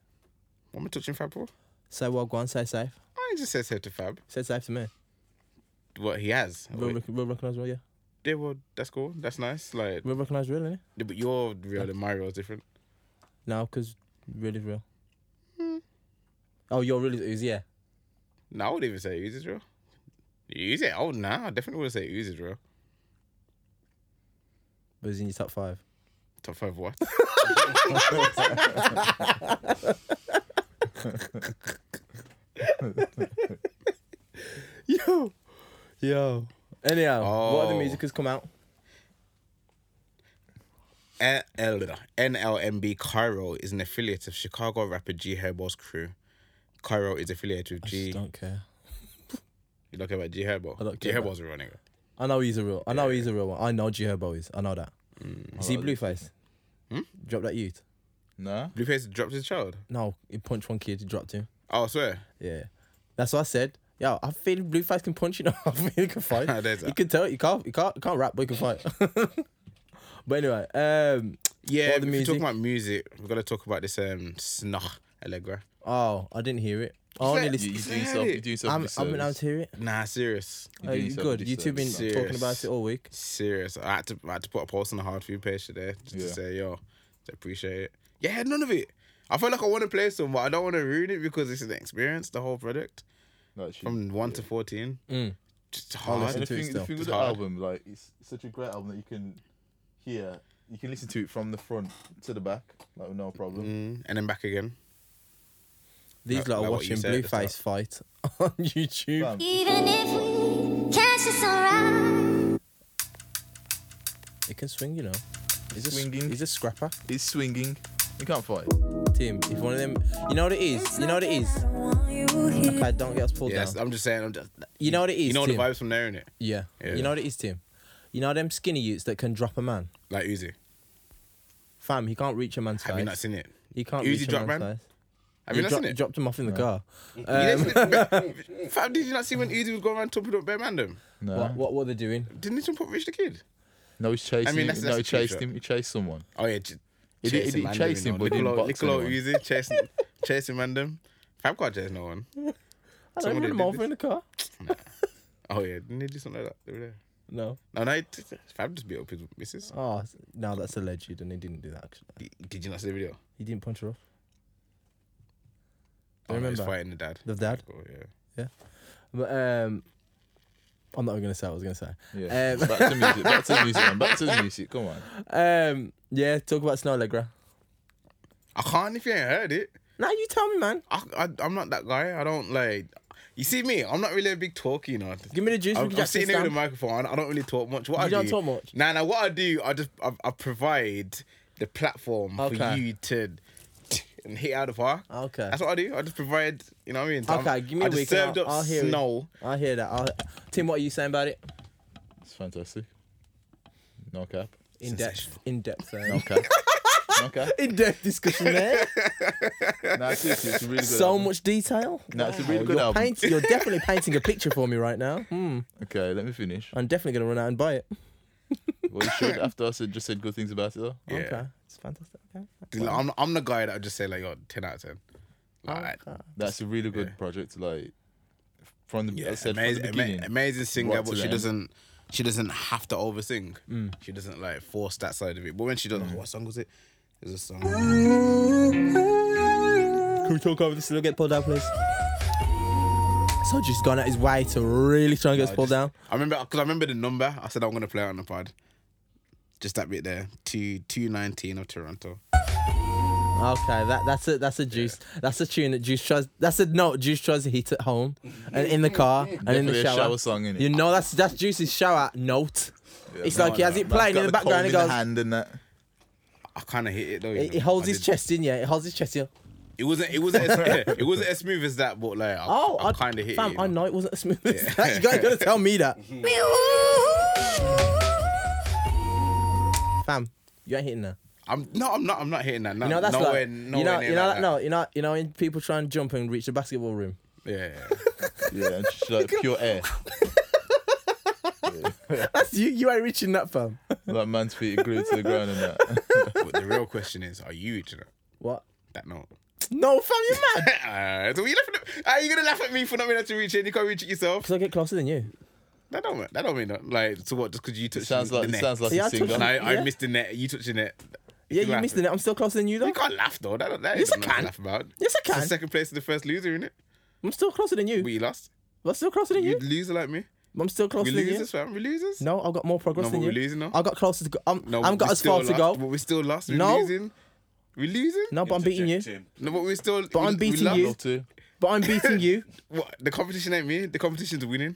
What am I touching Fab for? Say well, go on, say safe. I just said so to Fab. Say safe to me. What he has. We'll, Wait, rec- we'll recognise real, yeah. Yeah, well, that's cool. That's nice. Like, We'll recognise real, innit? yeah, but your real and my real is different. No, because real is real. Hmm. Oh, you're really Uzi, yeah. No, I would even say Uzi's real. Use it? Oh, no. I definitely would say Uzi's real. But he's in your top five. Top five what? Yo, yo. Anyhow, what other Oh. music has come out? N- L- NLMB Cairo is an affiliate of Chicago rapper G Herbo's crew. Cairo is affiliated with G. don't care. You don't care about G Herbo? I don't G care Herbo's a real nigga. I know he's a real. I know he's a real one. I know G Herbo is. I know that. Is he Blueface? Drop that youth. No. Blueface dropped his child. No, he punched one kid. He dropped him. Oh, I swear. Yeah, that's what I said. Yo, I feel Blueface can punch. You know, I feel he can fight. There's you that. can tell. You can't. You can't. You can't rap, but you can fight. but anyway, um, Yeah, What if the we're music? talking about music, we're gonna talk about this um Snoch Allegra. oh, I didn't hear it. I only that- You, listened. you Say do yourself. it. You do yourself. a I'm, I'm disservice. allowed to hear it. Nah, serious. You Oh, do you yourself a good. You two been disservice. talking about Serious. it all week. Serious. I had to I had to put a post on the hard few page today just to Yeah. say, yo, to appreciate it. Yeah, none of it. I feel like I wanna play some, but I don't wanna ruin it because it's an experience, the whole product. No, she- From one to fourteen. Just hard. listen And the to it thing, the still. thing with It's the hard. album, like it's such a great album that you can hear, you can listen to it from the front to the back, like no problem. Mm, and then back again. These Like- lot like are what you watching said at the Blueface fight on YouTube. Fam, Even if we catch the sunrise. It can swing, you know. He's a, Swinging. swinging. he's a scrapper. it's swinging. You can't fight. Tim, if one of them, you know what it is. You know what it is. Okay, don't get us pulled Yes, down. I'm just saying I'm just You know what it is. you know the Tim? vibes from there, innit? Yeah. Yeah. You know what it is, Tim. You know them skinny youths that can drop a man. Like Uzi. Fam, he can't reach a man's Have face. you not seen it? he can't Uzi reach a drop man's man? face. Have He you not dro- seen it? dropped him off in the car. You didn't see it? Fam, did you not see when Uzi was going around topping up Bear Mandem? No, What, what were they doing? Didn't he put Rich the Kid? no, he's chasing. I mean, that's- no, he that's a chased t-shirt. him. He chased someone. Oh yeah, j- He did- he did Mandem, chase you him, know, but he didn't Niccolo, box Niccolo anyone. Uzi chasing, chasing Mandem. Fab can't chase no one. I Someone don't run that him did over this. in the car. Oh yeah, didn't he do something like that over there? No. No, no, he t- Fab just beat up his missus. Oh, no, that's alleged, and he didn't do that. Actually, D- Did you not see the video? he didn't punch her off. Oh, no, he's remember. fighting the dad. The dad? Oh yeah. But um, I'm not even gonna say what I was gonna say. Yeah. Um, back to music. Back to music. Man. Back to music. Come on. Um, yeah, talk about Snow Allegra. I can't if you ain't heard it. Now you tell me, man. I, I I'm not that guy. I don't like. You see me? I'm not really a big talker, you know. Give me the juice. I'm, with I'm Jackson sitting here with a Stamp. microphone. I don't really talk much. What You I don't do, talk much? Nah, nah. What I do, I just I, I provide the platform for Okay. you to and hit it out of park. Okay. That's what I do. I just provide. You know what I mean? I'm- Okay, give me I a just week. and served I'll, up I'll hear snow. It. I'll hear that. I'll... Tim, what are you saying about it? It's fantastic. No cap. In depth. In depth. No Uh, cap. No cap. in depth discussion there. Nah, seriously, it's a really good. so album. much detail. Nah, it's a really good You're, album. paint, you're definitely painting a picture for me right now. Hmm. Okay, let me finish. I'm definitely gonna run out and buy it. Well, you should. After I said, just said good things about it though. Yeah. Okay, it's fantastic. Okay. Like, I'm I'm the guy that would just say like, yo, ten out of ten. Like, That's a really good project. Like from the, yeah, I said, amazing, from the ama- beginning. amazing singer, right but to the she end. doesn't. She doesn't have to over sing. Mm. She doesn't like force that side of it. But when she does, what song was it? It's a song. Can we talk over this a little bit, pulled down, please? So just gone out his way to really try and get us pulled down. I remember because I remember the number. I said I'm gonna play it on the pod. Just that bit there, two two nineteen of Toronto. Okay, that that's a that's a juice. That's a tune that Juice tries. That's a note Juice tries to hit at home and in the car and in the Definitely a shower. shower song, innit? You know that's that's Juice's shower note. it's like he has it Man's playing got in the comb background. and in goes. the hand and that. I kind of hit it though. you It, it know. holds I his did- chest in. Yeah, it holds his chest in. It wasn't. It wasn't. As, it wasn't as smooth as that, but like I, Oh, I, kind of hit Fam, it. you I know. know it wasn't as smooth as that. You guys gotta tell me that, fam. You ain't hitting that. I'm no, I'm not. I'm not hitting that. No, You know that's nowhere, like nowhere you know near you know like that, no you know you know when people try and jump and reach the basketball room. Yeah, Yeah, and just like pure air. That's you. You ain't reaching that fam. Like man's feet are glued to the ground and that. but the real question is, are you eating it? What? That no. No fam, you mad? Uh, so you laughing at, are you gonna laugh at me for not being able to reach it? and You can't reach it yourself. Cause I get closer than you. That don't. That don't mean that. Like, so what? Just because you touched Sounds the like net. sounds like Yeah, I a took- and singer. I, I Yeah. missed the net. You touching it. Yeah, laugh you missed at the net. I'm still closer than you though. You can't laugh though. That, that Yes, isn't I nothing to can. Laugh about. Yes, I It's can. the second place to the first loser, isn't it? I'm still closer than you. We lost. I'm still closer than you. You loser like me. I'm still closer We than you. losers, fam. We losers. No, I've got more progress No, but than you. we're losing now. I got closer to go. I'm, No, I've got we as far still to lost, go. But we're still lost. We're No. losing. We're losing. No, but I'm beating you. Interject him. No, but we're still. But I'm beating lost. you. Love to. But I'm beating you. What? The competition ain't me. The competition's winning.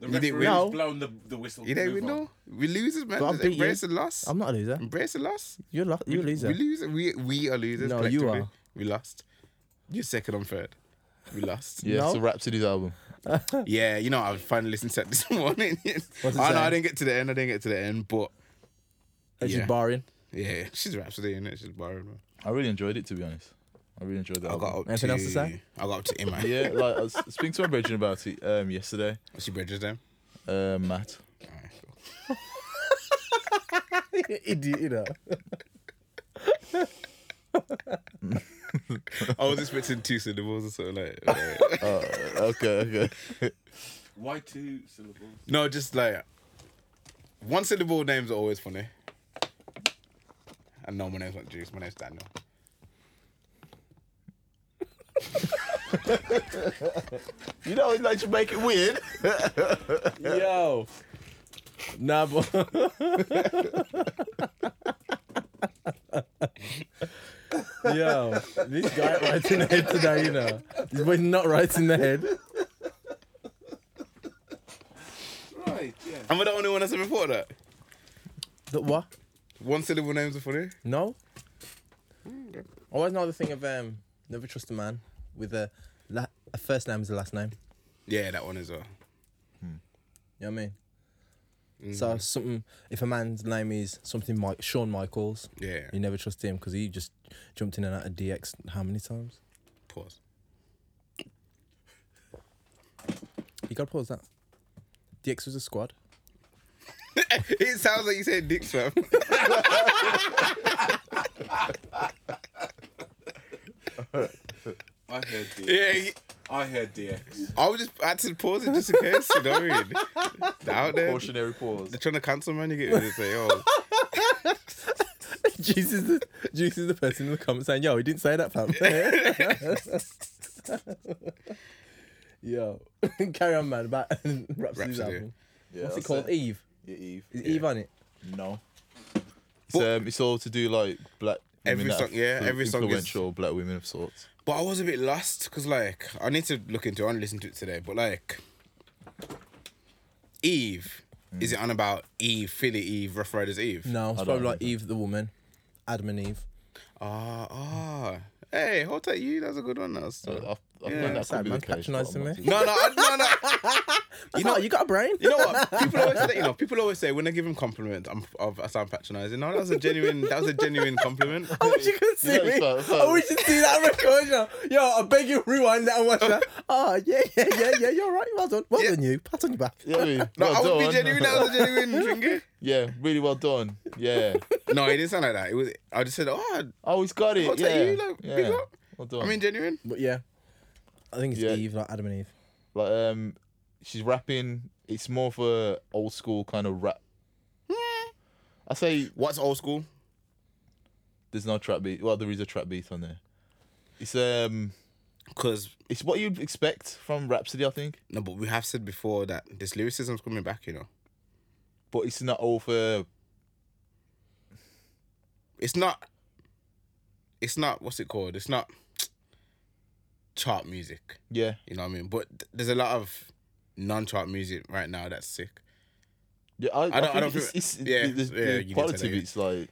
The You didn't win. referee's No. blown the, the whistle. You didn't Move win, on. no. We losers, man. But I Just beat you. Embrace the loss. I'm not a loser. Embrace the loss. You're lo- you a loser. We lose. We we are losers. No, you collectively. are. We lost. You're second on third. We lost. Yeah, it's No. a Rhapsody's album. Yeah, you know, I finally listened to it this morning. Oh, What's it I know I say? didn't get to the end. I didn't get to the end, but That's Yeah. just barring. yeah, she's a rhapsody in it. She's borrowed. Man. I really enjoyed it to be honest. I really enjoyed that. I album. got up Anything to, else to say? I got up to Emma. Yeah, like I was speaking to my brethren about it um, yesterday. She bridges them. Uh, Matt. Idiot, you know. I was expecting two syllables or something like. Oh, okay, okay. Why two syllables? no, just like one syllable names are always funny. And no, my name's not Juice. My name's Daniel. you know, like to make it weird. Yo. Nah, but Yo, this guy right in the head today, you know. We're not right in the head. Right, yeah. Am I the only one that's ever thought of that? The what? One syllable names are funny. No. I always know the thing of um, never trust a man with a, la- a first name is a last name. Yeah, that one as well. You know what I mean? Mm. So something if a man's name is something like Shawn Michaels, Yeah. you never trust him because he just jumped in and out of DX how many times? Pause. You gotta pause that. DX was a squad. It sounds like you said dicks, fam. I heard DX. yeah, you- I heard DX. I was just I had to pause it just in case. You know what I mean? They're out there. Cautionary pause. They're trying to cancel, man. You get what they say. Oh, Juice is the Juice is the person in the comments saying, "Yo, he didn't say that, fam." Yo, carry on, man. About Rhapsody's Rhapsody. album. Yeah, What's it that's called? E- Eve. Yeah, Eve. Is Eve on it? No. It's, um, it's all to do like black. Every women that song- are yeah, fl- every song is- influential black women of sorts. but I was a bit lost because like I need to look into it. I didn't listen to it today, but like Eve. Is it on about Eve, Philly Eve, Rough Riders Eve? No, it's don't probably like remember. Eve the woman, Adam and Eve. Ah, ah. Hey, hold tight, you. That's a good one. That's I, I, I Yeah, think that sorry, could be man, the case. but patronising I'm not me. too- no, no, I- no, no. You know, you got a brain. You know what? People always say, you know, people always say when I give him compliments, I'm, I've- I sound patronising. No, that was a genuine. That was a genuine compliment. I Oh, wish you could see know, me. it's like- I wish you could see that record. Yo. yo, I beg you, rewind that and watch that. Oh, yeah, yeah, yeah, yeah. You're right. Well done. Well Yeah. done, you. Pat on your back. Yeah, I mean, No, well I would be done. genuine. That was a genuine finger. yeah, really well done. Yeah. No, it didn't sound like that. It was. I just said, oh, Oh, he's got it. I'll yeah. take you, like, yeah. big up. Well done. I mean, genuine. But yeah, I think it's Yeah. Eve, like Adam and Eve. like um, she's rapping. It's more of a old school kind of rap. I say What's old school? there's no trap beat. Well, there is a trap beat on there. It's um, Because it's what you'd expect from Rhapsody, I think. no, but we have said before that this lyricism's coming back. You know, But it's not over. it's not. It's not. What's it called? It's not chart music. Yeah, You know what I mean? But th- there's a lot of non-chart music right now that's sick. yeah. I, I don't- I think don't it's, think- it's, yeah, yeah, the, you the, did the say quality that, of it's like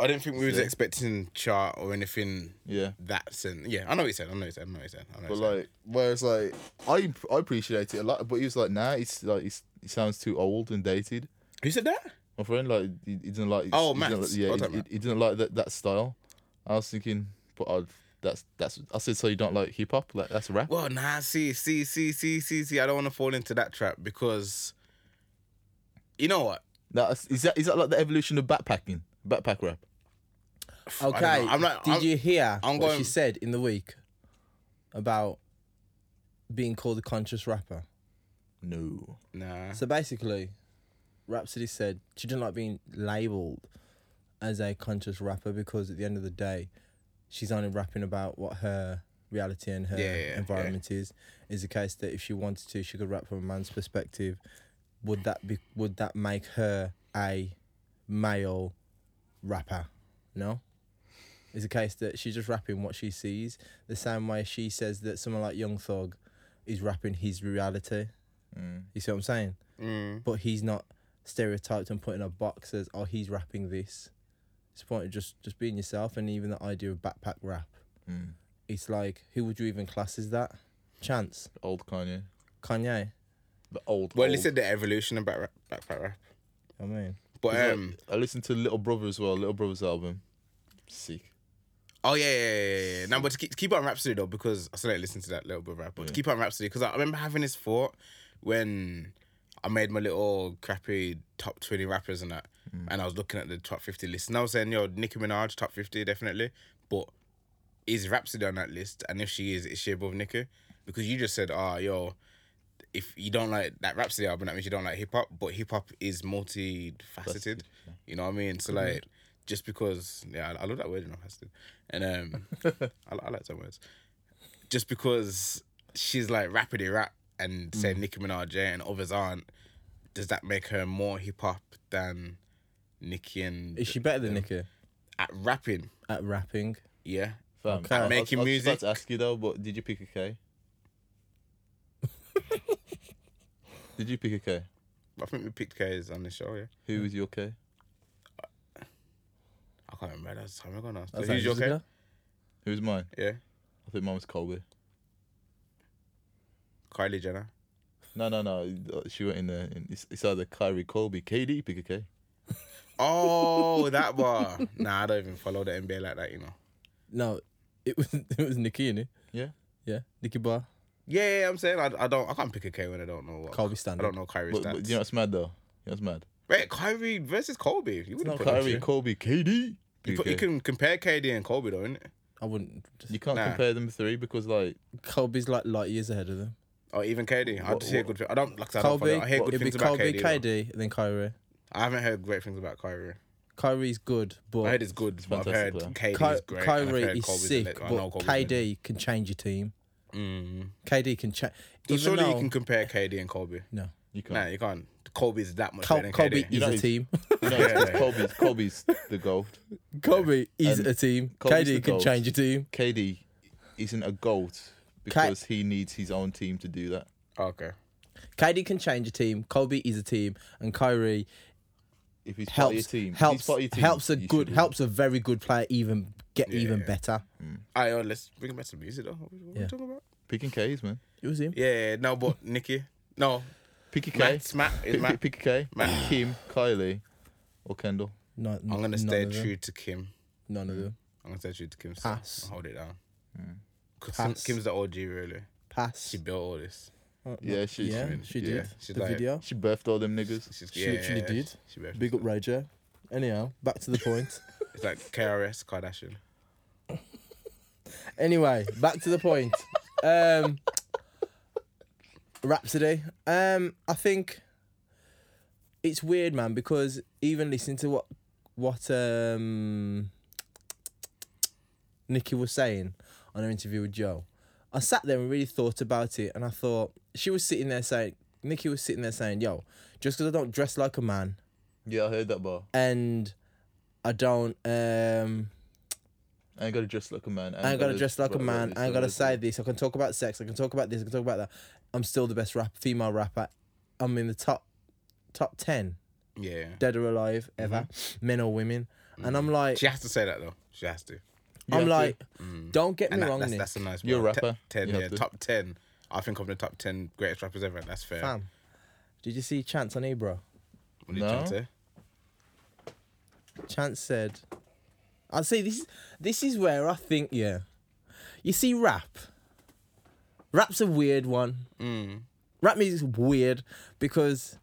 I didn't think we was Yeah. expecting chart or anything. yeah. That sense. Yeah, I know what you said. I know what you said. I know what you said. I know what But you said. like, whereas like, I I appreciate it a lot. But he was like, nah, it's like it's, it sounds too old and dated. who said that? My friend, like, he, he didn't like. Oh, he didn't Matt. like- yeah, Oh, he, don't he, Matt. he didn't like that, that style. I was thinking, but I'd, that's that's. I said, so you don't like hip hop? Like that's rap. Well, nah, see, see, see, see, see, see. I don't want to fall into that trap because you know what? That's, is that is that like the evolution of backpacking, backpack rap? don't Okay. know. I'm not- Did I'm- you hear I'm what going- she said in the week about being called a conscious rapper? No. Nah. So basically, Rhapsody said she didn't like being labeled as a conscious rapper because at the end of the day, she's only rapping about what her reality and her Yeah, yeah, yeah. environment is. Is the case that if she wanted to, she could rap from a man's perspective. Would that be? Would that make her a male rapper? No. It's a case that she's just rapping what she sees. The same way she says that someone like Young Thug is rapping his reality. Mm. You see what I'm saying? But he's not stereotyped and put in a box as, oh, he's rapping this. It's the point of just, just being yourself and even the idea of backpack rap. Mm. It's like, who would you even class as that? Chance? Old Kanye. Kanye? The old. Well, old. he said the evolution of back rap, backpack rap. I mean, But Yeah, um, I listened to Little Brother as well. Little Brother's album. Sick. oh yeah, yeah, yeah, yeah, yeah. Now, but to keep, to keep on Rhapsody though, because I still don't listen to that little bit of rap. But to keep on Rhapsody, because I remember having this thought when I made my little crappy top twenty rappers and that, Mm. and I was looking at the top fifty list, and I was saying, yo, Nicki Minaj top fifty definitely, but is Rhapsody on that list? And if she is, is she above Nicki? Because you just said, ah, yo, if you don't like that Rhapsody album, that means you don't like hip hop. But hip hop is multifaceted. You know what I mean? So like, just because yeah, I, I love that word, you know, faceted, and um, I, I like that words. Just because she's like rapidly rap and Mm. say Nicki Minaj yeah, and others aren't, does that make her more hip hop than Nicki and is she better than Nicki at rapping? at rapping? Yeah. Fam. Okay. I- I- Making I was about music. to ask you though, but did you pick a K? did you pick a K? I think we picked K's on the show. Yeah. Who was your K? I can't remember. That was time ago now. So That's who's your ages K? ago. Who was mine? Yeah. I think mine was Colby. Kylie Jenner. No, no, no. uh, She went in there. In, it's, it's either Kyrie Colby, KD, pick a K. Oh, that bar. Nah, I don't even follow the NBA like that, you know. No, it was it was Nicki in it. Yeah. Yeah, Nicki Bar. Yeah, yeah, I'm saying I, I don't I can't pick a K when I don't know what Kobe I standard. don't know Kyrie But, stats. but you know what's mad though? You know what's mad? Wait, Kyrie versus Kobe. You wouldn't not put Kyrie, Kyrie. Colby, KD. You, Pick put, a you K. can compare KD and Kobe though, innit? I wouldn't. Just, You can't Nah. compare them three because like Kobe's like light years ahead of them. Or even KD. I What- just hear what- good. I don't like. I, said, I, don't Kobe, follow. I hear good it'd be things about Kobe, KD. though. KD, and then Kyrie. I haven't heard great things about Kyrie. Kyrie's good, but I heard it's good, but I've heard fantastic KD is Ky- great. and I've Kyrie heard is Kobe's sick, elect- I know but Kobe's elect- KD can change your team. KD can change. So even surely though you can compare KD and Kobe. no, you can't. Nah, you can't. Kobe's that much Col- better than Kobe KD. is know a he's- team. No, it's- it's Colby's Colby's the gold. Kobe is And a team. Kobe's the KD can GOAT. change your team. KD isn't a gold because he needs his own team to do that. Okay. KD can change a team. Kobe is a team, and Kyrie If he's part of your helps team, if he's helps part of your team, helps a you good should win. helps a very good player even get even better. All right, let's bring it back to music though. What are we Yeah. talking about? picking K's man. It was him. Yeah, no, but Nikki. No, Pick a K. Matt's Matt. Is Pick, Matt. pick, pick a K. Matt. Kim, Kylie, or Kendall. No, I'm gonna stay true to Kim. None of them. I'm gonna stay true to Kim. So Pass. I'll hold it down. Mm. 'Cause Kim- Pass. Kim's the OG, really. Pass. She built all this. Yeah, she. yeah, She, she yeah, did she's the like- video. she birthed all them niggas. She's, She literally did. She built Big up Ray J. Anyhow, back to the point. It's like KRS Kardashian. Anyway, back to the point. Um, Rhapsody. Um, I think it's weird, man, because even listening to what what um, Nikki was saying on her interview with Joe, I sat there and really thought about it, and I thought she was sitting there saying, Nikki was sitting there saying, "Yo, just because I don't dress like a man Yeah, I heard that bar. and I don't um." I ain't gotta dress like a man. uh, I ain't gotta dress like a write all man. this, I ain't all gotta this, say this. I can talk about sex. I can talk about this. I can talk about that. I'm still the best rap female rapper. I'm in the top top ten, Yeah. dead or alive, Mm-hmm. ever, men or women. And I'm like, She has to say that though. She has to. I'm have to. like, don't get me Mm. And that, wrong, that's, Nick. that's a nice. You're a one. Te- rapper. Ten. You have yeah, to. top ten. I think I'm the top ten greatest rappers ever. and That's fair. Fam, did you see Chance on Ebro? What are you trying No. to say? Chance said, "I see this. is This is where I think yeah. You see, rap. Rap's a weird one. Rap music's weird because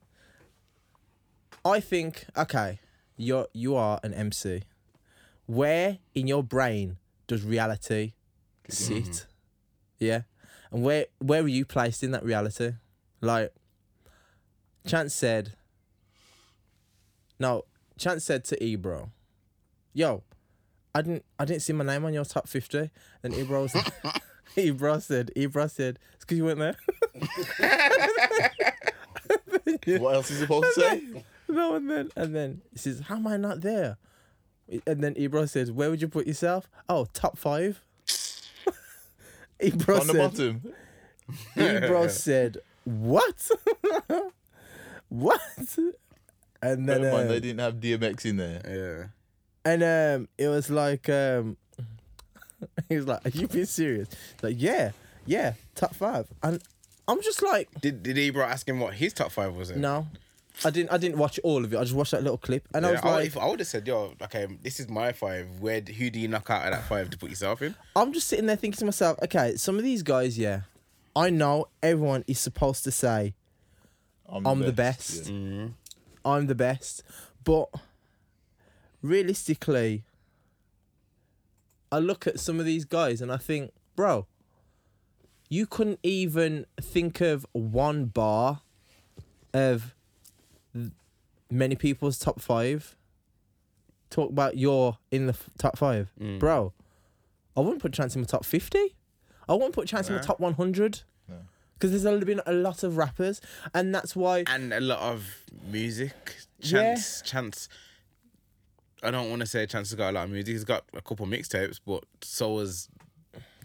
I think okay, you're you are an MC. Where in your brain does reality sit? Yeah, and where where are you placed in that reality? Like, Chance said." Now, Chance said to Ebro, "Yo, I didn't, I didn't see my name on your top 50. Then Ebro was, Ebro said, Ebro said, it's because you weren't there. What else is he supposed to say? no, and then, and then he says, how am I not there? And then Ebro says, where would you put yourself? Oh, top five. Ebro On the said, bottom. Ebro said, what? what? And then, Never mind, um, they didn't have DMX in there. Yeah. And um, it was like um, he was like, "Are you being serious?" Like, yeah, yeah, top five. And I'm just like, Did Did Ebro ask him what his top five was? In? no, I didn't. I didn't watch all of it. I just watched that little clip, and I Yeah, was I, like, if I would have said, "Yo, okay, this is my five. Where d- who do you knock out of that five to put yourself in?" I'm just sitting there thinking to myself, okay, some of these guys, yeah, I know everyone is supposed to say I'm the best. Yeah. I'm the best. But realistically, I look at some of these guys and I think, bro, you couldn't even think of one bar of th- many people's top five. Talk about your in the f- top five, bro. I wouldn't put Chance in my top fifty. I wouldn't put Chance in my top one hundred. Because there's al- been a lot of rappers, and that's why And a lot of music. Chance, Chance. I don't want to say Chance has got a lot of music. He's got a couple mixtapes, but so has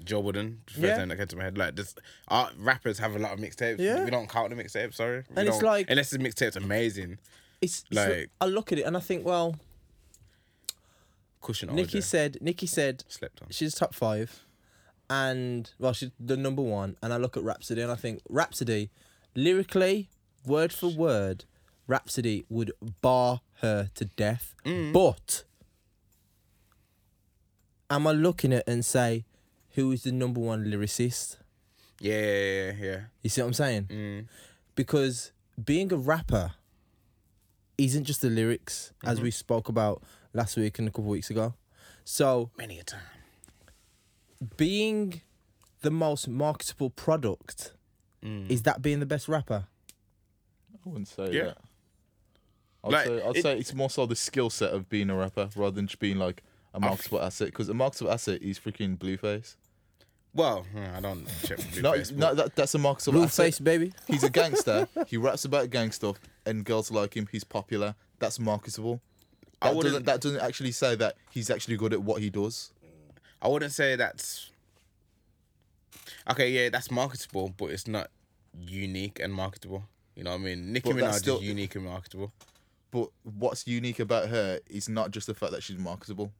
Joe Budden. First Yeah. thing that came to my head. Like, this, our rappers have a lot of mixtapes. Yeah. We don't count the mixtapes. Sorry. We And it's don't- like- unless the mixtape's amazing. it's, it's like, Like- I look at it and I think, well, Cushion. Nikki Nikki said, Nikki said slept on. she's top five, and well, she's the number one. And I look at Rhapsody and I think Rhapsody, lyrically, word for word, Rhapsody would bar her to death. But am I looking at and say, who is the number one lyricist? Yeah, yeah, yeah, yeah. You see what I'm saying? Mm. Because being a rapper isn't just the lyrics, Mm-hmm. as we spoke about last week and a couple weeks ago. So Many a time. being the most marketable product Mm. is that being the best rapper? I wouldn't say Yeah. that. I'd, Like, say, I'd it- say it's more so the skill set of being a rapper rather than just being like a marketable asset. Because a marketable asset is freaking Blueface. Well, mm, I don't check. for No, Blueface, no but- that, that's a marketable Blue asset. face, baby. He's a gangster. he raps about gang stuff, and girls like him. He's popular. That's marketable. That wouldn't- doesn't, that doesn't actually say that he's actually good at what he does. I wouldn't say that's okay. Yeah, that's marketable, but it's not unique and marketable. You know what I mean? Nicki But that's Minaj still- is unique and marketable. But what's unique about her is not just the fact that she's marketable.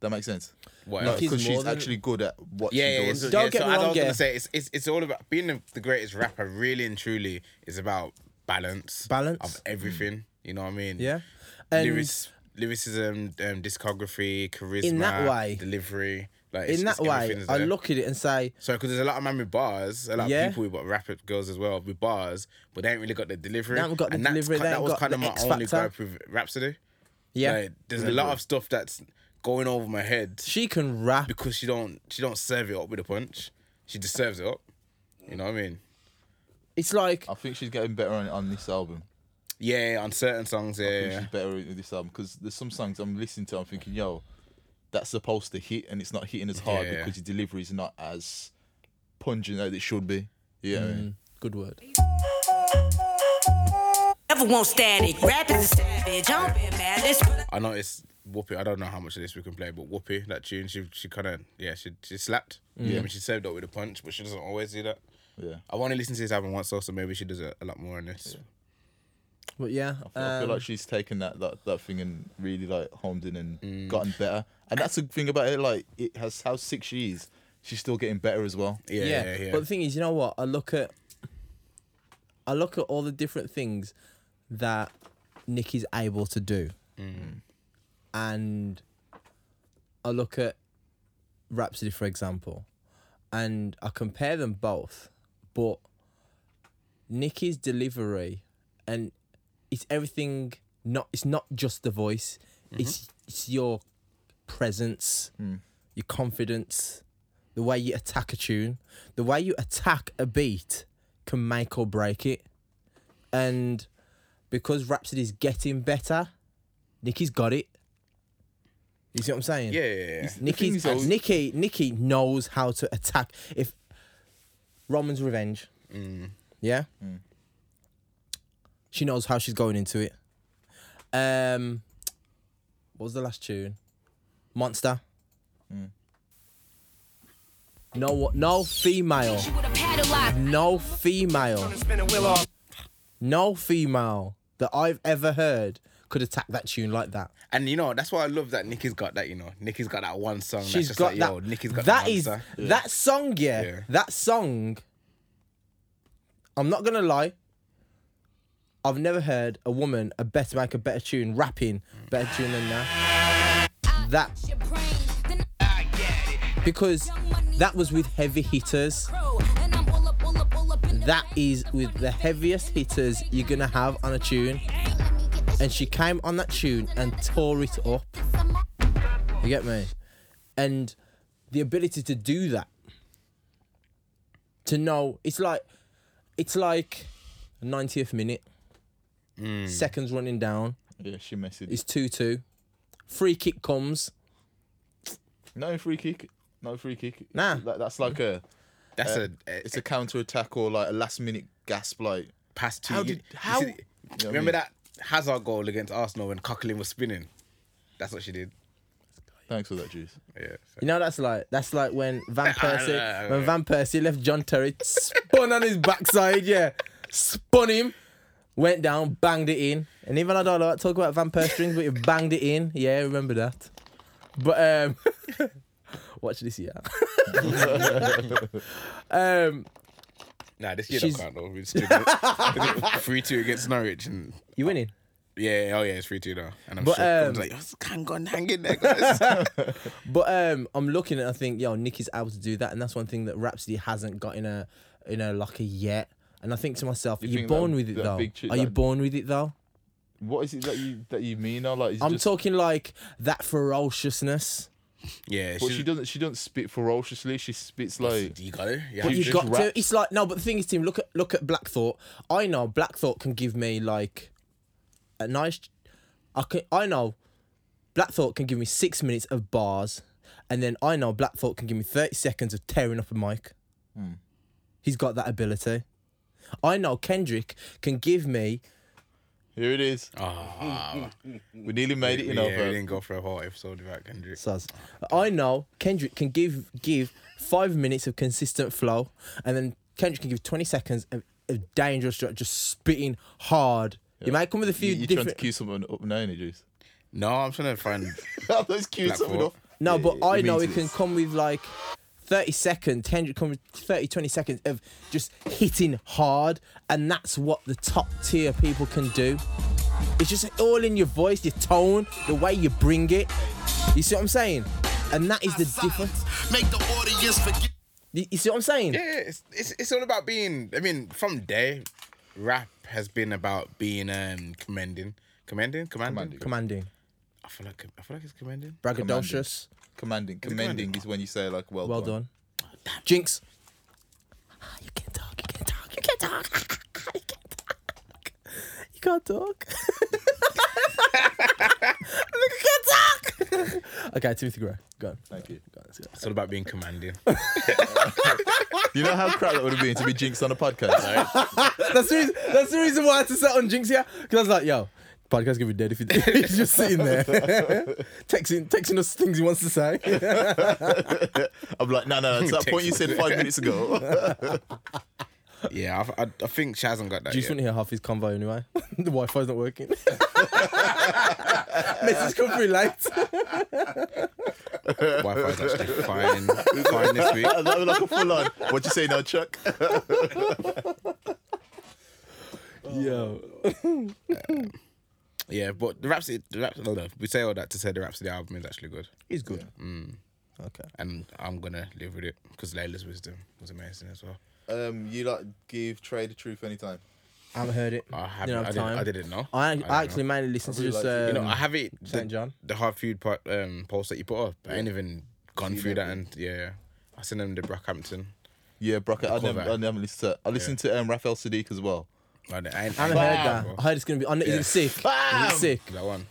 That makes sense. What No, else? Nicki's because more she's than- actually good at what Yeah, yeah, she yeah, does. so, Don't yeah, get so me as wrong, I was yeah. gonna say it's, it's it's all about being the, the greatest rapper. Really and truly, is about balance, Balance. of everything. You know what I mean? Yeah. And Lyrics, lyricism, um, discography, charisma, that way- delivery. Like it's- in that it's way, everything's I there. look at it and say, So, because there's a lot of men with bars, a lot Yeah. of people with what rapper girls as well with bars, but they ain't really got the delivery. They haven't got the and that's delivery, ki- they that ain't was got kind of the my X only factor. gripe with Rhapsody. yeah, Like, there's a lot of stuff that's going over my head she can rap. because she don't she don't serve it up with a punch. She just serves it up. You know what I mean? It's like I think she's getting better on, on this album. Yeah, on certain songs, yeah. I think yeah. she's better with this album because there's some songs I'm listening to. I'm thinking, yo, that's supposed to hit, and it's not hitting as hard Yeah. because your delivery is not as pungent as it should be. Yeah, Mm. good word. Never want static. Rap is a savage. I'm been mad. Let's put I noticed Whoopi. I don't know how much of this we can play, but Whoopi, that tune, she she kind of yeah, she she slapped. Mm. Yeah, I mean, she served up with a punch, but she doesn't always do that. yeah. I've only listened to this album once, though, so maybe she does a, a lot more on this. But yeah, I feel um, like she's taken that, that that thing and really like homed in and Mm. gotten better. And that's the thing about it. Like it has how sick she is. She's still getting better as well. Yeah, yeah, yeah. But the thing is, you know what? I look at I look Mm. at all the different things that Nicki's able to do. and I look at Rhapsody, for example, and I compare them both, but Nicki's delivery and it's everything. Not it's not just the voice. Mm-hmm. It's it's your presence, Mm. your confidence, the way you attack a tune, the way you attack a beat can make or break it. And because Rhapsody's getting better, Nicky's got it. You see what I'm saying? Yeah, yeah, yeah. Nikki, The thing is, I- Nikki, Nikki knows how to attack. If Roman's revenge, Mm. yeah, she knows how she's going into it. Um, what was the last tune? Monster. No, what? No female. No female. No female that I've ever heard could attack that tune like that. And you know, that's why I love that Nicky's got that, you know. Nicky's got that one song that's She's just got like, that. yo, Nicky's got that the is answer. that song. Yeah, Yeah. that song. I'm not gonna lie. I've never heard a woman a better make a better tune rapping better tune than that. That because that was with heavy hitters. That is with the heaviest hitters you're gonna have on a tune, and she came on that tune and tore it up. You get me? And the ability to do that. To know it's like it's like 90th minute. Seconds running down. Yeah, she messaged. It's 2-2. Free kick comes. No free kick. No free kick. Nah. That, that's like a. That's uh, a, it's a counter attack or like a last minute gasp. Like past two. How you- did- you how- see- You know what I remember mean? that Hazard goal against Arsenal when Coughlin was spinning? That's what she did. thanks for that, juice. Yeah. You know that's like that's like when Van I- I- Persie when Van Persie left John Terry spun on his backside, yeah. Spun him, went down, banged it in. And even I don't like talk about Van Persie strings, but he banged it in. Yeah, I remember that. But um watch this year. um Nah, this year She's- don't count though. We just did it. Three two against Norwich and you winning? yeah, oh yeah, it's three two now. And I'm But, sure I was um, like, "Yo, can go and hang in there, guys. But um, I'm looking and I think, yo, Nicky's able to do that, and that's one thing that Rhapsody hasn't got in her in her locker yet. And I think to myself, are you think born that- with it that though? big chi- are you that- born with it though? What is it that you that you mean? Now, like is it I'm just, talking like that ferociousness. Yeah, But she's- she doesn't. She doesn't spit ferociously. She spits like. You got it. Yeah, But you just got raps. to. It's like no, but the thing is, Tim. Look at look at Black Thought. I know Black Thought can give me like a nice. I can. I know Black Thought can give me six minutes of bars, and then I know Black Thought can give me thirty seconds of tearing up a mic. He's got that ability. I know Kendrick can give me Here it is. Um, we nearly made it. You Ah, know. yeah, we but- didn't go for a whole episode without Kendrick. Soz. I know Kendrick can give give five minutes of consistent flow, and then Kendrick can give twenty seconds of, of dangerous dr- just spitting hard. You might come with a few you, you're trying to different. cue someone up now, ain't you, juice? No, I'm trying to find. Those cue Black someone Thought. up. no, Yeah, but yeah, I it know means it can it's- come with like thirty seconds. Kendrick come with 30, 20 seconds of just hitting hard, and that's what the top tier people can do. It's just all in your voice, your tone, the way you bring it. You see what I'm saying? And that is the difference. Make the audience forget. You you see what I'm saying? Yeah, it's, it's it's all about being. I mean, from day, rap has been about being um commending, commending, commanding. Commanding. I feel like I feel like it's commending. braggadocious. Commanding, commending is when you say like, well, Well done. done. Jinx. Ah, You can't talk. You can't talk. You can't talk. You can't talk. You can't talk. you can't talk. okay, Timothy Gray. Go on. Thank you. It's all about being commanding. You know how crap that would have been to be jinxed on a podcast. That's the reason, that's the reason why I had to sit on Jinx here. Because I was like, yo, podcast gonna be dead if he- he's just sitting there texting texting us things he wants to say. I'm like, no, no, that's that point you said five minutes ago. yeah, I, I, I think she hasn't got that. Juice yet. wouldn't hear half his convo anyway. the Wi-Fi's not working. Message come through late. Wi-Fi is actually fine, fine this week. that was like a full on. What'd you say now, Chuck? Yo. Yeah, but the Rhapsody, the Rhapsody no, no, we say all that to say the Rhapsody album is actually good. Mm. He's good. Okay. And I'm going to live with it because Layla's wisdom was amazing as well. Um, you like give Trade the Truth anytime. I haven't heard it. I, haven't, Didn't have I, time. didn't, I didn't know. I, didn't I actually know. mainly listen to really just liked it. You know, um, I have it. the- Saint John. The hard food part, um, post that you put up. I ain't even gone Seen through it, that. yeah. And yeah, yeah. I sent them the Brockhampton. Yeah, Brock. I cover. never, I never listened to. It. I listened to um, Raphael Sadiq as well. I ain't- I ain't I haven't heard that. I before. heard it's gonna be. On, Is Yeah. it sick? Is Bam! it sick? That one.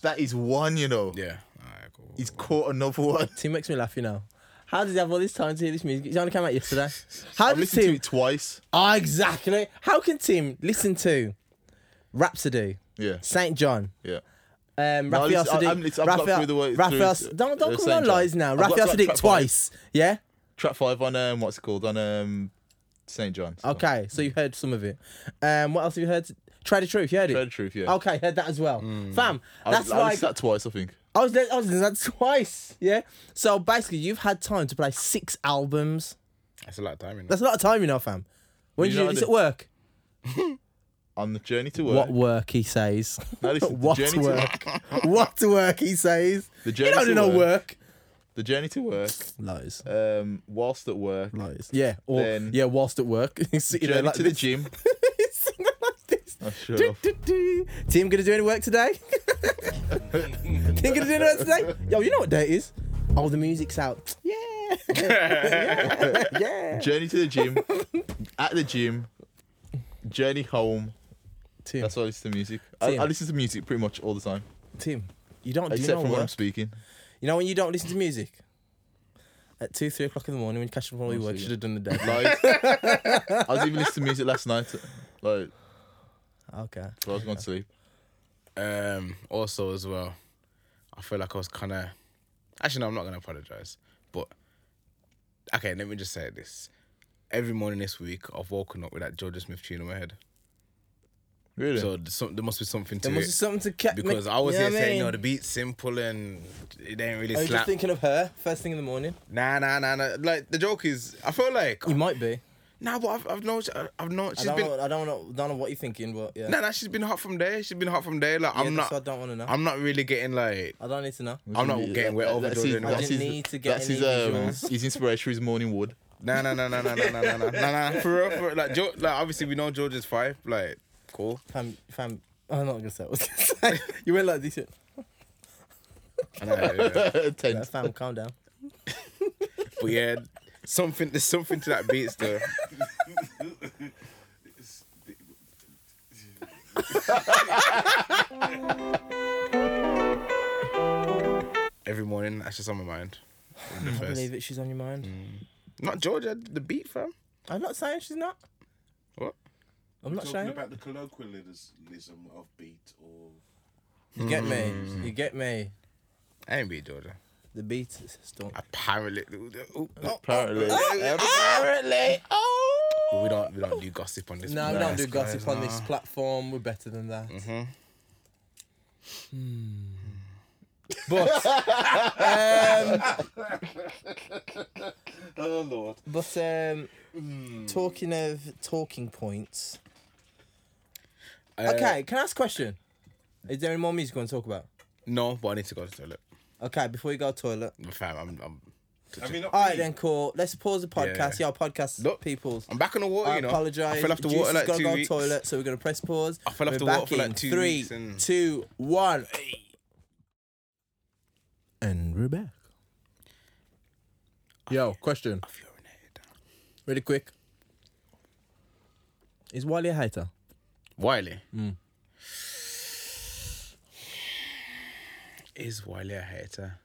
That is one, you know. Yeah. Alright, cool. He's caught another one. Tim makes me laugh. You know. How does he have all this time to hear this music? It only came out yesterday. How I does listened to Tim? it twice. Ah, exactly. How can Tim listen to Rhapsody, Yeah, Saint John, yeah. um, No, I Raphael listen- I- I'm Sadiq, listen- I've got Raphael, through the way Raphael, through, don't don't uh, come Saint on John. lies now. I've got Raphael to- Sadiq I've got to- twice. Yeah. Track five on um, what's it called on um, Saint John. Okay, so you heard some of it. Um, what else have you heard? Try the truth. You heard it. Try the Truth, yeah. Okay, heard that as well. Fam, I, that's I like listened to that twice. I think. I was I was listening to that twice. Yeah. So basically, you've had time to play six albums. That's a lot of time, you know. That's a lot of time, you know, fam. When You did you know, do I this did- at work? On the journey to work. What work he says. No, listen, what the journey work? To, what work he says. The you journey don't to do no work. work. the journey to work. Lies. Um, whilst at work. Lies. Yeah. Or Then- yeah, whilst at work, he's sitting Journey there like to the this. gym. He's sitting there like this. Oh, shut Do, up. do, do. Team gonna do any work today? Team gonna do any work today? Yo, you know what day it is? Oh, the music's out. Yeah. yeah. Yeah. Journey to the gym. at the gym. Journey home. Tim, That's why I listen to music. I, Same. I listen to music pretty much all the time, Tim, you don't do except no for when I'm work. speaking. You know when you don't listen to music? At two, three o'clock in the morning when you catch up on all your work, you should have done the day. Like, I was even listening to music last night, like okay. before I was going to sleep. Um, also as well, I feel like I was kind of. Actually, no, I'm not gonna apologize. But okay, let me just say this: every morning this week, I've woken up with that Georgia Smith tune in my head. Really? So there's some, there must be something to There must be it. something to catch. because I was you know here what I saying, mean? "No, the beat's simple and it ain't really Are you slap." just thinking of her first thing in the morning? nah, nah, nah, nah. Like the joke is, I feel like You might be. nah, but I've, I've known, I've known. I She's don't, been know, I don't know. Don't know what you're thinking, but yeah. nah, nah. She's been hot from day. She's been hot from day. Like Yeah, I'm that's not, what I don't want to know. I'm not really getting like, I don't need to know. I'm not getting wet over that's his, Georgia. that's didn't his, need to get that's any his, um, visuals. his inspiration is Morning Wood. Nah, nah, nah, nah, nah, nah, nah, nah, nah, nah, nah. For real, for real. Like, Joe, like, obviously, we know George is five. Like, cool. Fam, fam. I'm not gonna say. What I was gonna say. you went like this. you- And, uh, yeah. Ten. That's fam. Calm down. But yeah, something. There's something to that beats though. Every morning, that's just on my mind. The I first- Mm. believe it. She's on your mind. Not Georgia, the beat, fam. I'm not saying she's not. What? I'm not Talking saying. about the colloquialism of beat or You get Mm. me. You get me. I ain't beat Georgia. The beat is stunk. Apparently, oh, oh, Apparently. apparently. Oh. We don't. We don't do gossip on this. No, we don't do podcast, gossip on nah. Mm-hmm. this platform. We're better than that. Hmm. But, oh lord. but um, Hmm. talking of talking points. Uh, okay, can I ask a question? Is there any more music you want to talk about? No, but I need to go to the toilet. Okay, before you go to the toilet. Fam, I'm, I'm, Have you not All right, peed? then, cool. Let's pause the podcast. Yeah. Yeah, podcast Look, peoples. I'm back on the water, I you know. apologize. I fell off the Juice water has like gotta two go weeks. toilet, so we're gonna press pause. I fell off We're the water back for like in two three, weeks and- two, one. And we're back. Yo, question. I've urinated. Really quick. Is Wiley a hater? Wiley. Mm. Is Wiley a hater?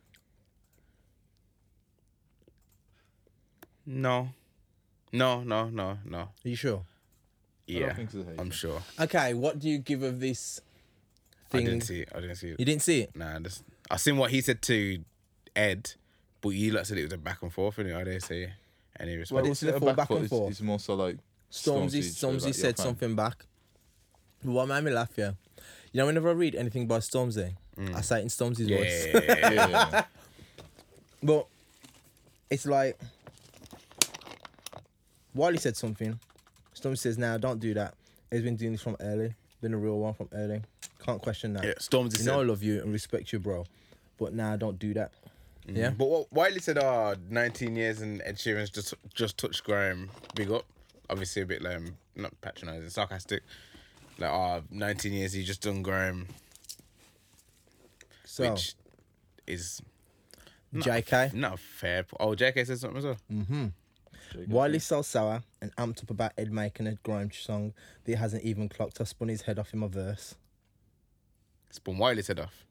No. No, no, no, no. Are you sure? Yeah, I think he's a hater. am sure. Okay, what do you give of this I thing? didn't see it. I didn't see it. You didn't see it? Nah, this, I seen what he said to Ed, but you like said it was a back and forth, innit? I didn't say any response. did What's see it the a full back foot? and It's- forth. It's more so like Stormzy, so Stormzy like, yeah, said fine. something back. What made me laugh, yeah. You know, whenever I read anything by Stormzy, I say it in Stormzy's Mm. yeah, voice. yeah, yeah, yeah. Yeah, yeah, yeah. But it's like Wiley said something. Stormy says, "Now nah, don't do that. He's been doing this from early. Been a real one from early. Can't question that. Yeah, Stormzy You know I said- love you and respect you, bro. But now don't do that. Yeah. Mm-hmm. But what Wiley said, ah, 19 years and Ed Sheeran's just just touched Graham. Big up. Obviously a bit like um, not patronising, sarcastic. Like ah, 19 years he just done Graham, So which is JK, not fair. Oh, JK said something as well. Wiley so sour and amped up about Ed making a grime song that he hasn't even clocked. I spun his head off in my verse. Spun Wiley said off.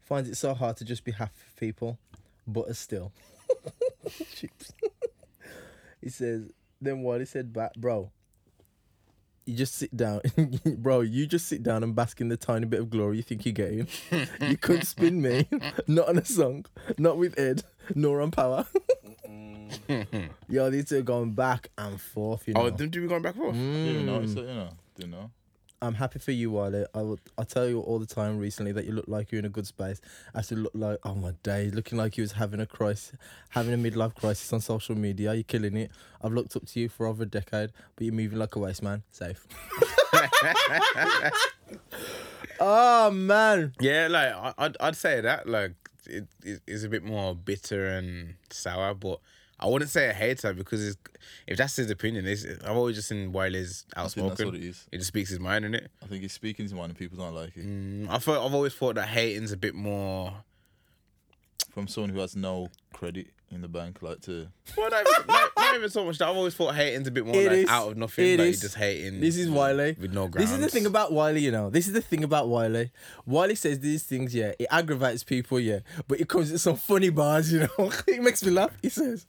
Finds it so hard to just be half of people, but are still. Chips. he says, then Wiley said back, bro. You just sit down, bro. You just sit down and bask in the tiny bit of glory you think you're getting. you couldn't spin me, not on a song, not with Ed, nor on Power. Yo, these two are going back and forth. You know, Oh, them do we going back and forth? Didn't know. Hmm. So, you know. Didn't know. I'm happy for you, Wiley. I will, I tell you all the time recently that you look like you're in a good space. I still look like, oh my day, looking like you was having a crisis, having a midlife crisis on social media. You're killing it. I've looked up to you for over a decade, but you're moving like a waste man. Safe. oh man, Yeah, like I, I'd I'd say that like it, it is a bit more bitter and sour, but I wouldn't say a hater because it's, if that's his opinion, it's, I've always just seen Wiley's think that's outspoken. what it is. He just speaks his mind, innit? I think he's speaking his mind and people don't like it. Hmm. I thought I've always thought that hating's a bit more. From someone who has no credit in the bank, like to. Well, not, even- not- not even so much that. I've always thought hating's a bit more It like is. out of nothing, It like is. just hating. This is Wiley. with no This is the grounds. thing about Wiley, you know. This is the thing about Wiley. Wiley says these things, yeah. It aggravates people, yeah. But it comes with some funny bars, you know. it makes me laugh. He says,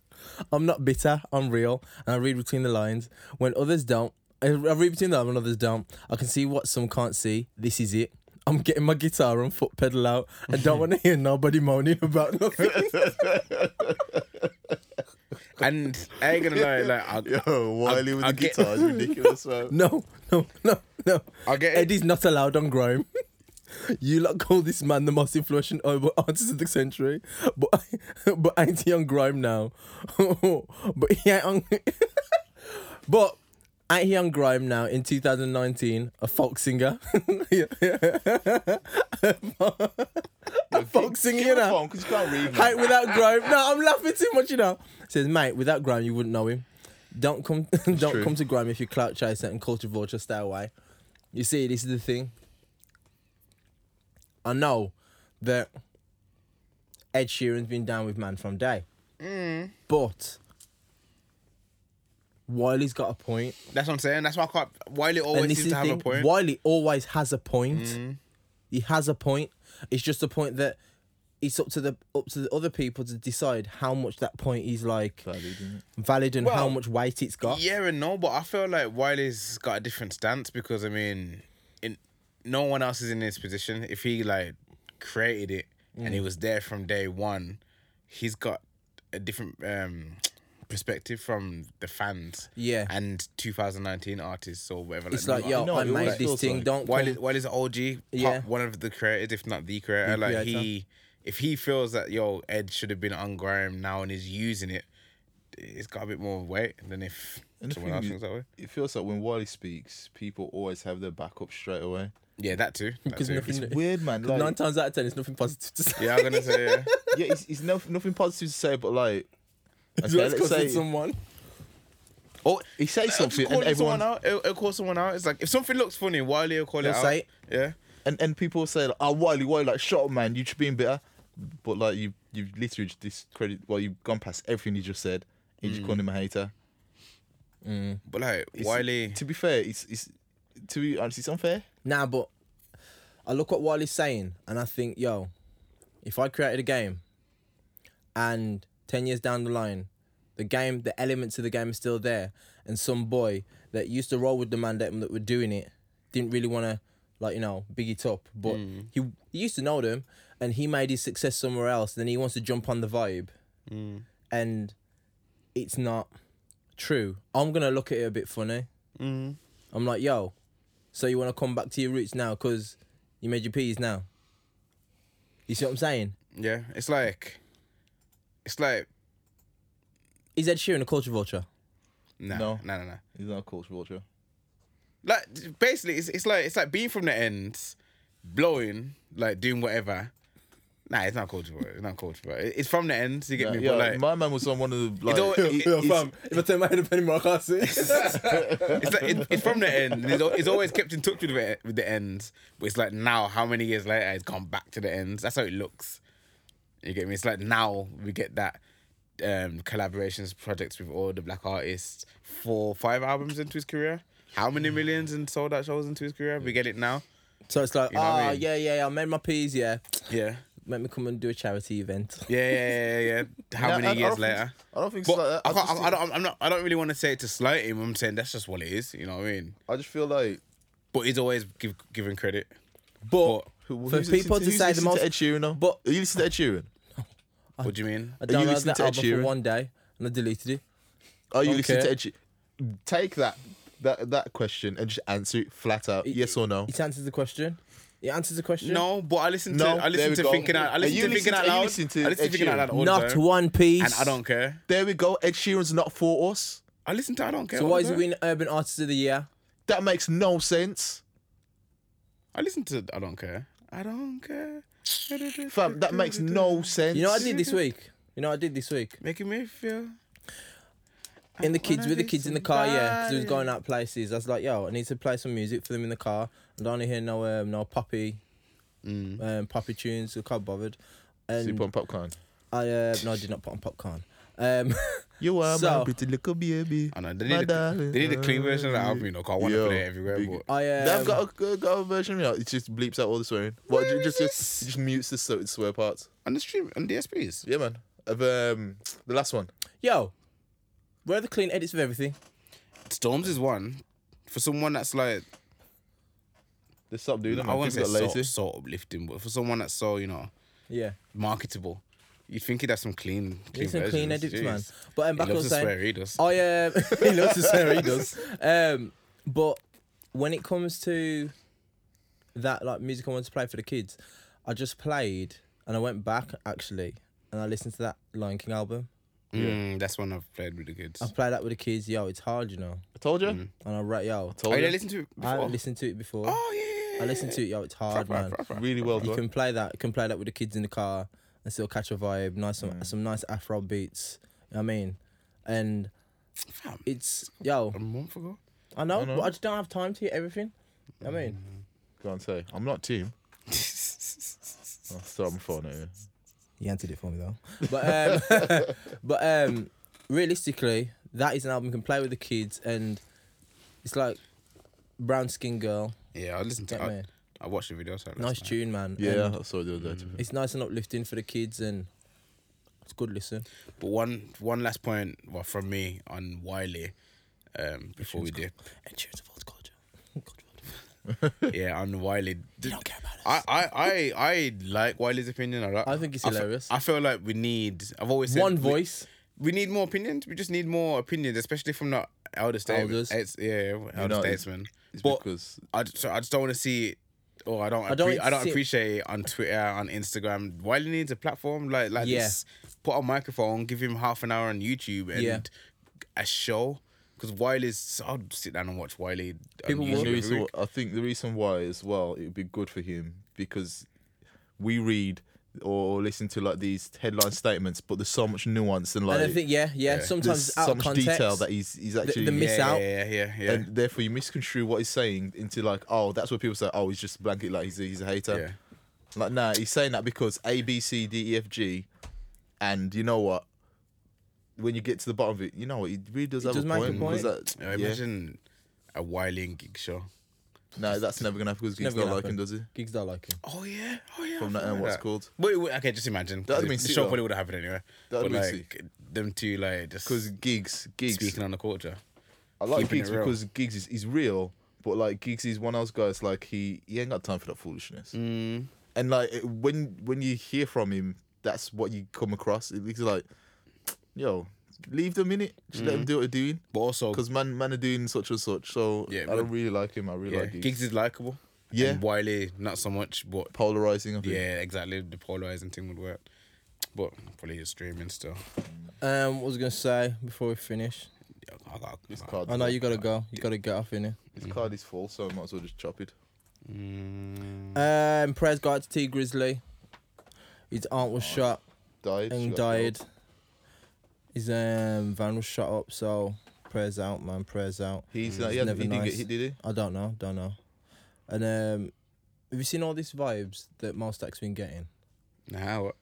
I'm not bitter, I'm real, and I read between the lines. When others don't, I I read between the lines when others don't. I can see what some can't see. This is it. I'm getting my guitar and foot pedal out. I don't want to hear nobody moaning about nothing. and I ain't gonna lie, like I, Yo, Wiley with I- the I get- guitar is ridiculous, man. No, no, no, no. I get it. Eddie's not allowed on Grime. You lot call this man the most influential urban artist of the century, but but ain't he on Grime now? but he ain't on. but ain't he on Grime now in 2019? A folk singer, a folk singer, you know. Because you can't read. man. Hey, without grime. No, I'm laughing too much, you know. Says, mate, without grime, you wouldn't know him. Don't come, don't true. come to grime if you're clout chaser and culture vulture. Stay away. You see, this is the thing. I know that Ed Sheeran's been down with man from day, but Wiley's got a point, that's what I'm saying. That's why I can't. Wiley always and this seems is to the have thing. a point. Wiley always has a point. He has a point. It's just a point that it's up to the up to the other people to decide how much that point is like Valid, isn't it? valid and how Well, much weight it's got. Yeah and no, but I feel like Wiley's got a different stance because I mean, in no one else is in his position. If he like created it and he Mm. was there from day one, he's got a different um perspective from the fans. Yeah. and 2019 artists or whatever. It's like, yo, No, I it always made this feels thing. like- Don't Wiley, come- Wiley's an OG, Yeah. yeah. one of the creators, if not the creator. The like creator. he, if he feels that yo Ed should have been on Graham now and is using it, it's got a bit more weight than if And the someone thing else is, thinks that way. It feels like when Wiley speaks, people always have their back up straight away. Yeah, that too. That because too. nothing. Weird, man. Like, Nine times out of ten, it's nothing positive to say. Yeah, I'm gonna say yeah. yeah, it's, it's no, nothing positive to say, but like, okay, Just let's 'cause say it's someone. Or he says something, and calling everyone someone out, it'll, it'll call someone out. It's like if something looks funny, Wiley will call He'll it out. say it. Yeah, and, and people say, like, "Oh, Wiley, Wiley, like, shut up, man. You're just being bitter." But like, you you have literally just discredit. Well, you've gone past everything you just said. You Hmm. just called him a hater. but like It's- Wiley, To be fair, it's it's to be honest, it's unfair. Nah, but I look what Wiley's saying and I think, yo, if I created a game and 10 years down the line, the game, the elements of the game is still there, and some boy that used to roll with the man that, that were doing it didn't really want to, like, you know, big it up, but he, he used to know them and he made his success somewhere else, then he wants to jump on the vibe. And it's not true. I'm going to look at it a bit funny. I'm like, yo, so you want to come back to your roots now because you made your peas now. You see what I'm saying? yeah, it's like, it's like Is Ed Sheeran a culture vulture? nah, No. no, no, no. He's not a culture vulture. Like basically, it's, it's like it's like being from the ends, blowing, like doing whatever. Nah, it's not culture, bro. It's not culture, bro. It- It's from the ends. You get me? Yeah, but like, my man was on one of the like. don't- it- Yo, it's- fam, if I turn my head up anymore, I can't see. it's, like it, it's from the end. It's, al- it's always kept in touch with the, with the ends, but it's like now, how many years later, it's gone back to the ends. That's how it looks. You get me? It's like now we get that um collaborations projects with all the black artists. Four, five albums into his career. How many millions and sold out shows into his career? We get it now. so it's like, know what ah, I mean? yeah, yeah, yeah, I made my peas, yeah. Yeah. Let me come and do a charity event. Yeah, yeah, yeah, yeah. yeah. How Nah, many I- I years don't think- later? I don't think it's But like that. I, I can't, just I, I don't, I'm not. I don't really want to say it to slight him. I'm saying that's just what it is. You know what I mean? I just feel like But he's always give, giving credit. But who- for who's people listening to who's say the listening most, to Ed Sheeran. Though? but- Are you listen to Ed Sheeran? What do you mean? I you downloaded listening that to Ed album for Sheeran? one day and I deleted it. Are you Okay. listening to Ed Sheeran? Take that that that question and just answer it flat out, yes or no. It answers the question. It answers the question. No, but I listen to No, I there listen we to go. thinking out. I Are listen you to thinking listening out to- are you loud. listening to I listen to Ed thinking out Sheeran? loud. all the Not time. one piece. And I don't care. There we go. Ed Sheeran's not for us. I listen to I don't care. So all why the is he time. winning Urban Artist of the Year? That makes no sense, I listen to I don't care. I don't care. fam. That makes no sense. You know what I did this week? You know what I did this week? Making me feel. In the kids, wanna with the be kids in the car, yeah, because we was somebody. going out places. I was like, yo, I need to play some music for them in the car. I don't want to hear no um, no poppy, Mm. um, poppy tunes. I can't bothered. Sleep And on popcorn. I uh, no, I did not put on popcorn. Um, You are So- my pretty little baby. I know they my need, a, darling. they need a clean version of that album, you know, 'cause I want to Yo, play it everywhere. big- But I um, They've got a, got a version, you know, it just bleeps out all the swearing. Well, ju- just, just, just mutes the so- swear parts. on the stream, on the SPs. Yeah, man. Of um, the last one. yo, where are the clean edits of everything? Storms is one. For someone that's like, They stop doing them. I man. wouldn't say People got so, lazy. so uplifting, but for someone that's so, you know, Yeah, marketable, you'd think he'd have some clean, clean, need some clean versions. edits, man. Jeez. But um, He back on loves to swear, saying, he does. I um, he loves to swear. He does. Um, but when it comes to that, like music I wanted to play for the kids, I just played and I went back actually and I listened to that Lion King album. Mm, that's one I've played Oh, with the kids. I played that with the kids. Yo, it's hard, you know. I told you. Mm. And I rate yo. Oh, Told you you. didn't listen to it I before? haven't listened to it before. Oh, yeah, yeah, yeah. I listened to it. Yo, it's hard, Right, man. right, right. really well You done. can play that. You can play that with the kids in the car and still catch a vibe. Nice, some, some nice Afro beats. You know what I mean, and Fam, it's yo. A month ago? I know, but I just don't have time to hear everything. You know what I mean, Go on, say. I'm not team. I'll start my phone at you. you answered it for me though. But um, but um, realistically, that is an album you can play with the kids, and it's like brown skin girl. Yeah, I listened to Get me. it. I, I watched the video. So Nice night. tune, man. Yeah, and I saw it the other day. too. it's nice and uplifting for the kids, and it's good. Listen, But one one last point well, from me on Wiley um, before we dip. and tunes of old culture. yeah, on Wiley. You don't care about I, I, I, I like Wiley's opinion a lot. I think it's fe- hilarious. I feel like we need. I've always said One we- voice. We need more opinions. We just need more opinions, especially from the elder Elders. statesmen. It's, yeah, elder know, it's- statesmen. It's But because I just, so I just don't want to see it. Or I don't. I don't don't. want I to don't see it. appreciate it on Twitter, on Instagram. Wiley needs a platform like like Yeah. this. Put a microphone. Give him half an hour on YouTube and Yeah. a show. Because Wiley's, I'll sit down and watch Wiley. on People YouTube will. The every reason week. wh- I think the reason why as well it would be good for him because we read or listen to like these headline statements, but there's so much nuance and like and I think yeah, yeah. Sometimes there's it's out so of much context. detail that he's he's actually the miss yeah, out. Yeah, yeah, yeah. yeah. and therefore you misconstrue what he's saying into like oh that's what people say oh he's just blanket like he's a, he's a hater. Yeah. Like nah, he's saying that because A B C D E F G, and you know what. When you get to the bottom of it, you know what he really does have does a make a point. 'cause point. that- I yeah. Imagine a Wiley and Gig show. No, that's never gonna happen because he's Never not gonna like him, happen. does he? Gigs don't like him. Oh yeah, oh yeah. From I that, um, forgot what's that. called? Wait, wait, okay, just imagine. That'd the be the sick, show though. probably would have happened anyway. That'd but be like sick. them two, like just Because gigs, gigs. speaking on the culture. I like keeping gigs it real. because gigs is, is real, but like gigs is one of those guys like he he ain't got time for that foolishness. Mm. And like it- when when you hear from him, that's what you come across. It- It's like, yo, leave them in it. Just Mm. let them do what they're doing. But also, Because man, man are doing such and such. So Yeah, I but- don't really like him. I really yeah, like gigs. Giggs is likable. Yeah. and Wiley not so much, but Polarizing. I think. yeah, exactly. The polarizing thing would work. But probably just streaming still. Um, what was I gonna say before we finish? Yeah, I got. I This got- card. I know you gotta go. You gotta get off in here. This card is full, so I might as well just chop it. Mm, Um, prayers go out to T Grizzly. His aunt was shot Died. Oh, she and got died. killed. His um van was shot up. So prayers out, man. Prayers out. He's Mm. not, he, had, he never didn't nice. get hit, did I don't know. Don't know. And um, have you seen all these vibes that Mostak's been getting? now what?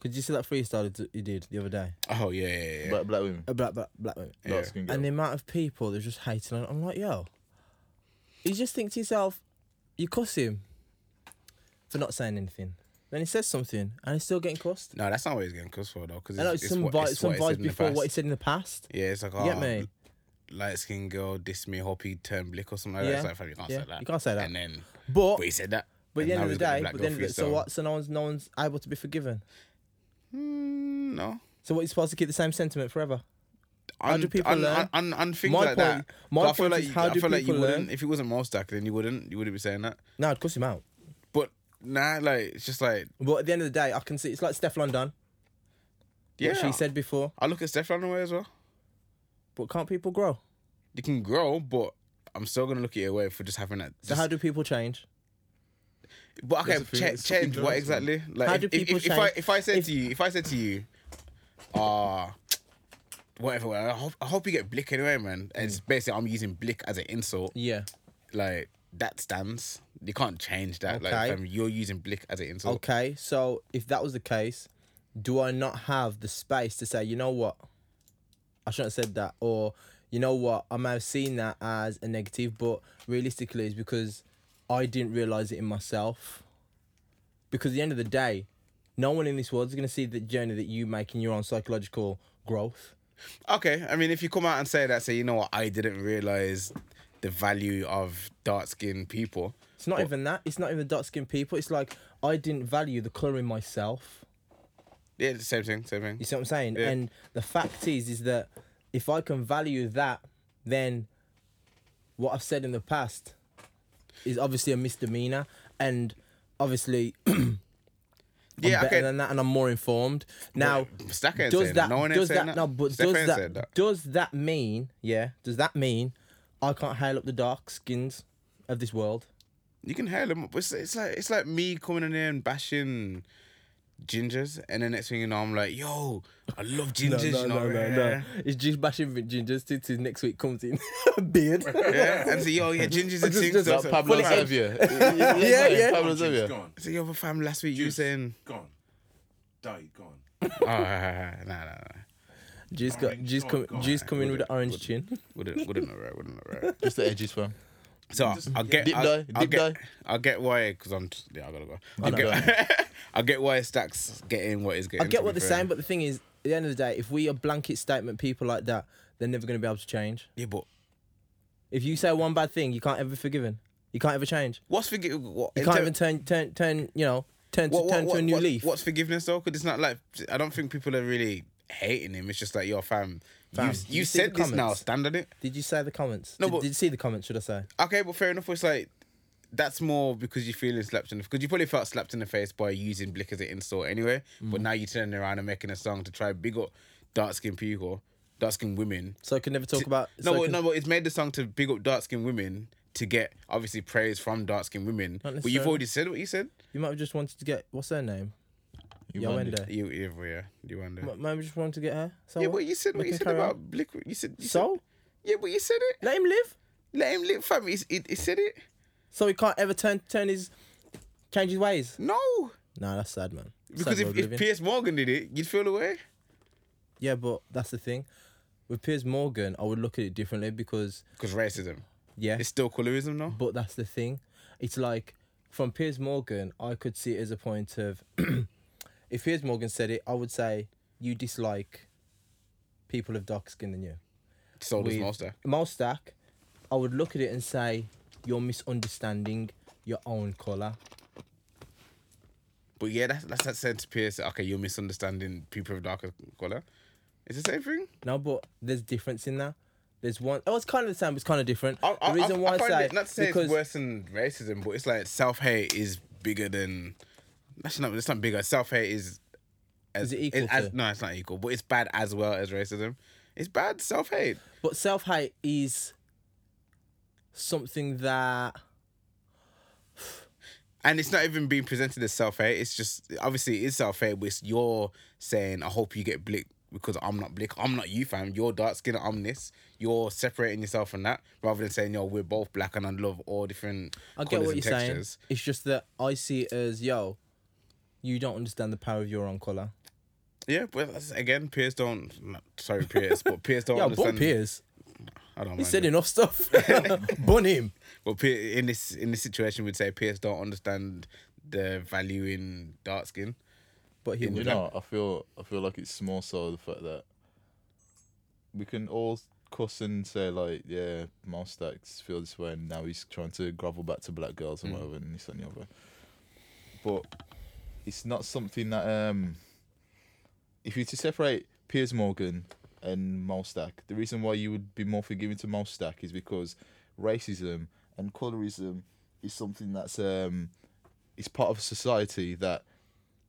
Could you see that freestyle he d- he did the other day? Oh yeah, yeah, yeah. he? Black, black women. A black black black woman. Yeah. Dark skin girl. And the amount of people that are just hating on it, I'm like, yo. You just think to yourself, you cuss him for not saying anything. Then he says something and he's still getting cussed. no, that's not what he's getting cussed for though, because I know it's, it's, it's some what, vi- it's some what it said vibes in the before past. what he said in the past. Yeah, it's like You get oh, me? light skinned girl, diss me, hoppy, turn blick or something like Yeah. that. It's like, fam, you can't Yeah, say that. you can't say that. And then, But but he said that. but at And the end now of the he's got day, black but girl then so freestyle. what? So no one's no one's able to be forgiven. Mm, no, So what? You're supposed to keep the same sentiment forever. How do people un, learn? Un, un, un, things My like that. point- my But I feel point like is you- how I do feel like you people wouldn't learn? if he wasn't Mostak, then you wouldn't you wouldn't be saying that. No, I'd cuss him out. But nah, like it's just like But at the end of the day, I can see it's like Steph London. yeah. What she said before. I look at Steph away as well. But can't people grow? You can grow, but I'm still gonna look at your way for just having that. So just- how do people change? But okay, That's the thing, cha- it's change fucking what drugs, man. exactly? Like How if, do if- people if, if I change? if I said If- to you, if I said to you, uh whatever, whatever, I hope I hope you get blick anyway, man. And It's basically I'm using blick as an insult. Mm. Yeah. Like that stands. You can't change that. Okay. Like fam, you're using blick as an insult. Okay, so if that was the case, do I not have the space to say, you know what, I shouldn't have said that, or you know what, I may have seen that as a negative, but realistically, it's because I didn't realize it in myself. Because at the end of the day, no one in this world is going to see the journey that you make in your own psychological growth. Okay, I mean, if you come out and say that, say, you know what, I didn't realize the value of dark skinned people. It's not even that. It's not even dark skinned people. It's like I didn't value the colour in myself. Yeah, same thing, same You thing. see what I'm saying? Yeah. And the fact is, is that if I can value that, then what I've said in the past is obviously a misdemeanor, and obviously I'm Yeah, better okay. than that, and I'm more informed now. Stack ain't Does saying that? No one ain't does saying that? that. No, but Steph does ain't that, said that. Does that mean? Yeah. Does that mean I can't hail up the dark skins of this world? You can hail them. It's, it's like it's like me coming in here and bashing gingers, and the next thing you know, I'm like, yo, I love gingers. you know, yeah. It's just bashing with gingers till, till next week comes in beard. Yeah, and so yo, yeah, gingers are Just- things. just So, like so, Pablo Fully edged. Xavier. yeah, yeah, yeah. Pablo Jim's Xavier. gone. so yo, but fam, last week you were saying, Gone. Died, gone. oh, nah, nah, nah, nah. Juice got Orange, juice oh come God. juice coming with the orange Wouldn't- chin. Wouldn't wouldn't know right, wouldn't know right. Just the edges, fam. So I get, Deep I, dive, I deep get, dive. I get why, because I'm, t- yeah, I gotta go. I, know. get, I get why Stacks getting what he's getting. I to get be what they're fair. saying, but the thing is, at the end of the day, if we are blanket statement people like that, they're never going to be able to change. yeah, but If you say one bad thing, you can't ever be forgiven. You can't ever change. what's forgive? What, You in can't ter- even turn turn turn you know turn to, what- what- turn to what- a new what- leaf. What's forgiveness though? Because it's not like I don't think people are really hating him. It's just like yo, fam, Fam, you did you you see said the this now, comments? stand on it. Did you say the comments? No, did, but- did you see the comments? Should I say? Okay, but fair enough. It's like that's more because you're feeling slapped in the because you probably felt slapped in the face by using Blick as an insult anyway. Mm. But now you're turning around and making a song to try and big up dark skinned people, dark skinned women. So I can never talk about. No, so I but, can- no, but it's made the song to big up dark skinned women to get obviously praise from dark skinned women. Not But you've necessarily. already said what you said. You might have just wanted to get what's her name? Yawende. You, you yeah, you wonder. Might might have just wanted to get her. So Yeah, what? but you said We what you can said carry on. about Blick. You said you Oh, So? Said, yeah, but you said it. Let him live. Let him live, fam. He, he, he said it. So he can't ever turn turn his change his ways. No, Nah, that's sad, man. Sad because world if, we if live in. Piers Morgan did it, you'd feel away. Yeah, but that's the thing. With Piers Morgan, I would look at it differently because Because racism. yeah, It's still colorism, no? but that's the thing. It's like from Piers Morgan, I could see it as a point of if Piers Morgan said it, I would say you dislike people of darker skin than you. So does With Monster. Mostak, I would look at it and say you're misunderstanding your own color. But yeah, that's that's that said to Pierce. Okay, you're misunderstanding people of darker color. It's the same thing. No, but there's difference in that. There's one. Oh, it's kind of the same. But it's kind of different. I, I, the reason I, why I, find say it, not to say because it's worse than racism, but it's like self hate is bigger than. That's not. It's not bigger. Self hate is. As, Is it equal as- to? no, it's not equal, but it's bad as well as racism. It's bad self hate. But self hate is something that And it's not even being presented as self hate. It's just obviously it is self hate. But it's you're saying, "I hope you get blick because I'm not blick. I'm not you, fam. You're dark skinned. I'm this. You're separating yourself from that, rather than saying, "Yo, we're both black and I love all different I get colors what and you're textures." saying. It's just that I see it as yo, you don't understand the power of your own color. Yeah, but that's- again, peers don't. not- Sorry, peers, but peers don't Yo, understand. Bun Piers. I don't He mind. said it. enough stuff. Bun him. But peer, in this in this situation, we'd say peers don't understand the value in dark skin. But he You would. know- No, I feel I feel like it's more so the fact that we can all cuss and say like, yeah, Miles Stacks feels this way, and now he's trying to grovel back to black girls and whatever, and this and the other. But it's not something that um, if you to separate Piers Morgan and Miles Stack, the reason why you would be more forgiving to Miles Stack is because racism and colorism is something that's um, it's part of society that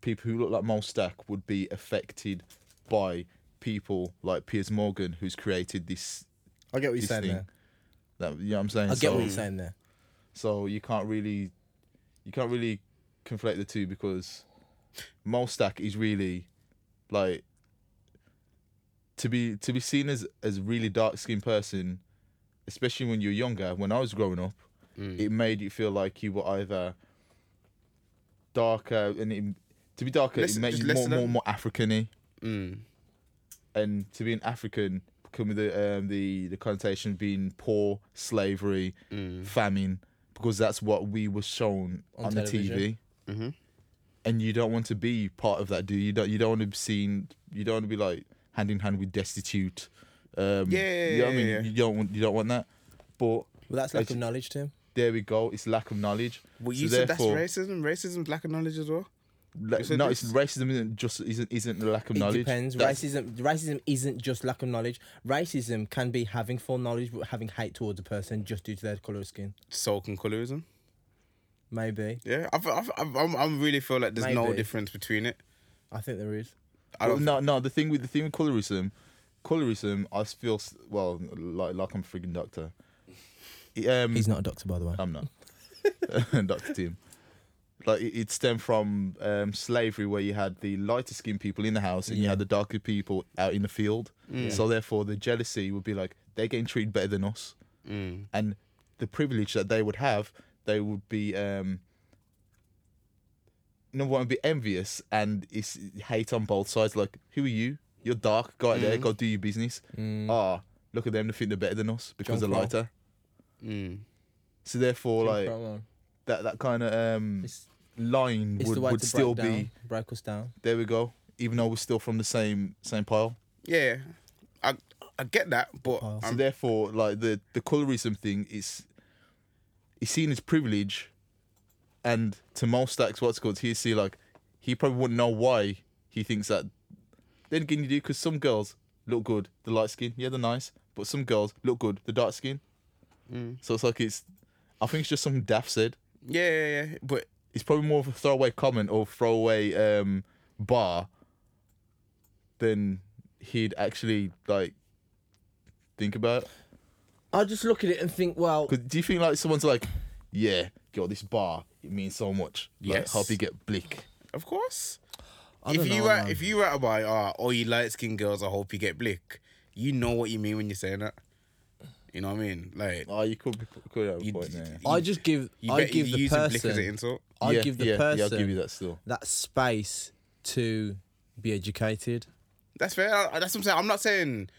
people who look like Mole Stack would be affected by people like Piers Morgan, who's created this. I get what you're this saying thing. there. That, you know what I'm saying? I get so, what you're saying there. So you can't really, you can't really conflate the two because Mole Stack is really like to be to be seen as as really dark skinned person, especially when you're younger. When I was growing up, Mm. it made you feel like you were either darker and it, to be darker, Less- it made just you less more than- more more Africany. And to be an African come with the um, the the connotation of being poor, slavery, Mm. famine, because that's what we were shown on, On the television. TV Mm-hmm. and you don't want to be part of that, do you? You don't, you don't want to be seen. You don't want to be like hand in hand with destitute. Um, Yeah, you know what I mean, yeah, yeah. you don't want you don't want that. But Well, that's lack It's- of knowledge to him. there we go. It's lack of knowledge. Well, So you said that's therefore, racism. Racism's lack of knowledge as well. la- you said no, this? it's racism isn't just isn't isn't the lack of It knowledge. depends. That's- Racism racism isn't just lack of knowledge. Racism can be having full knowledge but having hate towards a person just due to their colour of skin. Soul and colorism. Maybe. Yeah, I, I, I, I'm, I'm really feel like there's no Maybe. difference between it. I think there is. I don't. no, no. The thing with the thing with colorism, colorism. I feel s- well, like like I'm a freaking doctor. Um, He's not a doctor, by the way. I'm not. Dr. Team. Like it, it stemmed from um, slavery, where you had the lighter skinned people in the house and you had the darker people out in the field. So therefore, the jealousy would be like they're getting treated better than us, and the privilege that they would have, they would be um, number one, would be envious and it's hate on both sides. Like, who are you? You're dark, go out there, go do your business. Ah, look at them, they think they're better than us because John they're Crow. lighter. So therefore, like Promo. that that kind of um It's- line It's would, the way would to still break down, be break us down. there we go even though we're still from the same same pile Yeah, I I get that, but um, so I'm, therefore like the the colorism thing is is seen as privilege and to Molstacks what's it called he see like he probably wouldn't know why he thinks that then again you do because some girls look good the light skin yeah they're nice but some girls look good the dark skin so it's like it's I think it's just something Daft said yeah, yeah, yeah, but it's probably more of a throwaway comment or throwaway um, bar than he'd actually like think about. I just look at it and think, well, Because do you think like someone's like, yeah, yo, this bar it means so much. Like, Yes. help you get blick. of course. I if don't you know, were man. if you were a boy, oh, all you light skinned girls, I hope you get blick. You know what you mean when you're saying that. You know what I mean? Like Oh, you could could have a you, point there. I just give you I bet- give you the using blick as an person insult. I yeah, give the yeah, person Yeah, I'll give you that still. that space to be educated. That's fair. I- I- That's what I'm saying. I'm not saying.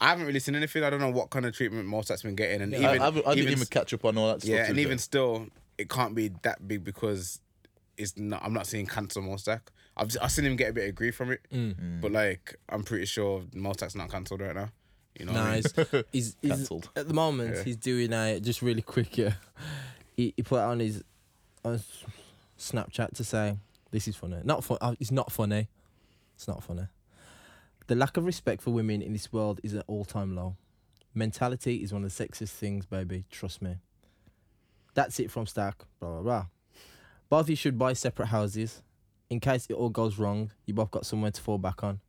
I haven't really seen anything. I don't know what kind of treatment Mosat's been getting, and I, even I, haven't- I didn't even even catch up on all that stuff. Yeah, to and be even fair. still, it can't be that big because it's not. I'm not seeing cancer Molstack. I've I've seen him get a bit of grief from it, Mm. but like I'm pretty sure Molstack's not cancelled right now. You know, what I No, mean? he's, he's, he's- Cancelled. at the moment. He's doing a just really quick. Yeah, he, he put it on his on his Snapchat to say this is funny. Not fun. Uh, it's not funny. It's not funny. The lack of respect for women in this world is at all time low. Mentality is one of the sexist things, baby. Trust me. That's it from Stack. Blah blah blah. Both of you should buy separate houses. In case it all goes wrong, you both got somewhere to fall back on.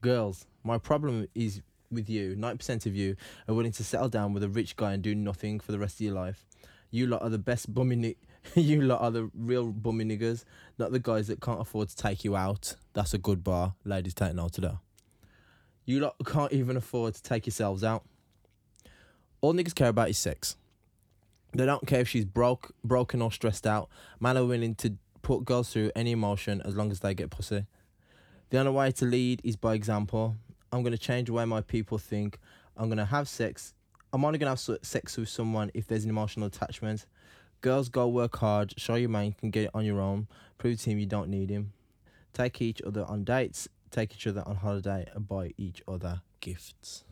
Girls, my problem is with you, 90% of you are willing to settle down with a rich guy and do nothing for the rest of your life. You lot are the best bummy ni- You lot are the real bummy niggers, not the guys that can't afford to take you out. That's a good bar. Ladies take note to that. You lot can't even afford to take yourselves out. All niggas care about is sex. They don't care if she's broke, broken or stressed out. Man are willing to put girls through any emotion as long as they get pussy. The only way to lead is by example. I'm gonna change the way my people think. I'm gonna have sex. I'm only gonna have se- sex with someone if there's an emotional attachment. Girls, go work hard. Show your man you can get it on your own. Prove to him you don't need him. Take each other on dates. Take each other on holiday and buy each other gifts.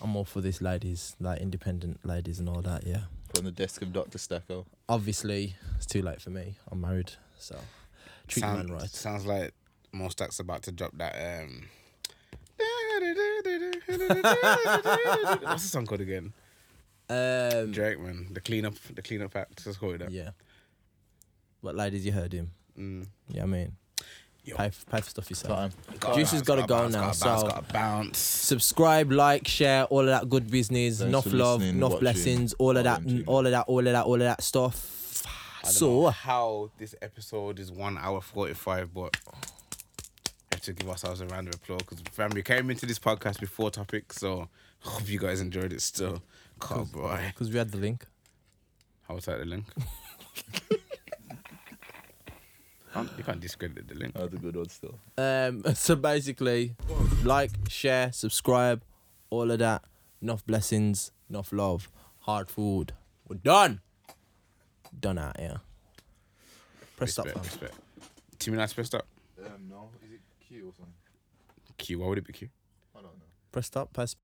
I'm all for this, ladies, like independent ladies and all that. Yeah. From the desk of Dr. Stacko. Obviously, it's too late for me. I'm married, so treat the Sound, man right. Sounds like Mostak's about to drop that. Um... What's the song called again? Um. Drake man, the cleanup, the cleanup act. Just call it that. Yeah. But ladies, you heard him. Mm. Yeah, I mean, Yo. pay, f- pay for stuff yourself. Gotta Juice has bounce, got to go bounce, now. gotta bounce, So gotta bounce. subscribe, like, share, all of that good business. Thanks Enough for love, listening, enough watching, blessings, all of that, commenting. all of that, all of that, all of that stuff. I don't know So how this episode is one hour forty five, but I have to give ourselves a round of applause because fam, we came into this podcast before topic, so hope you guys enjoyed it. Still, God, boy, because we had the link. how was that the link? Um, you can't discredit the link. That's a good one still. Um. So basically, like, share, subscribe, all of that. Enough blessings, enough love, hard food. We're done. Done out here. Press stop. Respect, fam. respect. Timmy, nice pressed up. Um, no. Is it Q or something? Q, why would it be Q? I don't know. Press stop. Press.